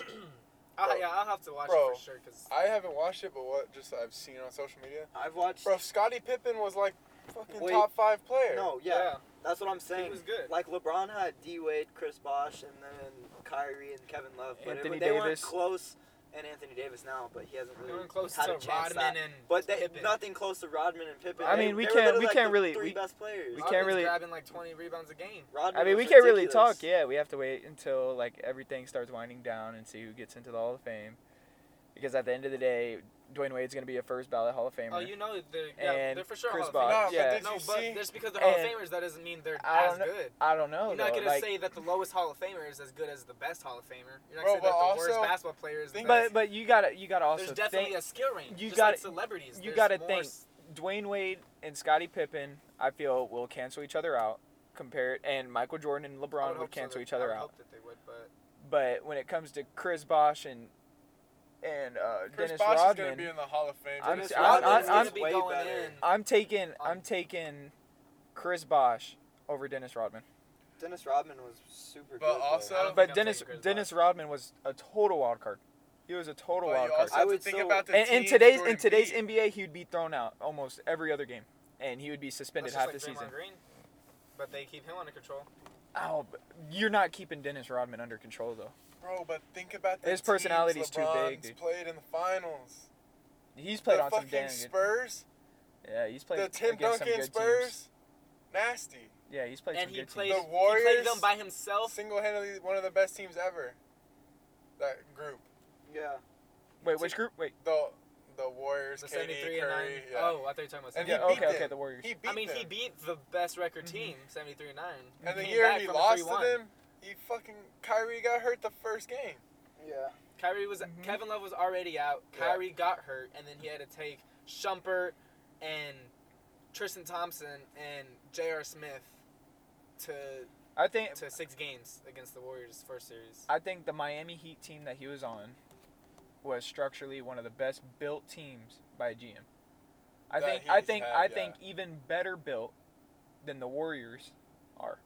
Speaker 2: I'll,
Speaker 3: Bro.
Speaker 2: yeah, I'll have to watch
Speaker 3: Bro.
Speaker 2: it for sure because
Speaker 3: I haven't watched it, but what just I've seen on social media,
Speaker 4: I've watched.
Speaker 3: bro, Scottie Pippen was like fucking
Speaker 4: Wait.
Speaker 3: top five player.
Speaker 4: No, yeah,
Speaker 2: yeah,
Speaker 4: that's what I'm saying.
Speaker 2: he was good.
Speaker 4: Like LeBron had D Wade, Chris Bosh, and then Kyrie and Kevin Love, but
Speaker 1: Anthony
Speaker 4: it, they weren't
Speaker 1: Davis.
Speaker 4: close. And Anthony Davis now, but he hasn't
Speaker 2: they
Speaker 4: really
Speaker 2: went close
Speaker 4: had
Speaker 2: to
Speaker 4: a
Speaker 2: Rodman
Speaker 4: chance. That.
Speaker 2: and
Speaker 4: But they,
Speaker 2: Pippen.
Speaker 4: nothing close to Rodman and Pippen.
Speaker 1: I
Speaker 4: They-
Speaker 1: mean, we
Speaker 4: they were
Speaker 1: can't-
Speaker 4: literally
Speaker 1: we
Speaker 4: like
Speaker 1: can't
Speaker 4: the
Speaker 1: really-
Speaker 4: Three
Speaker 1: we-
Speaker 4: best players.
Speaker 1: we
Speaker 2: Rodman's
Speaker 1: can't really-
Speaker 2: grabbing like twenty rebounds a game.
Speaker 4: Rodman
Speaker 1: I mean, we
Speaker 4: was
Speaker 1: can't really
Speaker 4: ridiculous.
Speaker 1: talk. Yeah, we have to wait until like everything starts winding down and see who gets into the Hall of Fame. Because at the end of the day, Dwayne Wade's going to be a first ballot Hall of Famer.
Speaker 2: Oh, you know they're yeah,
Speaker 1: And
Speaker 2: they're for sure
Speaker 1: Chris
Speaker 2: Hall of
Speaker 3: No,
Speaker 1: Bosh.
Speaker 2: Famers.
Speaker 3: but
Speaker 1: yeah.
Speaker 3: did
Speaker 2: No,
Speaker 3: you
Speaker 2: but
Speaker 3: see?
Speaker 2: just because they're Hall of
Speaker 1: And-
Speaker 2: Famers, that doesn't mean they're
Speaker 1: I
Speaker 2: as
Speaker 1: don't know-
Speaker 2: good.
Speaker 1: I don't know.
Speaker 2: You're
Speaker 1: though.
Speaker 2: not gonna
Speaker 1: like,
Speaker 2: say that the lowest Hall of Famer is as good as the best Hall of Famer. You're not
Speaker 3: Bro,
Speaker 2: saying that the
Speaker 3: but
Speaker 2: worst
Speaker 3: also
Speaker 2: basketball player is the
Speaker 3: think-
Speaker 2: best.
Speaker 1: But but you gotta you gotta also
Speaker 2: There's definitely
Speaker 1: think
Speaker 2: a skill range.
Speaker 1: you
Speaker 2: just
Speaker 1: gotta-
Speaker 2: like celebrities.
Speaker 1: you
Speaker 2: There's
Speaker 1: gotta
Speaker 2: more
Speaker 1: think.
Speaker 2: s-
Speaker 1: Dwayne Wade and Scottie Pippen. I feel will cancel each other out. Compare and Michael Jordan and
Speaker 2: I
Speaker 1: LeBron would,
Speaker 2: hope so
Speaker 1: cancel
Speaker 2: that-
Speaker 1: each
Speaker 2: I
Speaker 1: other
Speaker 2: would
Speaker 1: out.
Speaker 2: hope that they would, but
Speaker 1: But when it comes to Chris Bosh and and uh,
Speaker 3: Chris
Speaker 1: Dennis
Speaker 3: Bosh is gonna
Speaker 1: Rodman,
Speaker 3: be in the Hall of Fame.
Speaker 1: I'm-
Speaker 3: Dennis
Speaker 1: I'm-
Speaker 3: Rodman
Speaker 1: I'm-
Speaker 3: is
Speaker 2: Rodman's
Speaker 3: gonna
Speaker 2: gonna
Speaker 1: I'm-
Speaker 2: be
Speaker 4: way
Speaker 2: going
Speaker 4: better.
Speaker 2: in.
Speaker 1: I'm taking I'm
Speaker 2: Um,
Speaker 1: taking Chris Bosh over Dennis Rodman.
Speaker 4: Dennis Rodman was super
Speaker 3: But
Speaker 4: good. though.
Speaker 3: also- I don't
Speaker 2: think
Speaker 1: But
Speaker 2: I'm
Speaker 1: Dennis
Speaker 2: taking Chris
Speaker 1: Dennis Rodman was a total wild card. He was a total
Speaker 3: But
Speaker 1: wild
Speaker 3: you
Speaker 1: card.
Speaker 3: also have
Speaker 4: I
Speaker 3: to
Speaker 4: would
Speaker 3: think
Speaker 4: still-
Speaker 3: about the
Speaker 1: And in
Speaker 3: teams
Speaker 1: today's in
Speaker 3: Jordan
Speaker 1: today's
Speaker 3: beat.
Speaker 1: NBA, he would be thrown out almost every other game, and he would be suspended
Speaker 2: That's
Speaker 1: half the
Speaker 2: just like Draymond
Speaker 1: season.
Speaker 2: Green, but they keep him under control.
Speaker 1: Oh, but you're not keeping Dennis Rodman under control though.
Speaker 3: Bro, but think about the
Speaker 1: His personality's
Speaker 3: teams
Speaker 1: too big,
Speaker 3: LeBron's
Speaker 1: dude.
Speaker 3: Played in the finals.
Speaker 1: He's played
Speaker 3: the
Speaker 1: on some
Speaker 3: fucking
Speaker 1: damn good.
Speaker 3: Spurs.
Speaker 1: Yeah, he's played
Speaker 3: the Tim
Speaker 1: against some
Speaker 3: Duncan
Speaker 1: good
Speaker 3: Spurs.
Speaker 1: teams.
Speaker 3: Nasty.
Speaker 1: Yeah, he's played
Speaker 2: And
Speaker 1: some
Speaker 2: he
Speaker 1: good
Speaker 2: played,
Speaker 1: teams.
Speaker 3: The
Speaker 2: he played them
Speaker 3: Warriors-
Speaker 2: by himself.
Speaker 3: Single-handedly one of the best teams ever. That group.
Speaker 4: yeah,
Speaker 1: Wait, which group? Wait,
Speaker 3: The the Warriors.
Speaker 2: The
Speaker 3: KD,
Speaker 2: 73 and 9.
Speaker 3: Curry. Yeah.
Speaker 2: Oh, I thought you were talking about
Speaker 3: And
Speaker 1: yeah,
Speaker 3: he
Speaker 2: 73.
Speaker 1: okay,
Speaker 3: beat them.
Speaker 1: okay, the Warriors.
Speaker 3: He beat
Speaker 2: I mean,
Speaker 3: them.
Speaker 2: he beat the best record
Speaker 1: Mm-hmm.
Speaker 2: team, 73 and 9.
Speaker 3: And the
Speaker 2: Came
Speaker 3: year
Speaker 2: back
Speaker 3: he
Speaker 2: from a
Speaker 3: lost to
Speaker 2: 3-1.
Speaker 3: them, he fucking Kyrie got hurt the first game.
Speaker 4: yeah.
Speaker 2: Kyrie was
Speaker 1: Mhm.
Speaker 2: Kevin Love was already out.
Speaker 3: Yeah.
Speaker 2: Kyrie got hurt, and then he had to take Shumpert and Tristan Thompson and J.R. Smith to
Speaker 1: I think
Speaker 2: to six games against the Warriors first series.
Speaker 1: I think the Miami Heat team that he was on was structurally one of the best built teams by a GM. I
Speaker 3: That
Speaker 1: think I
Speaker 3: he's
Speaker 1: think
Speaker 3: had,
Speaker 1: I
Speaker 3: yeah.
Speaker 1: think even better built than the Warriors are.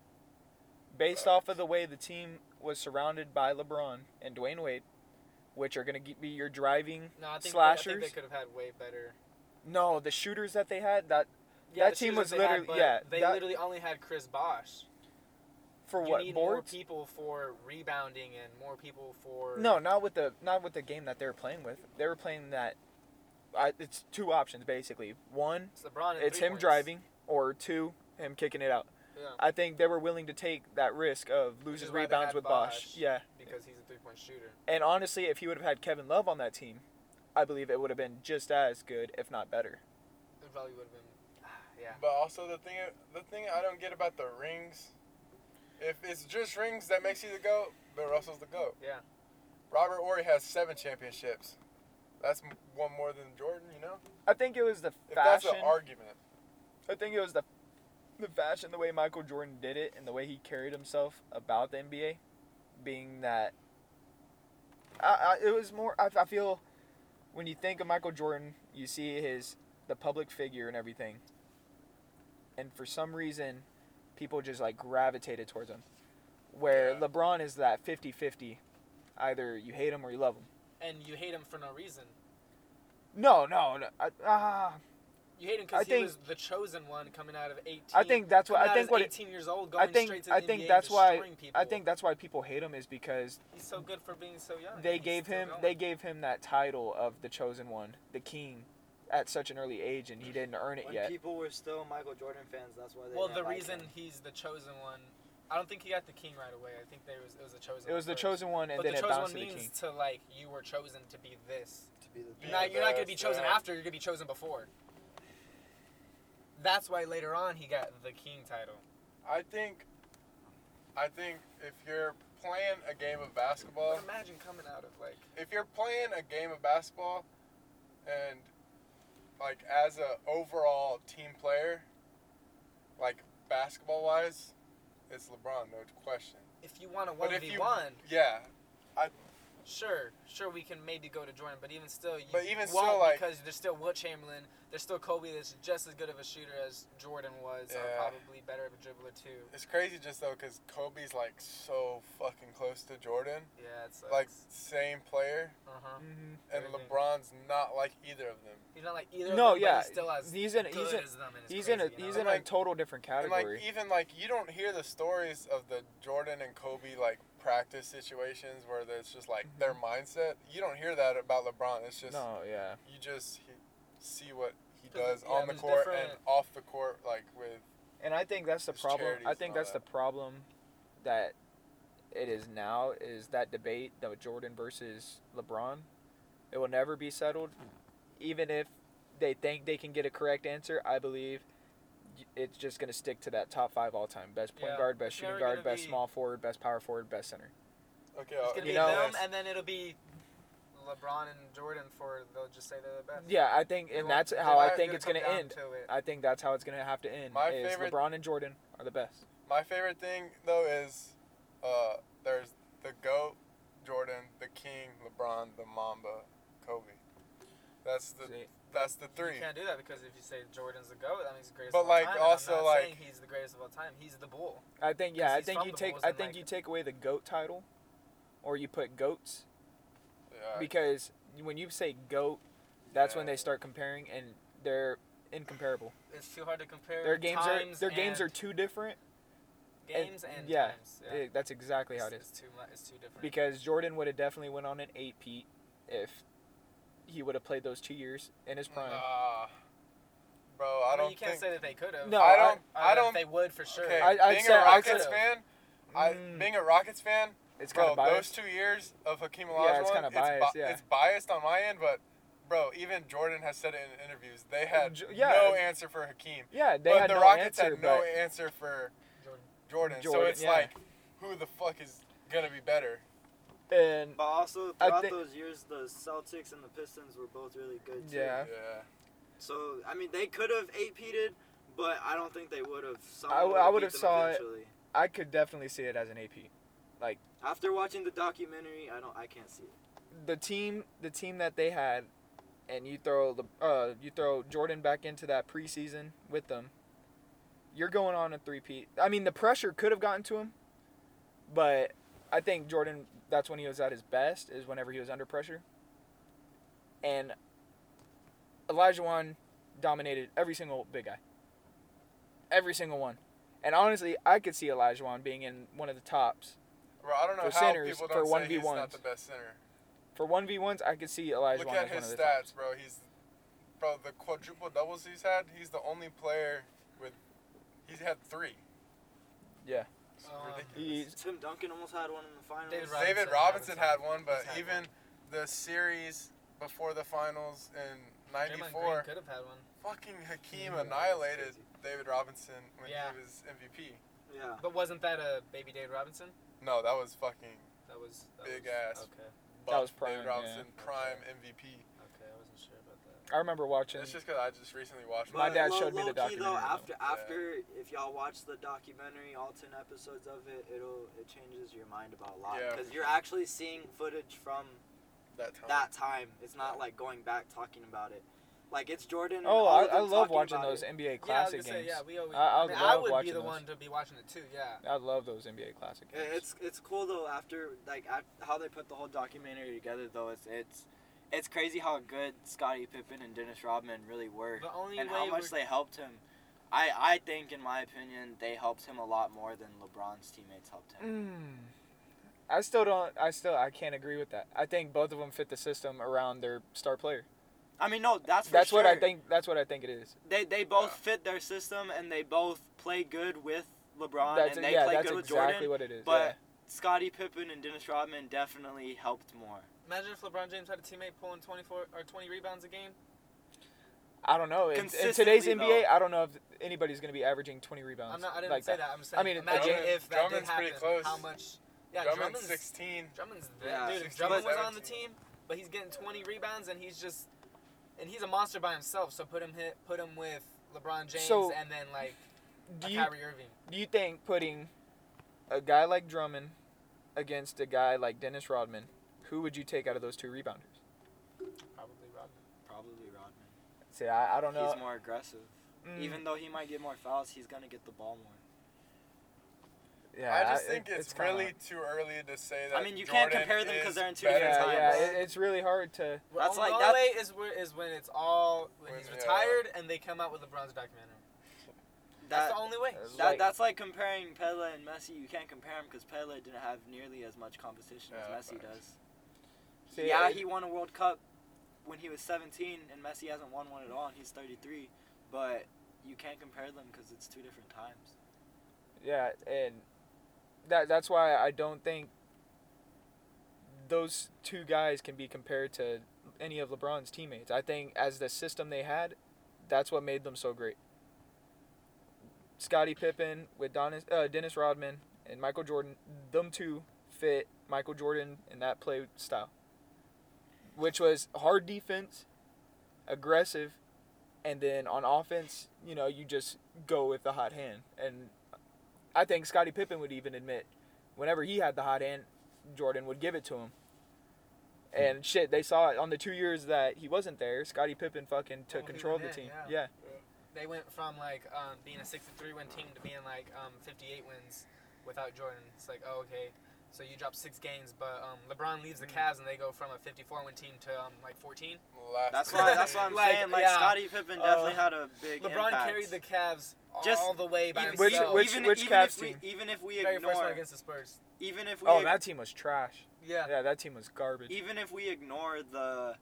Speaker 1: Based off of the way the team was surrounded by LeBron and Dwayne Wade, which are going to be your driving.
Speaker 2: No, I think They, I think
Speaker 1: Slashers?
Speaker 2: they could have had way better.
Speaker 1: No, the shooters that they had that
Speaker 2: Yeah,
Speaker 1: That
Speaker 2: the
Speaker 1: team
Speaker 2: shooters
Speaker 1: was
Speaker 2: they had,
Speaker 1: literally-
Speaker 2: but
Speaker 1: yeah,
Speaker 2: They
Speaker 1: that-
Speaker 2: literally only had Chris Bosh.
Speaker 1: for
Speaker 2: you
Speaker 1: what
Speaker 2: need more
Speaker 1: boards?
Speaker 2: people for rebounding and more people for
Speaker 1: No, not with the not with the game that they were playing with. They were playing that. I, it's two options basically. One,
Speaker 2: It's LeBron. and
Speaker 1: it's
Speaker 2: three
Speaker 1: him
Speaker 2: points.
Speaker 1: driving, or two, him kicking it out.
Speaker 2: Yeah.
Speaker 1: I think they were willing to take that risk of
Speaker 2: is
Speaker 1: losing
Speaker 2: why they
Speaker 1: rebounds
Speaker 2: had
Speaker 1: with
Speaker 2: Bosh.
Speaker 1: Bosch. Yeah,
Speaker 2: because he's a three-point shooter.
Speaker 1: and honestly, if he would have had Kevin Love on that team, I believe it would have been just as good, if not better.
Speaker 2: It probably would have been. Yeah.
Speaker 3: But also the thing, the thing I don't get about the rings, if it's just rings that makes you the goat, Bill Russell's the goat.
Speaker 2: Yeah.
Speaker 3: Robert Ory has seven championships. That's m- one more than Jordan, you know.
Speaker 1: I think it was the
Speaker 3: If
Speaker 1: fashion.
Speaker 3: that's an argument,
Speaker 1: I think it was the the fashion, the way Michael Jordan did it, and the way he carried himself about the NBA, being that. I, I, it was more. I, I feel when you think of Michael Jordan, you see his the public figure and everything, and for some reason, people just like gravitated towards him. Where
Speaker 3: Yeah.
Speaker 1: LeBron is that 50-50. either you hate him or you love him.
Speaker 2: And you hate him for no reason.
Speaker 1: No, no, no. I, ah,
Speaker 2: You hate him
Speaker 1: I
Speaker 2: because he
Speaker 1: think-
Speaker 2: was the chosen one coming out of 18.
Speaker 1: I think that's what
Speaker 2: coming
Speaker 1: I
Speaker 2: out
Speaker 1: think
Speaker 2: as
Speaker 1: what it,
Speaker 2: 18 years old going
Speaker 1: I think
Speaker 2: straight to the
Speaker 1: I think
Speaker 2: NBA,
Speaker 1: that's why
Speaker 2: destroying people.
Speaker 1: I think that's why people hate him is because
Speaker 2: he's so good for being so young.
Speaker 1: they
Speaker 2: and he's
Speaker 1: gave
Speaker 2: still
Speaker 1: him
Speaker 2: going.
Speaker 1: they gave him that title of the chosen one, the king, at such an early age, and he didn't earn it
Speaker 4: When
Speaker 1: yet.
Speaker 4: people were still Michael Jordan fans, that's why they.
Speaker 2: Well,
Speaker 4: didn't
Speaker 2: the
Speaker 4: like
Speaker 2: reason
Speaker 4: him.
Speaker 2: he's the chosen one, I don't think he got the king right away. I think there was it was the chosen.
Speaker 1: It was the
Speaker 2: first.
Speaker 1: chosen one, and
Speaker 2: But
Speaker 1: then
Speaker 2: the
Speaker 1: it
Speaker 2: chosen one
Speaker 1: bounced to the king.
Speaker 2: means to like you were chosen to be this.
Speaker 4: to be the
Speaker 2: You're
Speaker 3: Be
Speaker 2: not,
Speaker 3: the
Speaker 2: you're not gonna be
Speaker 3: best,
Speaker 2: chosen
Speaker 3: yeah.
Speaker 2: after. You're gonna be chosen before. That's why later on he got the king title.
Speaker 3: I think, I think if you're playing a game of basketball,
Speaker 2: But imagine coming out of like
Speaker 3: if you're playing a game of basketball, and like as a overall team player, like basketball wise, it's LeBron, no question.
Speaker 2: if you want a
Speaker 3: But
Speaker 2: one
Speaker 3: if
Speaker 2: v
Speaker 3: you-
Speaker 2: one,
Speaker 3: Yeah,
Speaker 2: sure, sure we can maybe go to Jordan, but even still, you
Speaker 3: But even
Speaker 2: won't
Speaker 3: still, like-
Speaker 2: because there's still Will Chamberlain, there's still Kobe that's just as good of a shooter as Jordan was,
Speaker 3: Yeah.
Speaker 2: or probably better of a dribbler too.
Speaker 3: it's crazy just though because Kobe's like so fucking close to Jordan,
Speaker 2: Yeah, it's
Speaker 3: like same player,
Speaker 2: uh huh.
Speaker 1: Mm-hmm.
Speaker 3: and
Speaker 2: Everything.
Speaker 3: LeBron's not like either of them.
Speaker 2: He's not like either.
Speaker 1: No,
Speaker 2: of them,
Speaker 1: yeah,
Speaker 2: but he's still as
Speaker 1: he's in-
Speaker 2: good
Speaker 1: he's in-
Speaker 2: as them, and it's
Speaker 1: He's
Speaker 2: crazy,
Speaker 1: in a
Speaker 2: you know?
Speaker 1: he's
Speaker 3: And
Speaker 1: in a
Speaker 3: like-
Speaker 1: total different
Speaker 3: And like
Speaker 1: category.
Speaker 3: even like you don't hear the stories of the Jordan and Kobe like practice situations where there's just like their mindset. You don't hear that about LeBron. It's just
Speaker 1: Mm-hmm. No, yeah,
Speaker 3: you just he, see what he
Speaker 2: Cause,
Speaker 3: does
Speaker 2: yeah,
Speaker 3: on the
Speaker 2: there's
Speaker 3: court and
Speaker 2: different-
Speaker 3: off the court, like with
Speaker 1: and I think that's the
Speaker 3: His
Speaker 1: problem.
Speaker 3: charities
Speaker 1: I
Speaker 3: and
Speaker 1: think
Speaker 3: all
Speaker 1: that's the
Speaker 3: that.
Speaker 1: problem that it is now is that debate the Jordan versus LeBron. It will never be settled, even if they think they can get a correct answer. I believe y- it's just going to stick to that top five all time: best point
Speaker 2: Yeah,
Speaker 1: guard, best
Speaker 2: it's
Speaker 1: shooting
Speaker 2: never
Speaker 1: guard,
Speaker 2: gonna
Speaker 1: best
Speaker 2: be-
Speaker 1: small forward, best power forward, best center.
Speaker 3: okay,
Speaker 2: It's
Speaker 3: uh,
Speaker 2: gonna
Speaker 1: you
Speaker 2: be
Speaker 1: know-
Speaker 2: them,
Speaker 3: this.
Speaker 2: and then it'll be LeBron and Jordan for they'll just say they're the best.
Speaker 1: Yeah, I think,
Speaker 2: It
Speaker 1: and
Speaker 2: won't-
Speaker 1: that's
Speaker 2: it
Speaker 1: how I
Speaker 2: won't
Speaker 1: think
Speaker 2: come
Speaker 1: it's going to
Speaker 2: down
Speaker 1: end.
Speaker 2: to it.
Speaker 1: I think that's how it's going to have to end.
Speaker 3: My
Speaker 1: is
Speaker 3: favorite-
Speaker 1: LeBron and Jordan are the best.
Speaker 3: My favorite thing though is uh, there's the goat, Jordan, the king, LeBron, the Mamba, Kobe. That's the
Speaker 1: See?
Speaker 3: that's the three.
Speaker 2: You can't do that because if you say Jordan's the GOAT, that means he's the greatest
Speaker 3: But,
Speaker 2: of all
Speaker 3: like,
Speaker 2: time. and
Speaker 3: also,
Speaker 2: I'm not
Speaker 3: like-
Speaker 2: saying he's the greatest of all time. He's the bull.
Speaker 1: I think
Speaker 2: 'Cause
Speaker 1: yeah, I
Speaker 2: he's
Speaker 1: think
Speaker 2: from
Speaker 1: you
Speaker 2: the
Speaker 1: take
Speaker 2: Bulls
Speaker 1: I
Speaker 2: and,
Speaker 1: think
Speaker 2: like-
Speaker 1: you take away the goat title, or you put goats
Speaker 3: Yeah.
Speaker 1: because when you say goat, that's when
Speaker 3: Yeah.
Speaker 1: they start comparing and they're incomparable.
Speaker 2: It's too hard to compare.
Speaker 1: Their games are
Speaker 2: times
Speaker 1: their games are
Speaker 2: and-
Speaker 1: too different.
Speaker 2: games and,
Speaker 1: yeah,
Speaker 2: times. Yeah.
Speaker 1: It- that's exactly how it
Speaker 2: It's-
Speaker 1: is.
Speaker 2: It's too much. It's too different.
Speaker 1: Because Jordan would have definitely went on an eight peat if he would have played those two years in his
Speaker 2: Uh,
Speaker 1: prime.
Speaker 3: Nah. bro, I,
Speaker 2: I
Speaker 3: don't
Speaker 2: mean, you can't
Speaker 3: think
Speaker 2: say that they could have.
Speaker 1: No,
Speaker 3: I
Speaker 1: I-
Speaker 3: don't.
Speaker 2: I,
Speaker 3: I don't.
Speaker 2: They would for sure. Oh,
Speaker 3: Okay,
Speaker 1: I- I'd
Speaker 3: being
Speaker 1: say-
Speaker 3: a
Speaker 1: I'd
Speaker 3: Rockets
Speaker 2: say-
Speaker 3: fan, I
Speaker 1: Mm.
Speaker 3: being a Rockets fan,
Speaker 1: It's kind
Speaker 3: bro,
Speaker 1: of biased.
Speaker 3: those two years of Hakeem Olajuwon,
Speaker 1: Yeah, it's kinda biased,
Speaker 3: it's,
Speaker 1: yeah.
Speaker 3: it's biased on my end, but bro, even Jordan has said it in interviews. They had
Speaker 1: J- yeah.
Speaker 3: no answer for Hakeem,
Speaker 1: yeah, they
Speaker 3: but
Speaker 1: had
Speaker 3: the
Speaker 1: no
Speaker 3: Rockets
Speaker 1: answer,
Speaker 3: had no
Speaker 1: but
Speaker 3: answer for
Speaker 2: Jordan.
Speaker 3: Jordan. so
Speaker 1: Jordan,
Speaker 3: it's
Speaker 1: yeah.
Speaker 3: like, who the fuck is gonna be better?
Speaker 1: and
Speaker 4: But also
Speaker 1: I
Speaker 4: throughout
Speaker 1: thi-
Speaker 4: those years, the Celtics and the Pistons were both really good too.
Speaker 1: Yeah.
Speaker 4: So I mean, they could have eight peated, but I don't think they would have.
Speaker 1: I w- I would've saw it. I could definitely see it as an AP.
Speaker 4: After watching the documentary, I don't. I can't see it.
Speaker 1: The team, the team that they had, and you throw the uh, you throw Jordan back into that preseason with them. You're going on a three P. I mean, the pressure could have gotten to him, but I think Jordan. That's when he was at his best. Is whenever he was under pressure. And Elijah Wan dominated every single big guy. Every single one. And honestly, I could see Elijah Wan being in one of the tops.
Speaker 3: Bro, I don't know
Speaker 1: For
Speaker 3: how
Speaker 1: centers,
Speaker 3: people
Speaker 1: for
Speaker 3: don't say he's
Speaker 1: 1v1s.
Speaker 3: not the best center.
Speaker 1: For 1v1s, I could see Elijah
Speaker 3: Look
Speaker 1: Wan
Speaker 3: at
Speaker 1: as one
Speaker 3: his
Speaker 1: of the tops.
Speaker 3: stats, bro. He's bro the quadruple doubles he's had. He's the only player with he's had three.
Speaker 1: Yeah.
Speaker 3: It's
Speaker 2: Um,
Speaker 3: ridiculous.
Speaker 4: Tim Duncan almost had one in the finals.
Speaker 2: David Robinson
Speaker 3: David
Speaker 2: had
Speaker 3: Robinson
Speaker 2: one.
Speaker 3: had one, but
Speaker 2: He's had
Speaker 3: even the series before the finals in
Speaker 2: Draymond Green
Speaker 3: '94,
Speaker 2: could have had one.
Speaker 3: fucking Hakeem
Speaker 8: Yeah, that's
Speaker 3: annihilated
Speaker 8: crazy.
Speaker 3: David Robinson when
Speaker 2: Yeah.
Speaker 3: he was MVP.
Speaker 4: Yeah.
Speaker 2: But wasn't that a baby David Robinson?
Speaker 3: No, that was fucking
Speaker 2: That was that
Speaker 3: Big
Speaker 2: was,
Speaker 3: ass.
Speaker 2: Okay,
Speaker 3: buff
Speaker 1: was prime,
Speaker 3: David Robinson,
Speaker 2: yeah.
Speaker 3: prime MVP.
Speaker 2: okay, I wasn't sure about that.
Speaker 1: I remember watching.
Speaker 3: It's just because I just recently watched.
Speaker 1: My
Speaker 3: it.
Speaker 4: But
Speaker 1: dad
Speaker 4: low-
Speaker 1: showed me the
Speaker 4: low-key, Though,
Speaker 1: documentary,
Speaker 4: after
Speaker 3: though.
Speaker 4: after if y'all watch the documentary, all ten episodes of it, it'll it changes your mind about a lot
Speaker 3: Yeah.
Speaker 4: because you're actually seeing footage from
Speaker 3: that time.
Speaker 4: that time. It's not like going back talking about it. Like it's Jordan. and
Speaker 1: oh,
Speaker 4: all of
Speaker 1: I, I
Speaker 4: them
Speaker 1: love
Speaker 4: talking
Speaker 1: watching
Speaker 4: about
Speaker 1: those
Speaker 4: it.
Speaker 1: NBA classic
Speaker 2: yeah, I was gonna
Speaker 1: games.
Speaker 2: Say, yeah, we always.
Speaker 1: I- I
Speaker 2: mean,
Speaker 1: love
Speaker 2: would be
Speaker 1: watching
Speaker 2: the
Speaker 1: those.
Speaker 2: one to be watching it too. Yeah.
Speaker 1: I love those NBA classic
Speaker 4: And
Speaker 1: games.
Speaker 4: It's it's cool though after like af how they put the whole documentary together though. It's it's it's crazy how good Scottie Pippen and Dennis Rodman really were.
Speaker 2: The only
Speaker 4: and
Speaker 2: way
Speaker 4: how much
Speaker 2: we're-
Speaker 4: they helped him. I, I think, in my opinion, they helped him a lot more than LeBron's teammates helped him.
Speaker 1: Mm. I still don't. I still. I can't agree with that. I think both of them fit the system around their star player.
Speaker 4: I mean, no, that's for
Speaker 1: that's what I
Speaker 4: sure.
Speaker 1: think. That's what I think it is.
Speaker 4: They they both
Speaker 3: Yeah.
Speaker 4: fit their system and they both play good with LeBron
Speaker 1: That's
Speaker 4: and they
Speaker 1: yeah.
Speaker 4: play
Speaker 1: That's
Speaker 4: good with
Speaker 1: exactly
Speaker 4: Jordan.
Speaker 1: what it is.
Speaker 4: but
Speaker 1: yeah.
Speaker 4: Scottie Pippen and Dennis Rodman definitely helped more.
Speaker 2: Imagine if LeBron James had a teammate pulling 24 or 20 rebounds a game.
Speaker 1: I don't know. In, in today's
Speaker 4: Consistently,
Speaker 1: NBA, I don't know if anybody's going to be averaging 20 rebounds.
Speaker 2: I'm not. I didn't
Speaker 1: like
Speaker 2: say that. I'm just saying.
Speaker 1: I mean,
Speaker 2: imagine
Speaker 3: Drummond-
Speaker 2: if that
Speaker 3: Drummond's
Speaker 2: did happen.
Speaker 3: pretty close.
Speaker 2: How much? Yeah,
Speaker 3: Drummond's
Speaker 2: Drummond's
Speaker 3: 16.
Speaker 2: Drummond's
Speaker 4: Yeah.
Speaker 2: that dude. If
Speaker 3: 16,
Speaker 2: Drummond was on the
Speaker 3: 17.
Speaker 2: team, but he's getting 20 rebounds and he's just, and he's a monster by himself. So put him hit, put him with LeBron James
Speaker 1: So,
Speaker 2: and then like
Speaker 1: Do
Speaker 2: a
Speaker 1: you
Speaker 2: Kyrie Irving.
Speaker 1: do you think putting a guy like Drummond against a guy like Dennis Rodman, who would you take out of those two rebounders?
Speaker 2: Probably Rodman.
Speaker 4: Probably Rodman.
Speaker 1: See, I, I don't know.
Speaker 4: He's more aggressive.
Speaker 1: Mm,
Speaker 4: Even though he might get more fouls, he's gonna get the ball more.
Speaker 1: yeah,
Speaker 3: I just
Speaker 1: it-
Speaker 3: think it's,
Speaker 1: kinda-
Speaker 3: really too early to say that.
Speaker 4: I mean, you can't
Speaker 3: Jordan
Speaker 4: compare them 'cause
Speaker 3: is
Speaker 4: they're in two
Speaker 3: better
Speaker 1: Yeah,
Speaker 4: different
Speaker 3: than
Speaker 4: times.
Speaker 1: yeah.
Speaker 3: LeBron.
Speaker 1: It, it's really hard to.
Speaker 2: Well,
Speaker 4: That's like-
Speaker 2: the
Speaker 4: that's-
Speaker 2: only way is where is when it's all when
Speaker 3: When-
Speaker 2: he's
Speaker 3: yeah.
Speaker 2: retired and they come out with LeBron's documentary. That's
Speaker 4: That,
Speaker 2: the only way.
Speaker 1: That's-
Speaker 4: that
Speaker 1: like-
Speaker 4: that's like comparing Pele and Messi. You can't compare them because Pele didn't have nearly as much competition
Speaker 3: Yeah,
Speaker 4: as Messi
Speaker 3: facts.
Speaker 4: does.
Speaker 1: See,
Speaker 4: yeah,
Speaker 1: it-
Speaker 4: he won a World Cup when he was 17, and Messi hasn't won one at all, and he's 33. But you can't compare them because it's two different times.
Speaker 1: Yeah, and that that's why I don't think those two guys can be compared to any of LeBron's teammates. I think as the system they had, that's what made them so great. Scottie Pippen with Donis, uh, Dennis Rodman and Michael Jordan, them two fit Michael Jordan in that play style, which was hard defense, aggressive, and then on offense, you know, you just go with the hot hand. And I think Scottie Pippen would even admit, whenever he had the hot hand, Jordan would give it to him.
Speaker 2: Hmm.
Speaker 1: And shit, they saw it on the two years that he wasn't there. Scottie Pippen fucking
Speaker 2: Well,
Speaker 1: took
Speaker 2: Oh, he
Speaker 1: control of the
Speaker 2: went in,
Speaker 1: team.
Speaker 2: yeah.
Speaker 1: yeah.
Speaker 2: They went from like um, being a 63 win team to being like um, 58 wins without Jordan. It's like, oh, okay. So you drop six games, but um, LeBron leaves
Speaker 1: Mm.
Speaker 2: the Cavs and they go from a 54 win team to um, like 14.
Speaker 3: Last
Speaker 4: That's why. That's
Speaker 3: year.
Speaker 4: why I'm
Speaker 2: Like,
Speaker 4: saying. Like
Speaker 2: yeah.
Speaker 4: Scottie Pippen definitely
Speaker 2: Uh,
Speaker 4: had a big
Speaker 2: LeBron
Speaker 4: impact.
Speaker 2: carried the Cavs all
Speaker 4: Just-
Speaker 2: the way by
Speaker 4: even,
Speaker 1: Which-
Speaker 2: himself.
Speaker 1: which-
Speaker 4: even,
Speaker 1: which
Speaker 4: even
Speaker 1: Cavs
Speaker 4: if we,
Speaker 1: team?
Speaker 4: even if we
Speaker 2: very first one
Speaker 4: ignore,
Speaker 2: against the Spurs.
Speaker 4: even if we,
Speaker 1: Oh,
Speaker 4: ig-
Speaker 1: that team was trash.
Speaker 2: Yeah.
Speaker 1: Yeah, that team was garbage.
Speaker 4: even if we ignore the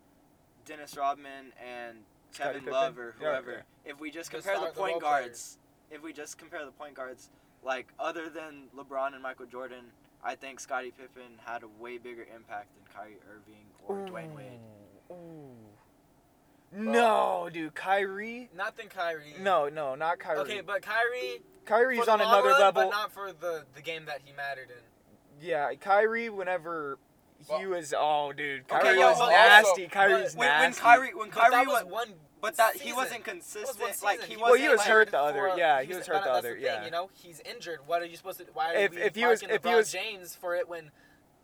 Speaker 4: Dennis Rodman and
Speaker 1: Scottie
Speaker 4: Kevin
Speaker 1: Pippen?
Speaker 4: Love or
Speaker 1: Yeah,
Speaker 4: whoever,
Speaker 1: yeah.
Speaker 4: if we just
Speaker 2: Just
Speaker 4: compare the
Speaker 2: start the role
Speaker 4: point guards, if we just compare the point guards, like other than LeBron and Michael Jordan, I think Scottie Pippen had a way bigger impact than Kyrie Irving or
Speaker 1: Mm.
Speaker 4: Dwayne Wade.
Speaker 1: No, dude, Kyrie.
Speaker 2: Not than Kyrie.
Speaker 1: No, no, not Kyrie.
Speaker 2: Okay, but Kyrie
Speaker 1: Kyrie's
Speaker 2: for the
Speaker 1: on
Speaker 2: long
Speaker 1: another
Speaker 2: run,
Speaker 1: level.
Speaker 2: but not for the the game that he mattered in.
Speaker 1: yeah, Kyrie. Whenever he
Speaker 3: Well-
Speaker 1: was, oh, dude, Kyrie
Speaker 4: yo,
Speaker 1: was
Speaker 4: but
Speaker 1: nasty.
Speaker 3: also-
Speaker 1: Kyrie's
Speaker 4: When, when
Speaker 1: nasty.
Speaker 4: Kyrie, when
Speaker 2: But that
Speaker 4: Kyrie
Speaker 2: was
Speaker 4: was,
Speaker 2: one
Speaker 4: But that he
Speaker 2: season.
Speaker 4: wasn't
Speaker 2: That was
Speaker 4: consistent.
Speaker 2: one
Speaker 4: like
Speaker 2: season.
Speaker 4: he wasn't.
Speaker 2: wasn't
Speaker 1: Well, he was
Speaker 2: like,
Speaker 1: hurt the
Speaker 2: for
Speaker 1: other-
Speaker 2: a-
Speaker 1: yeah, he was hurt
Speaker 2: but
Speaker 1: the
Speaker 2: that's
Speaker 1: other-
Speaker 2: thing,
Speaker 1: yeah.
Speaker 2: you know, he's injured. What are you supposed to? Why are
Speaker 1: If-
Speaker 2: we
Speaker 1: if he was-
Speaker 2: marking
Speaker 1: if he
Speaker 2: LeBron
Speaker 1: was-
Speaker 2: James for it when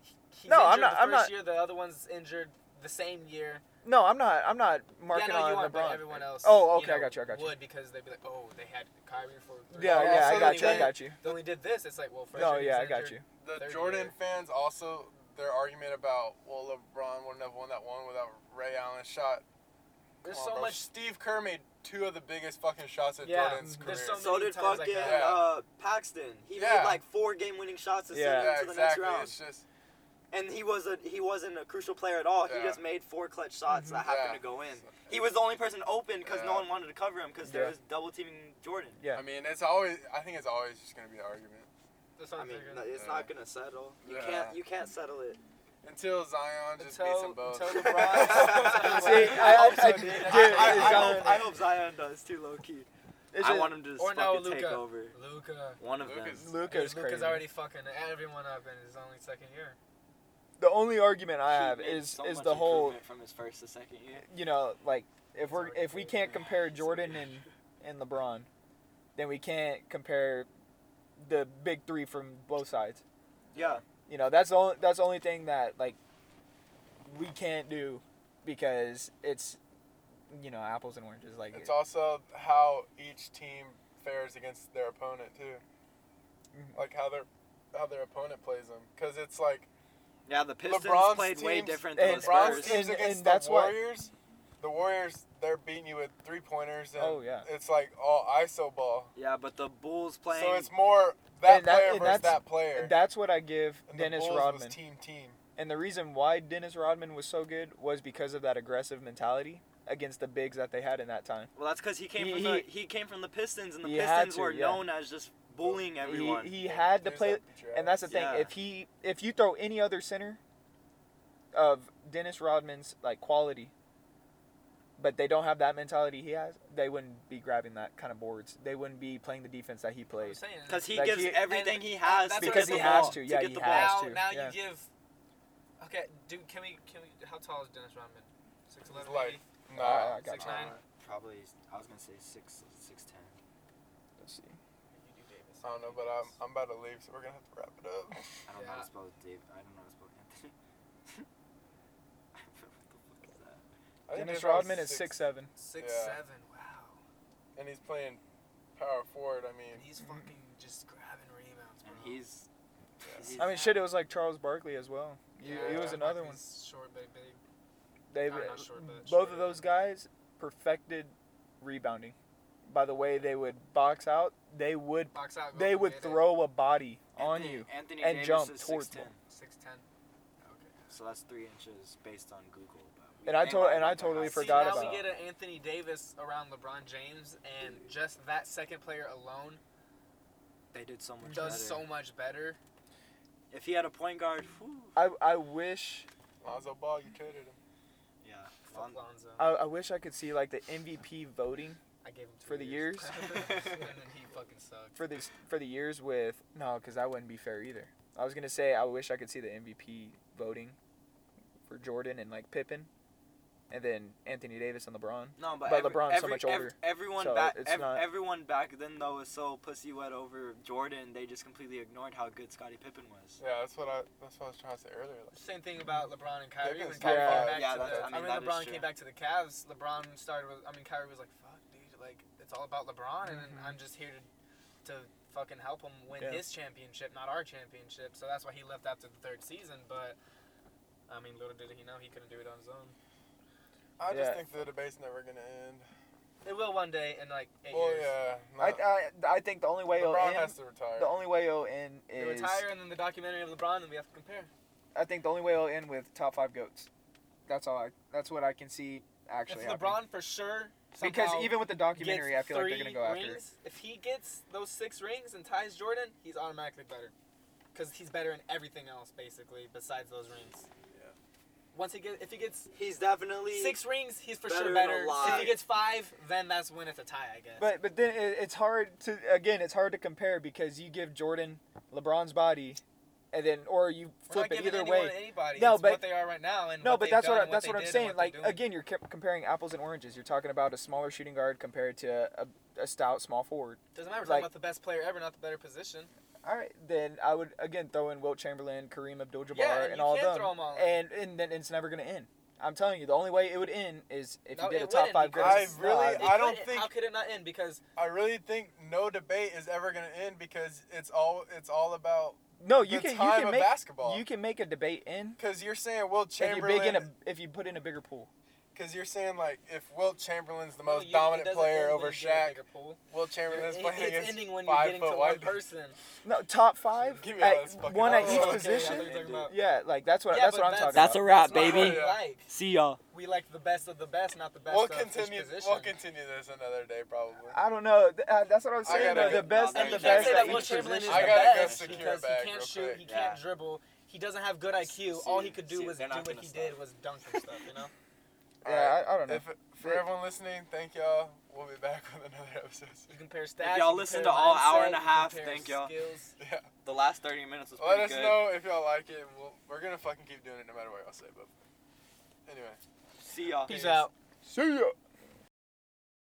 Speaker 2: he- he's
Speaker 1: No, I'm
Speaker 2: injured
Speaker 1: not-
Speaker 2: The
Speaker 1: I'm
Speaker 2: first
Speaker 1: not-
Speaker 2: Year, the other one's injured the same year.
Speaker 1: No, I'm not. I'm not marking
Speaker 2: yeah, no,
Speaker 1: on
Speaker 2: you aren't,
Speaker 1: LeBron.
Speaker 2: But everyone else.
Speaker 1: Oh,
Speaker 2: you
Speaker 1: okay,
Speaker 2: know,
Speaker 1: I got you, I got you.
Speaker 2: Would because they'd be like, oh, they had Kyrie for. Three
Speaker 1: yeah,
Speaker 3: Oh,
Speaker 1: yeah,
Speaker 3: so
Speaker 1: I got
Speaker 3: they
Speaker 1: you. I
Speaker 3: went-
Speaker 1: got you.
Speaker 2: They only did this. It's like, well, first
Speaker 1: No,
Speaker 2: year he
Speaker 1: yeah,
Speaker 2: was
Speaker 1: I got
Speaker 2: injured.
Speaker 1: you.
Speaker 3: The
Speaker 2: Third
Speaker 3: Jordan
Speaker 2: year.
Speaker 3: fans also their argument about well LeBron wouldn't have won that one without Ray Allen's shot.
Speaker 2: There's
Speaker 3: Come on,
Speaker 2: so
Speaker 3: bro.
Speaker 2: much.
Speaker 3: Steve Kerr made two of the biggest fucking shots at
Speaker 2: Yeah,
Speaker 3: Jordan's career.
Speaker 2: there's so
Speaker 4: So
Speaker 2: many
Speaker 4: did
Speaker 2: times like
Speaker 4: fucking
Speaker 2: that.
Speaker 4: uh, Paxton. He
Speaker 3: Yeah.
Speaker 4: made like four game-winning shots to
Speaker 1: Yeah.
Speaker 4: send him
Speaker 3: yeah,
Speaker 4: to the
Speaker 3: exactly.
Speaker 4: next round.
Speaker 3: It's just
Speaker 4: and he was a he wasn't a crucial player at all.
Speaker 3: Yeah.
Speaker 4: He just made four clutch shots that happened
Speaker 3: Yeah.
Speaker 4: to go in. He was the only person open because
Speaker 3: Yeah.
Speaker 4: no one wanted to cover him because there
Speaker 1: Yeah.
Speaker 4: was double teaming Jordan.
Speaker 1: Yeah.
Speaker 3: I mean, it's always. I think it's always just gonna be an argument
Speaker 2: That's what
Speaker 4: I
Speaker 2: I'm
Speaker 4: mean,
Speaker 2: figuring.
Speaker 4: no, it's
Speaker 3: Yeah.
Speaker 4: not gonna settle. You
Speaker 3: Yeah.
Speaker 4: can't you can't settle it.
Speaker 3: until Zion just beats them
Speaker 2: Until,
Speaker 3: both.
Speaker 2: until LeBron.
Speaker 1: See, I- I- I-
Speaker 2: dude.
Speaker 1: dude,
Speaker 4: I, I-
Speaker 1: it's
Speaker 4: I
Speaker 1: on-
Speaker 4: hope, I hope Zion does too, low key.
Speaker 1: It's
Speaker 4: I
Speaker 1: just-
Speaker 4: want him to just
Speaker 2: or no,
Speaker 4: fucking take
Speaker 2: Luka.
Speaker 4: over.
Speaker 2: Luca.
Speaker 4: One of
Speaker 3: Luka's-
Speaker 4: them.
Speaker 1: Luca's crazy.
Speaker 2: Luca's already fucking everyone up in his only second year.
Speaker 1: the only argument I
Speaker 4: He
Speaker 1: have
Speaker 4: made
Speaker 1: is
Speaker 4: so
Speaker 1: is
Speaker 4: much
Speaker 1: the whole
Speaker 4: improvement from his first to second year.
Speaker 1: you know like if we're
Speaker 2: already
Speaker 1: if we
Speaker 2: crazy.
Speaker 1: can't compare Jordan and and LeBron, then we can't compare the big three from both sides.
Speaker 4: Yeah,
Speaker 1: You know that's the only that's the only thing that like we can't do because it's you know apples and oranges like
Speaker 3: It's also how each team fares against their opponent too,
Speaker 1: Mhm.
Speaker 3: like how their how their opponent plays them. Because it's like
Speaker 4: yeah. The Pistons
Speaker 3: LeBron's
Speaker 4: played way
Speaker 3: teams-
Speaker 4: different than
Speaker 1: and
Speaker 4: the
Speaker 3: LeBron's
Speaker 4: Spurs.
Speaker 3: teams
Speaker 1: And-
Speaker 3: against
Speaker 1: and that's
Speaker 3: the
Speaker 1: why-
Speaker 3: Warriors. The Warriors, they're beating you with three pointers. And
Speaker 1: Oh, yeah.
Speaker 3: It's like all ISO ball.
Speaker 4: Yeah, but the Bulls playing.
Speaker 3: So it's more that
Speaker 1: And that-
Speaker 3: player
Speaker 1: and
Speaker 3: versus
Speaker 1: that's-
Speaker 3: that player.
Speaker 1: that's what I give
Speaker 3: And the
Speaker 1: Dennis
Speaker 3: Bulls was
Speaker 1: Rodman.
Speaker 3: team team.
Speaker 1: And the reason why Dennis Rodman was so good was because of that aggressive mentality against the bigs that they had in that time.
Speaker 4: Well, that's because he came
Speaker 1: He-
Speaker 4: from the
Speaker 1: he-
Speaker 4: he came from the Pistons, and the
Speaker 1: he had
Speaker 4: Pistons
Speaker 1: to,
Speaker 4: were
Speaker 1: yeah.
Speaker 4: known as just bullying
Speaker 1: He,
Speaker 4: everyone.
Speaker 1: he had to
Speaker 3: Dudes
Speaker 1: play,
Speaker 3: that beat your
Speaker 1: and that's the
Speaker 3: ass.
Speaker 1: thing.
Speaker 4: Yeah.
Speaker 1: If he if you throw any other center of Dennis Rodman's like quality, but they don't have that mentality he has, they wouldn't be grabbing that kind of boards. They wouldn't be playing the defense that he
Speaker 2: I'm
Speaker 1: plays.
Speaker 2: saying
Speaker 4: because he
Speaker 1: Like,
Speaker 4: gives
Speaker 1: he-
Speaker 4: everything
Speaker 2: and
Speaker 4: he has
Speaker 2: that's
Speaker 4: to
Speaker 1: because
Speaker 4: get
Speaker 1: he
Speaker 4: the
Speaker 1: has
Speaker 4: ball,
Speaker 1: to, yeah,
Speaker 4: get
Speaker 1: he
Speaker 4: the
Speaker 1: has
Speaker 4: ball.
Speaker 1: to,
Speaker 2: now
Speaker 1: yeah.
Speaker 2: you give. Okay, dude, can we can we? How tall is Dennis Rodman? Six eleven.
Speaker 3: like-
Speaker 2: maybe?
Speaker 3: Nah.
Speaker 1: Uh, I got
Speaker 2: Six
Speaker 1: you.
Speaker 2: nine.
Speaker 7: Probably, I was gonna say six, six ten.
Speaker 1: Let's see.
Speaker 2: You do Davis.
Speaker 3: I don't know, but I'm, I'm about to leave, so we're gonna have to wrap it up.
Speaker 7: I don't know how
Speaker 2: Yeah.
Speaker 7: to spell Dave. I don't know how to spell Anthony. what the fuck is that?
Speaker 3: I think
Speaker 1: Dennis
Speaker 3: Dennis Rodman's
Speaker 1: Rodman is six seven.
Speaker 2: Six
Speaker 3: Yeah.
Speaker 2: seven. Wow.
Speaker 3: and he's playing power forward. I
Speaker 2: And
Speaker 3: mean,
Speaker 2: he's
Speaker 1: Mm-hmm.
Speaker 2: fucking just grabbing rebounds. Bro.
Speaker 7: And he's.
Speaker 3: Yeah.
Speaker 1: I mean, shit, it
Speaker 7: It
Speaker 1: was like Charles Barkley as well. He- he was
Speaker 2: John
Speaker 1: another one.
Speaker 2: Barkley's Short but big.
Speaker 1: They
Speaker 2: Or not short, but
Speaker 1: both
Speaker 2: shorter.
Speaker 1: of those guys perfected rebounding by the way they would box out. They would
Speaker 2: Box out. go
Speaker 1: they
Speaker 2: up
Speaker 1: would
Speaker 2: and get it.
Speaker 1: throw a body on
Speaker 7: Anthony,
Speaker 1: you.
Speaker 7: Anthony
Speaker 1: and
Speaker 7: Davis
Speaker 1: jump
Speaker 7: is
Speaker 1: towards
Speaker 7: 6'10",
Speaker 2: Six ten. Okay.
Speaker 7: So that's three inches based on Google. But we
Speaker 1: And I
Speaker 7: think
Speaker 1: to-
Speaker 7: about
Speaker 1: and I
Speaker 7: it, but
Speaker 1: totally
Speaker 7: see,
Speaker 1: forgot
Speaker 2: now
Speaker 7: now we
Speaker 1: about
Speaker 2: we
Speaker 1: it.
Speaker 2: get an Anthony Davis around LeBron James, and just that second player alone
Speaker 7: They did so much
Speaker 2: does
Speaker 7: better.
Speaker 2: so much better.
Speaker 7: If he had a point guard, whew,
Speaker 1: I, I wish
Speaker 3: Lonzo Ball, you traded him.
Speaker 7: yeah.
Speaker 2: Fuck Lonzo.
Speaker 1: I, I wish I could see like the MVP voting
Speaker 2: I gave him two
Speaker 1: for the
Speaker 2: and then he fucking sucked.
Speaker 1: for this for the years with no because that wouldn't be fair either. I was gonna say I wish I could see the MVP voting for Jordan and like Pippen, and then Anthony Davis and LeBron.
Speaker 4: No, but,
Speaker 1: But
Speaker 4: every,
Speaker 1: LeBron's so
Speaker 4: every-
Speaker 1: much
Speaker 4: ev-
Speaker 1: older,
Speaker 4: everyone
Speaker 1: so
Speaker 4: back,
Speaker 1: it's
Speaker 4: ev-
Speaker 1: not-
Speaker 4: everyone back then though was so pussy wet over Jordan. They just completely ignored how good Scottie Pippen was.
Speaker 3: Yeah, that's what I that's what I was trying to say earlier. Like,
Speaker 2: Same thing about LeBron and Kyrie.
Speaker 3: Pippin's
Speaker 2: When Kyrie
Speaker 1: Yeah.
Speaker 2: came back
Speaker 4: Yeah,
Speaker 2: to
Speaker 4: that's-
Speaker 2: the,
Speaker 4: I
Speaker 2: I
Speaker 4: mean,
Speaker 2: mean,
Speaker 4: that is
Speaker 2: LeBron
Speaker 4: true.
Speaker 2: came back to the Cavs. LeBron started with. I mean, Kyrie was like, "Fuck, dude, like it's all about LeBron, and
Speaker 1: Mhm.
Speaker 2: I'm just here to, to fucking help him win
Speaker 1: Yeah.
Speaker 2: his championship, not our championship." So that's why he left after the third season. But I mean, little did he know he couldn't do it on his own.
Speaker 3: I
Speaker 1: Yeah.
Speaker 3: just think the debate's never gonna end.
Speaker 2: It will one day in like eight
Speaker 3: Well,
Speaker 2: years.
Speaker 3: yeah. no.
Speaker 1: I, I I think the only way it'll
Speaker 3: LeBron
Speaker 1: end,
Speaker 3: has to retire.
Speaker 1: the only way it'll end
Speaker 2: They
Speaker 1: is
Speaker 2: retire, and then the documentary of LeBron, and we have to compare.
Speaker 1: I think the only way it'll end with top five goats. That's all. I, that's what I can see actually.
Speaker 2: if
Speaker 1: happening.
Speaker 2: LeBron for sure,
Speaker 1: because
Speaker 2: somehow
Speaker 1: even with the documentary, I
Speaker 2: gets
Speaker 1: feel like they're gonna
Speaker 2: three
Speaker 1: go after. it.
Speaker 2: rings, If he gets those six rings and ties Jordan, he's automatically better, because he's better in everything else basically besides those rings.
Speaker 3: Yeah.
Speaker 2: Once he get if he gets
Speaker 4: He's definitely
Speaker 2: six rings, he's for
Speaker 4: Better
Speaker 2: sure
Speaker 4: than
Speaker 2: better.
Speaker 4: a lot.
Speaker 2: If he gets five, then that's when it's a tie, I guess.
Speaker 1: But but then it, it's hard to again it's hard to compare because you give Jordan LeBron's body and then or you
Speaker 2: We're
Speaker 1: flip
Speaker 2: not
Speaker 1: it
Speaker 2: giving
Speaker 1: either
Speaker 2: anyone
Speaker 1: way.
Speaker 2: Anybody.
Speaker 1: No,
Speaker 2: It's
Speaker 1: but-
Speaker 2: what they are right now, and
Speaker 1: No,
Speaker 2: what
Speaker 1: but
Speaker 2: they've
Speaker 1: that's
Speaker 2: done
Speaker 1: what I,
Speaker 2: and
Speaker 1: that's
Speaker 2: they
Speaker 1: what I'm
Speaker 2: did and
Speaker 1: saying.
Speaker 2: what they're
Speaker 1: Like
Speaker 2: doing.
Speaker 1: again, you're c- comparing apples and oranges. You're talking about a smaller shooting guard compared to a, a stout small forward.
Speaker 2: doesn't matter. We're
Speaker 1: like-
Speaker 2: talking about the best player ever, not the better position.
Speaker 1: All right, then I would again throw in Wilt Chamberlain, Kareem Abdul-Jabbar,
Speaker 2: Yeah,
Speaker 1: and,
Speaker 2: and you
Speaker 1: all of
Speaker 2: can
Speaker 1: them,
Speaker 2: throw 'em all in.
Speaker 1: and and then it's never gonna end. I'm telling you, the only way it would end is if
Speaker 2: No,
Speaker 1: you did a
Speaker 2: it
Speaker 1: top
Speaker 2: wouldn't
Speaker 1: five.
Speaker 2: because-
Speaker 1: greatest.
Speaker 3: I really-
Speaker 1: No,
Speaker 3: I don't
Speaker 2: couldn't-
Speaker 3: think-
Speaker 2: How could it not end? Because
Speaker 3: I really think no debate is ever gonna end because it's all it's all about
Speaker 1: no, Oh, you
Speaker 3: the
Speaker 1: can you
Speaker 3: time
Speaker 1: can
Speaker 3: of
Speaker 1: make
Speaker 3: basketball.
Speaker 1: you can make a debate in
Speaker 3: because you're saying Will
Speaker 1: if you big in a
Speaker 3: Chamberlain
Speaker 1: if you put in a bigger pool.
Speaker 3: because you're saying like if Will Chamberlain's the
Speaker 2: no,
Speaker 3: most
Speaker 2: you- it
Speaker 3: dominant
Speaker 2: doesn't
Speaker 3: player
Speaker 2: end when
Speaker 3: over
Speaker 2: you get a
Speaker 3: Shaq,
Speaker 2: bigger pool.
Speaker 3: Will Chamberlain's
Speaker 2: It-
Speaker 3: playing
Speaker 2: it's
Speaker 3: against
Speaker 2: ending when you're
Speaker 3: five
Speaker 2: getting to
Speaker 3: foot
Speaker 2: one
Speaker 3: white.
Speaker 2: person.
Speaker 1: No, top five,
Speaker 3: Give me all this
Speaker 1: at,
Speaker 3: fucking
Speaker 1: one at
Speaker 3: Oh,
Speaker 1: each
Speaker 3: okay, I
Speaker 1: position.
Speaker 2: thought you were talking about-
Speaker 1: Yeah, like that's what
Speaker 2: Yeah,
Speaker 1: that's
Speaker 2: but
Speaker 1: what I'm
Speaker 2: that's-
Speaker 1: talking
Speaker 2: That's
Speaker 1: about.
Speaker 2: That's not what we
Speaker 3: Yeah.
Speaker 2: like.
Speaker 4: See y'all.
Speaker 2: We like the best of the best, not the best
Speaker 3: We'll
Speaker 2: of each
Speaker 3: continue.
Speaker 2: position.
Speaker 3: We'll continue this another day probably.
Speaker 1: I don't know. Th- uh, That's what I'm
Speaker 3: I
Speaker 1: saying.
Speaker 3: gotta
Speaker 1: though,
Speaker 3: go-
Speaker 1: the best
Speaker 4: no,
Speaker 1: and
Speaker 2: You
Speaker 1: the
Speaker 4: you
Speaker 2: can't
Speaker 1: best
Speaker 2: say
Speaker 1: at
Speaker 2: that
Speaker 1: each
Speaker 2: Will
Speaker 1: position.
Speaker 2: Chamberlain is
Speaker 3: I
Speaker 2: the
Speaker 3: gotta go
Speaker 2: best
Speaker 3: secure
Speaker 2: because
Speaker 3: bag
Speaker 2: he
Speaker 3: real
Speaker 2: can't shoot,
Speaker 3: quick.
Speaker 2: he
Speaker 4: Yeah.
Speaker 2: can't dribble, he doesn't have good IQ.
Speaker 4: See,
Speaker 2: All he could do
Speaker 4: see,
Speaker 2: was do
Speaker 4: they're not
Speaker 2: what
Speaker 4: gonna
Speaker 2: he
Speaker 4: stop.
Speaker 2: did was dunk and stuff, you know?
Speaker 1: Yeah, I, I don't know.
Speaker 3: If, for everyone listening, thank y'all. We'll be back with another episode.
Speaker 2: You compare stats.
Speaker 4: y'all
Speaker 2: you
Speaker 4: listen
Speaker 2: compare
Speaker 4: to all hour
Speaker 2: mindset,
Speaker 4: and a
Speaker 2: you
Speaker 4: half,
Speaker 2: compare
Speaker 4: thank y'all.
Speaker 2: skills.
Speaker 3: Yeah.
Speaker 4: The last 30 minutes was
Speaker 3: Let
Speaker 4: pretty
Speaker 3: us
Speaker 4: good.
Speaker 3: know if y'all like it. and We'll, we're gonna fucking keep doing it no matter what y'all say. But anyway.
Speaker 4: See y'all.
Speaker 2: Peace out.
Speaker 3: See ya.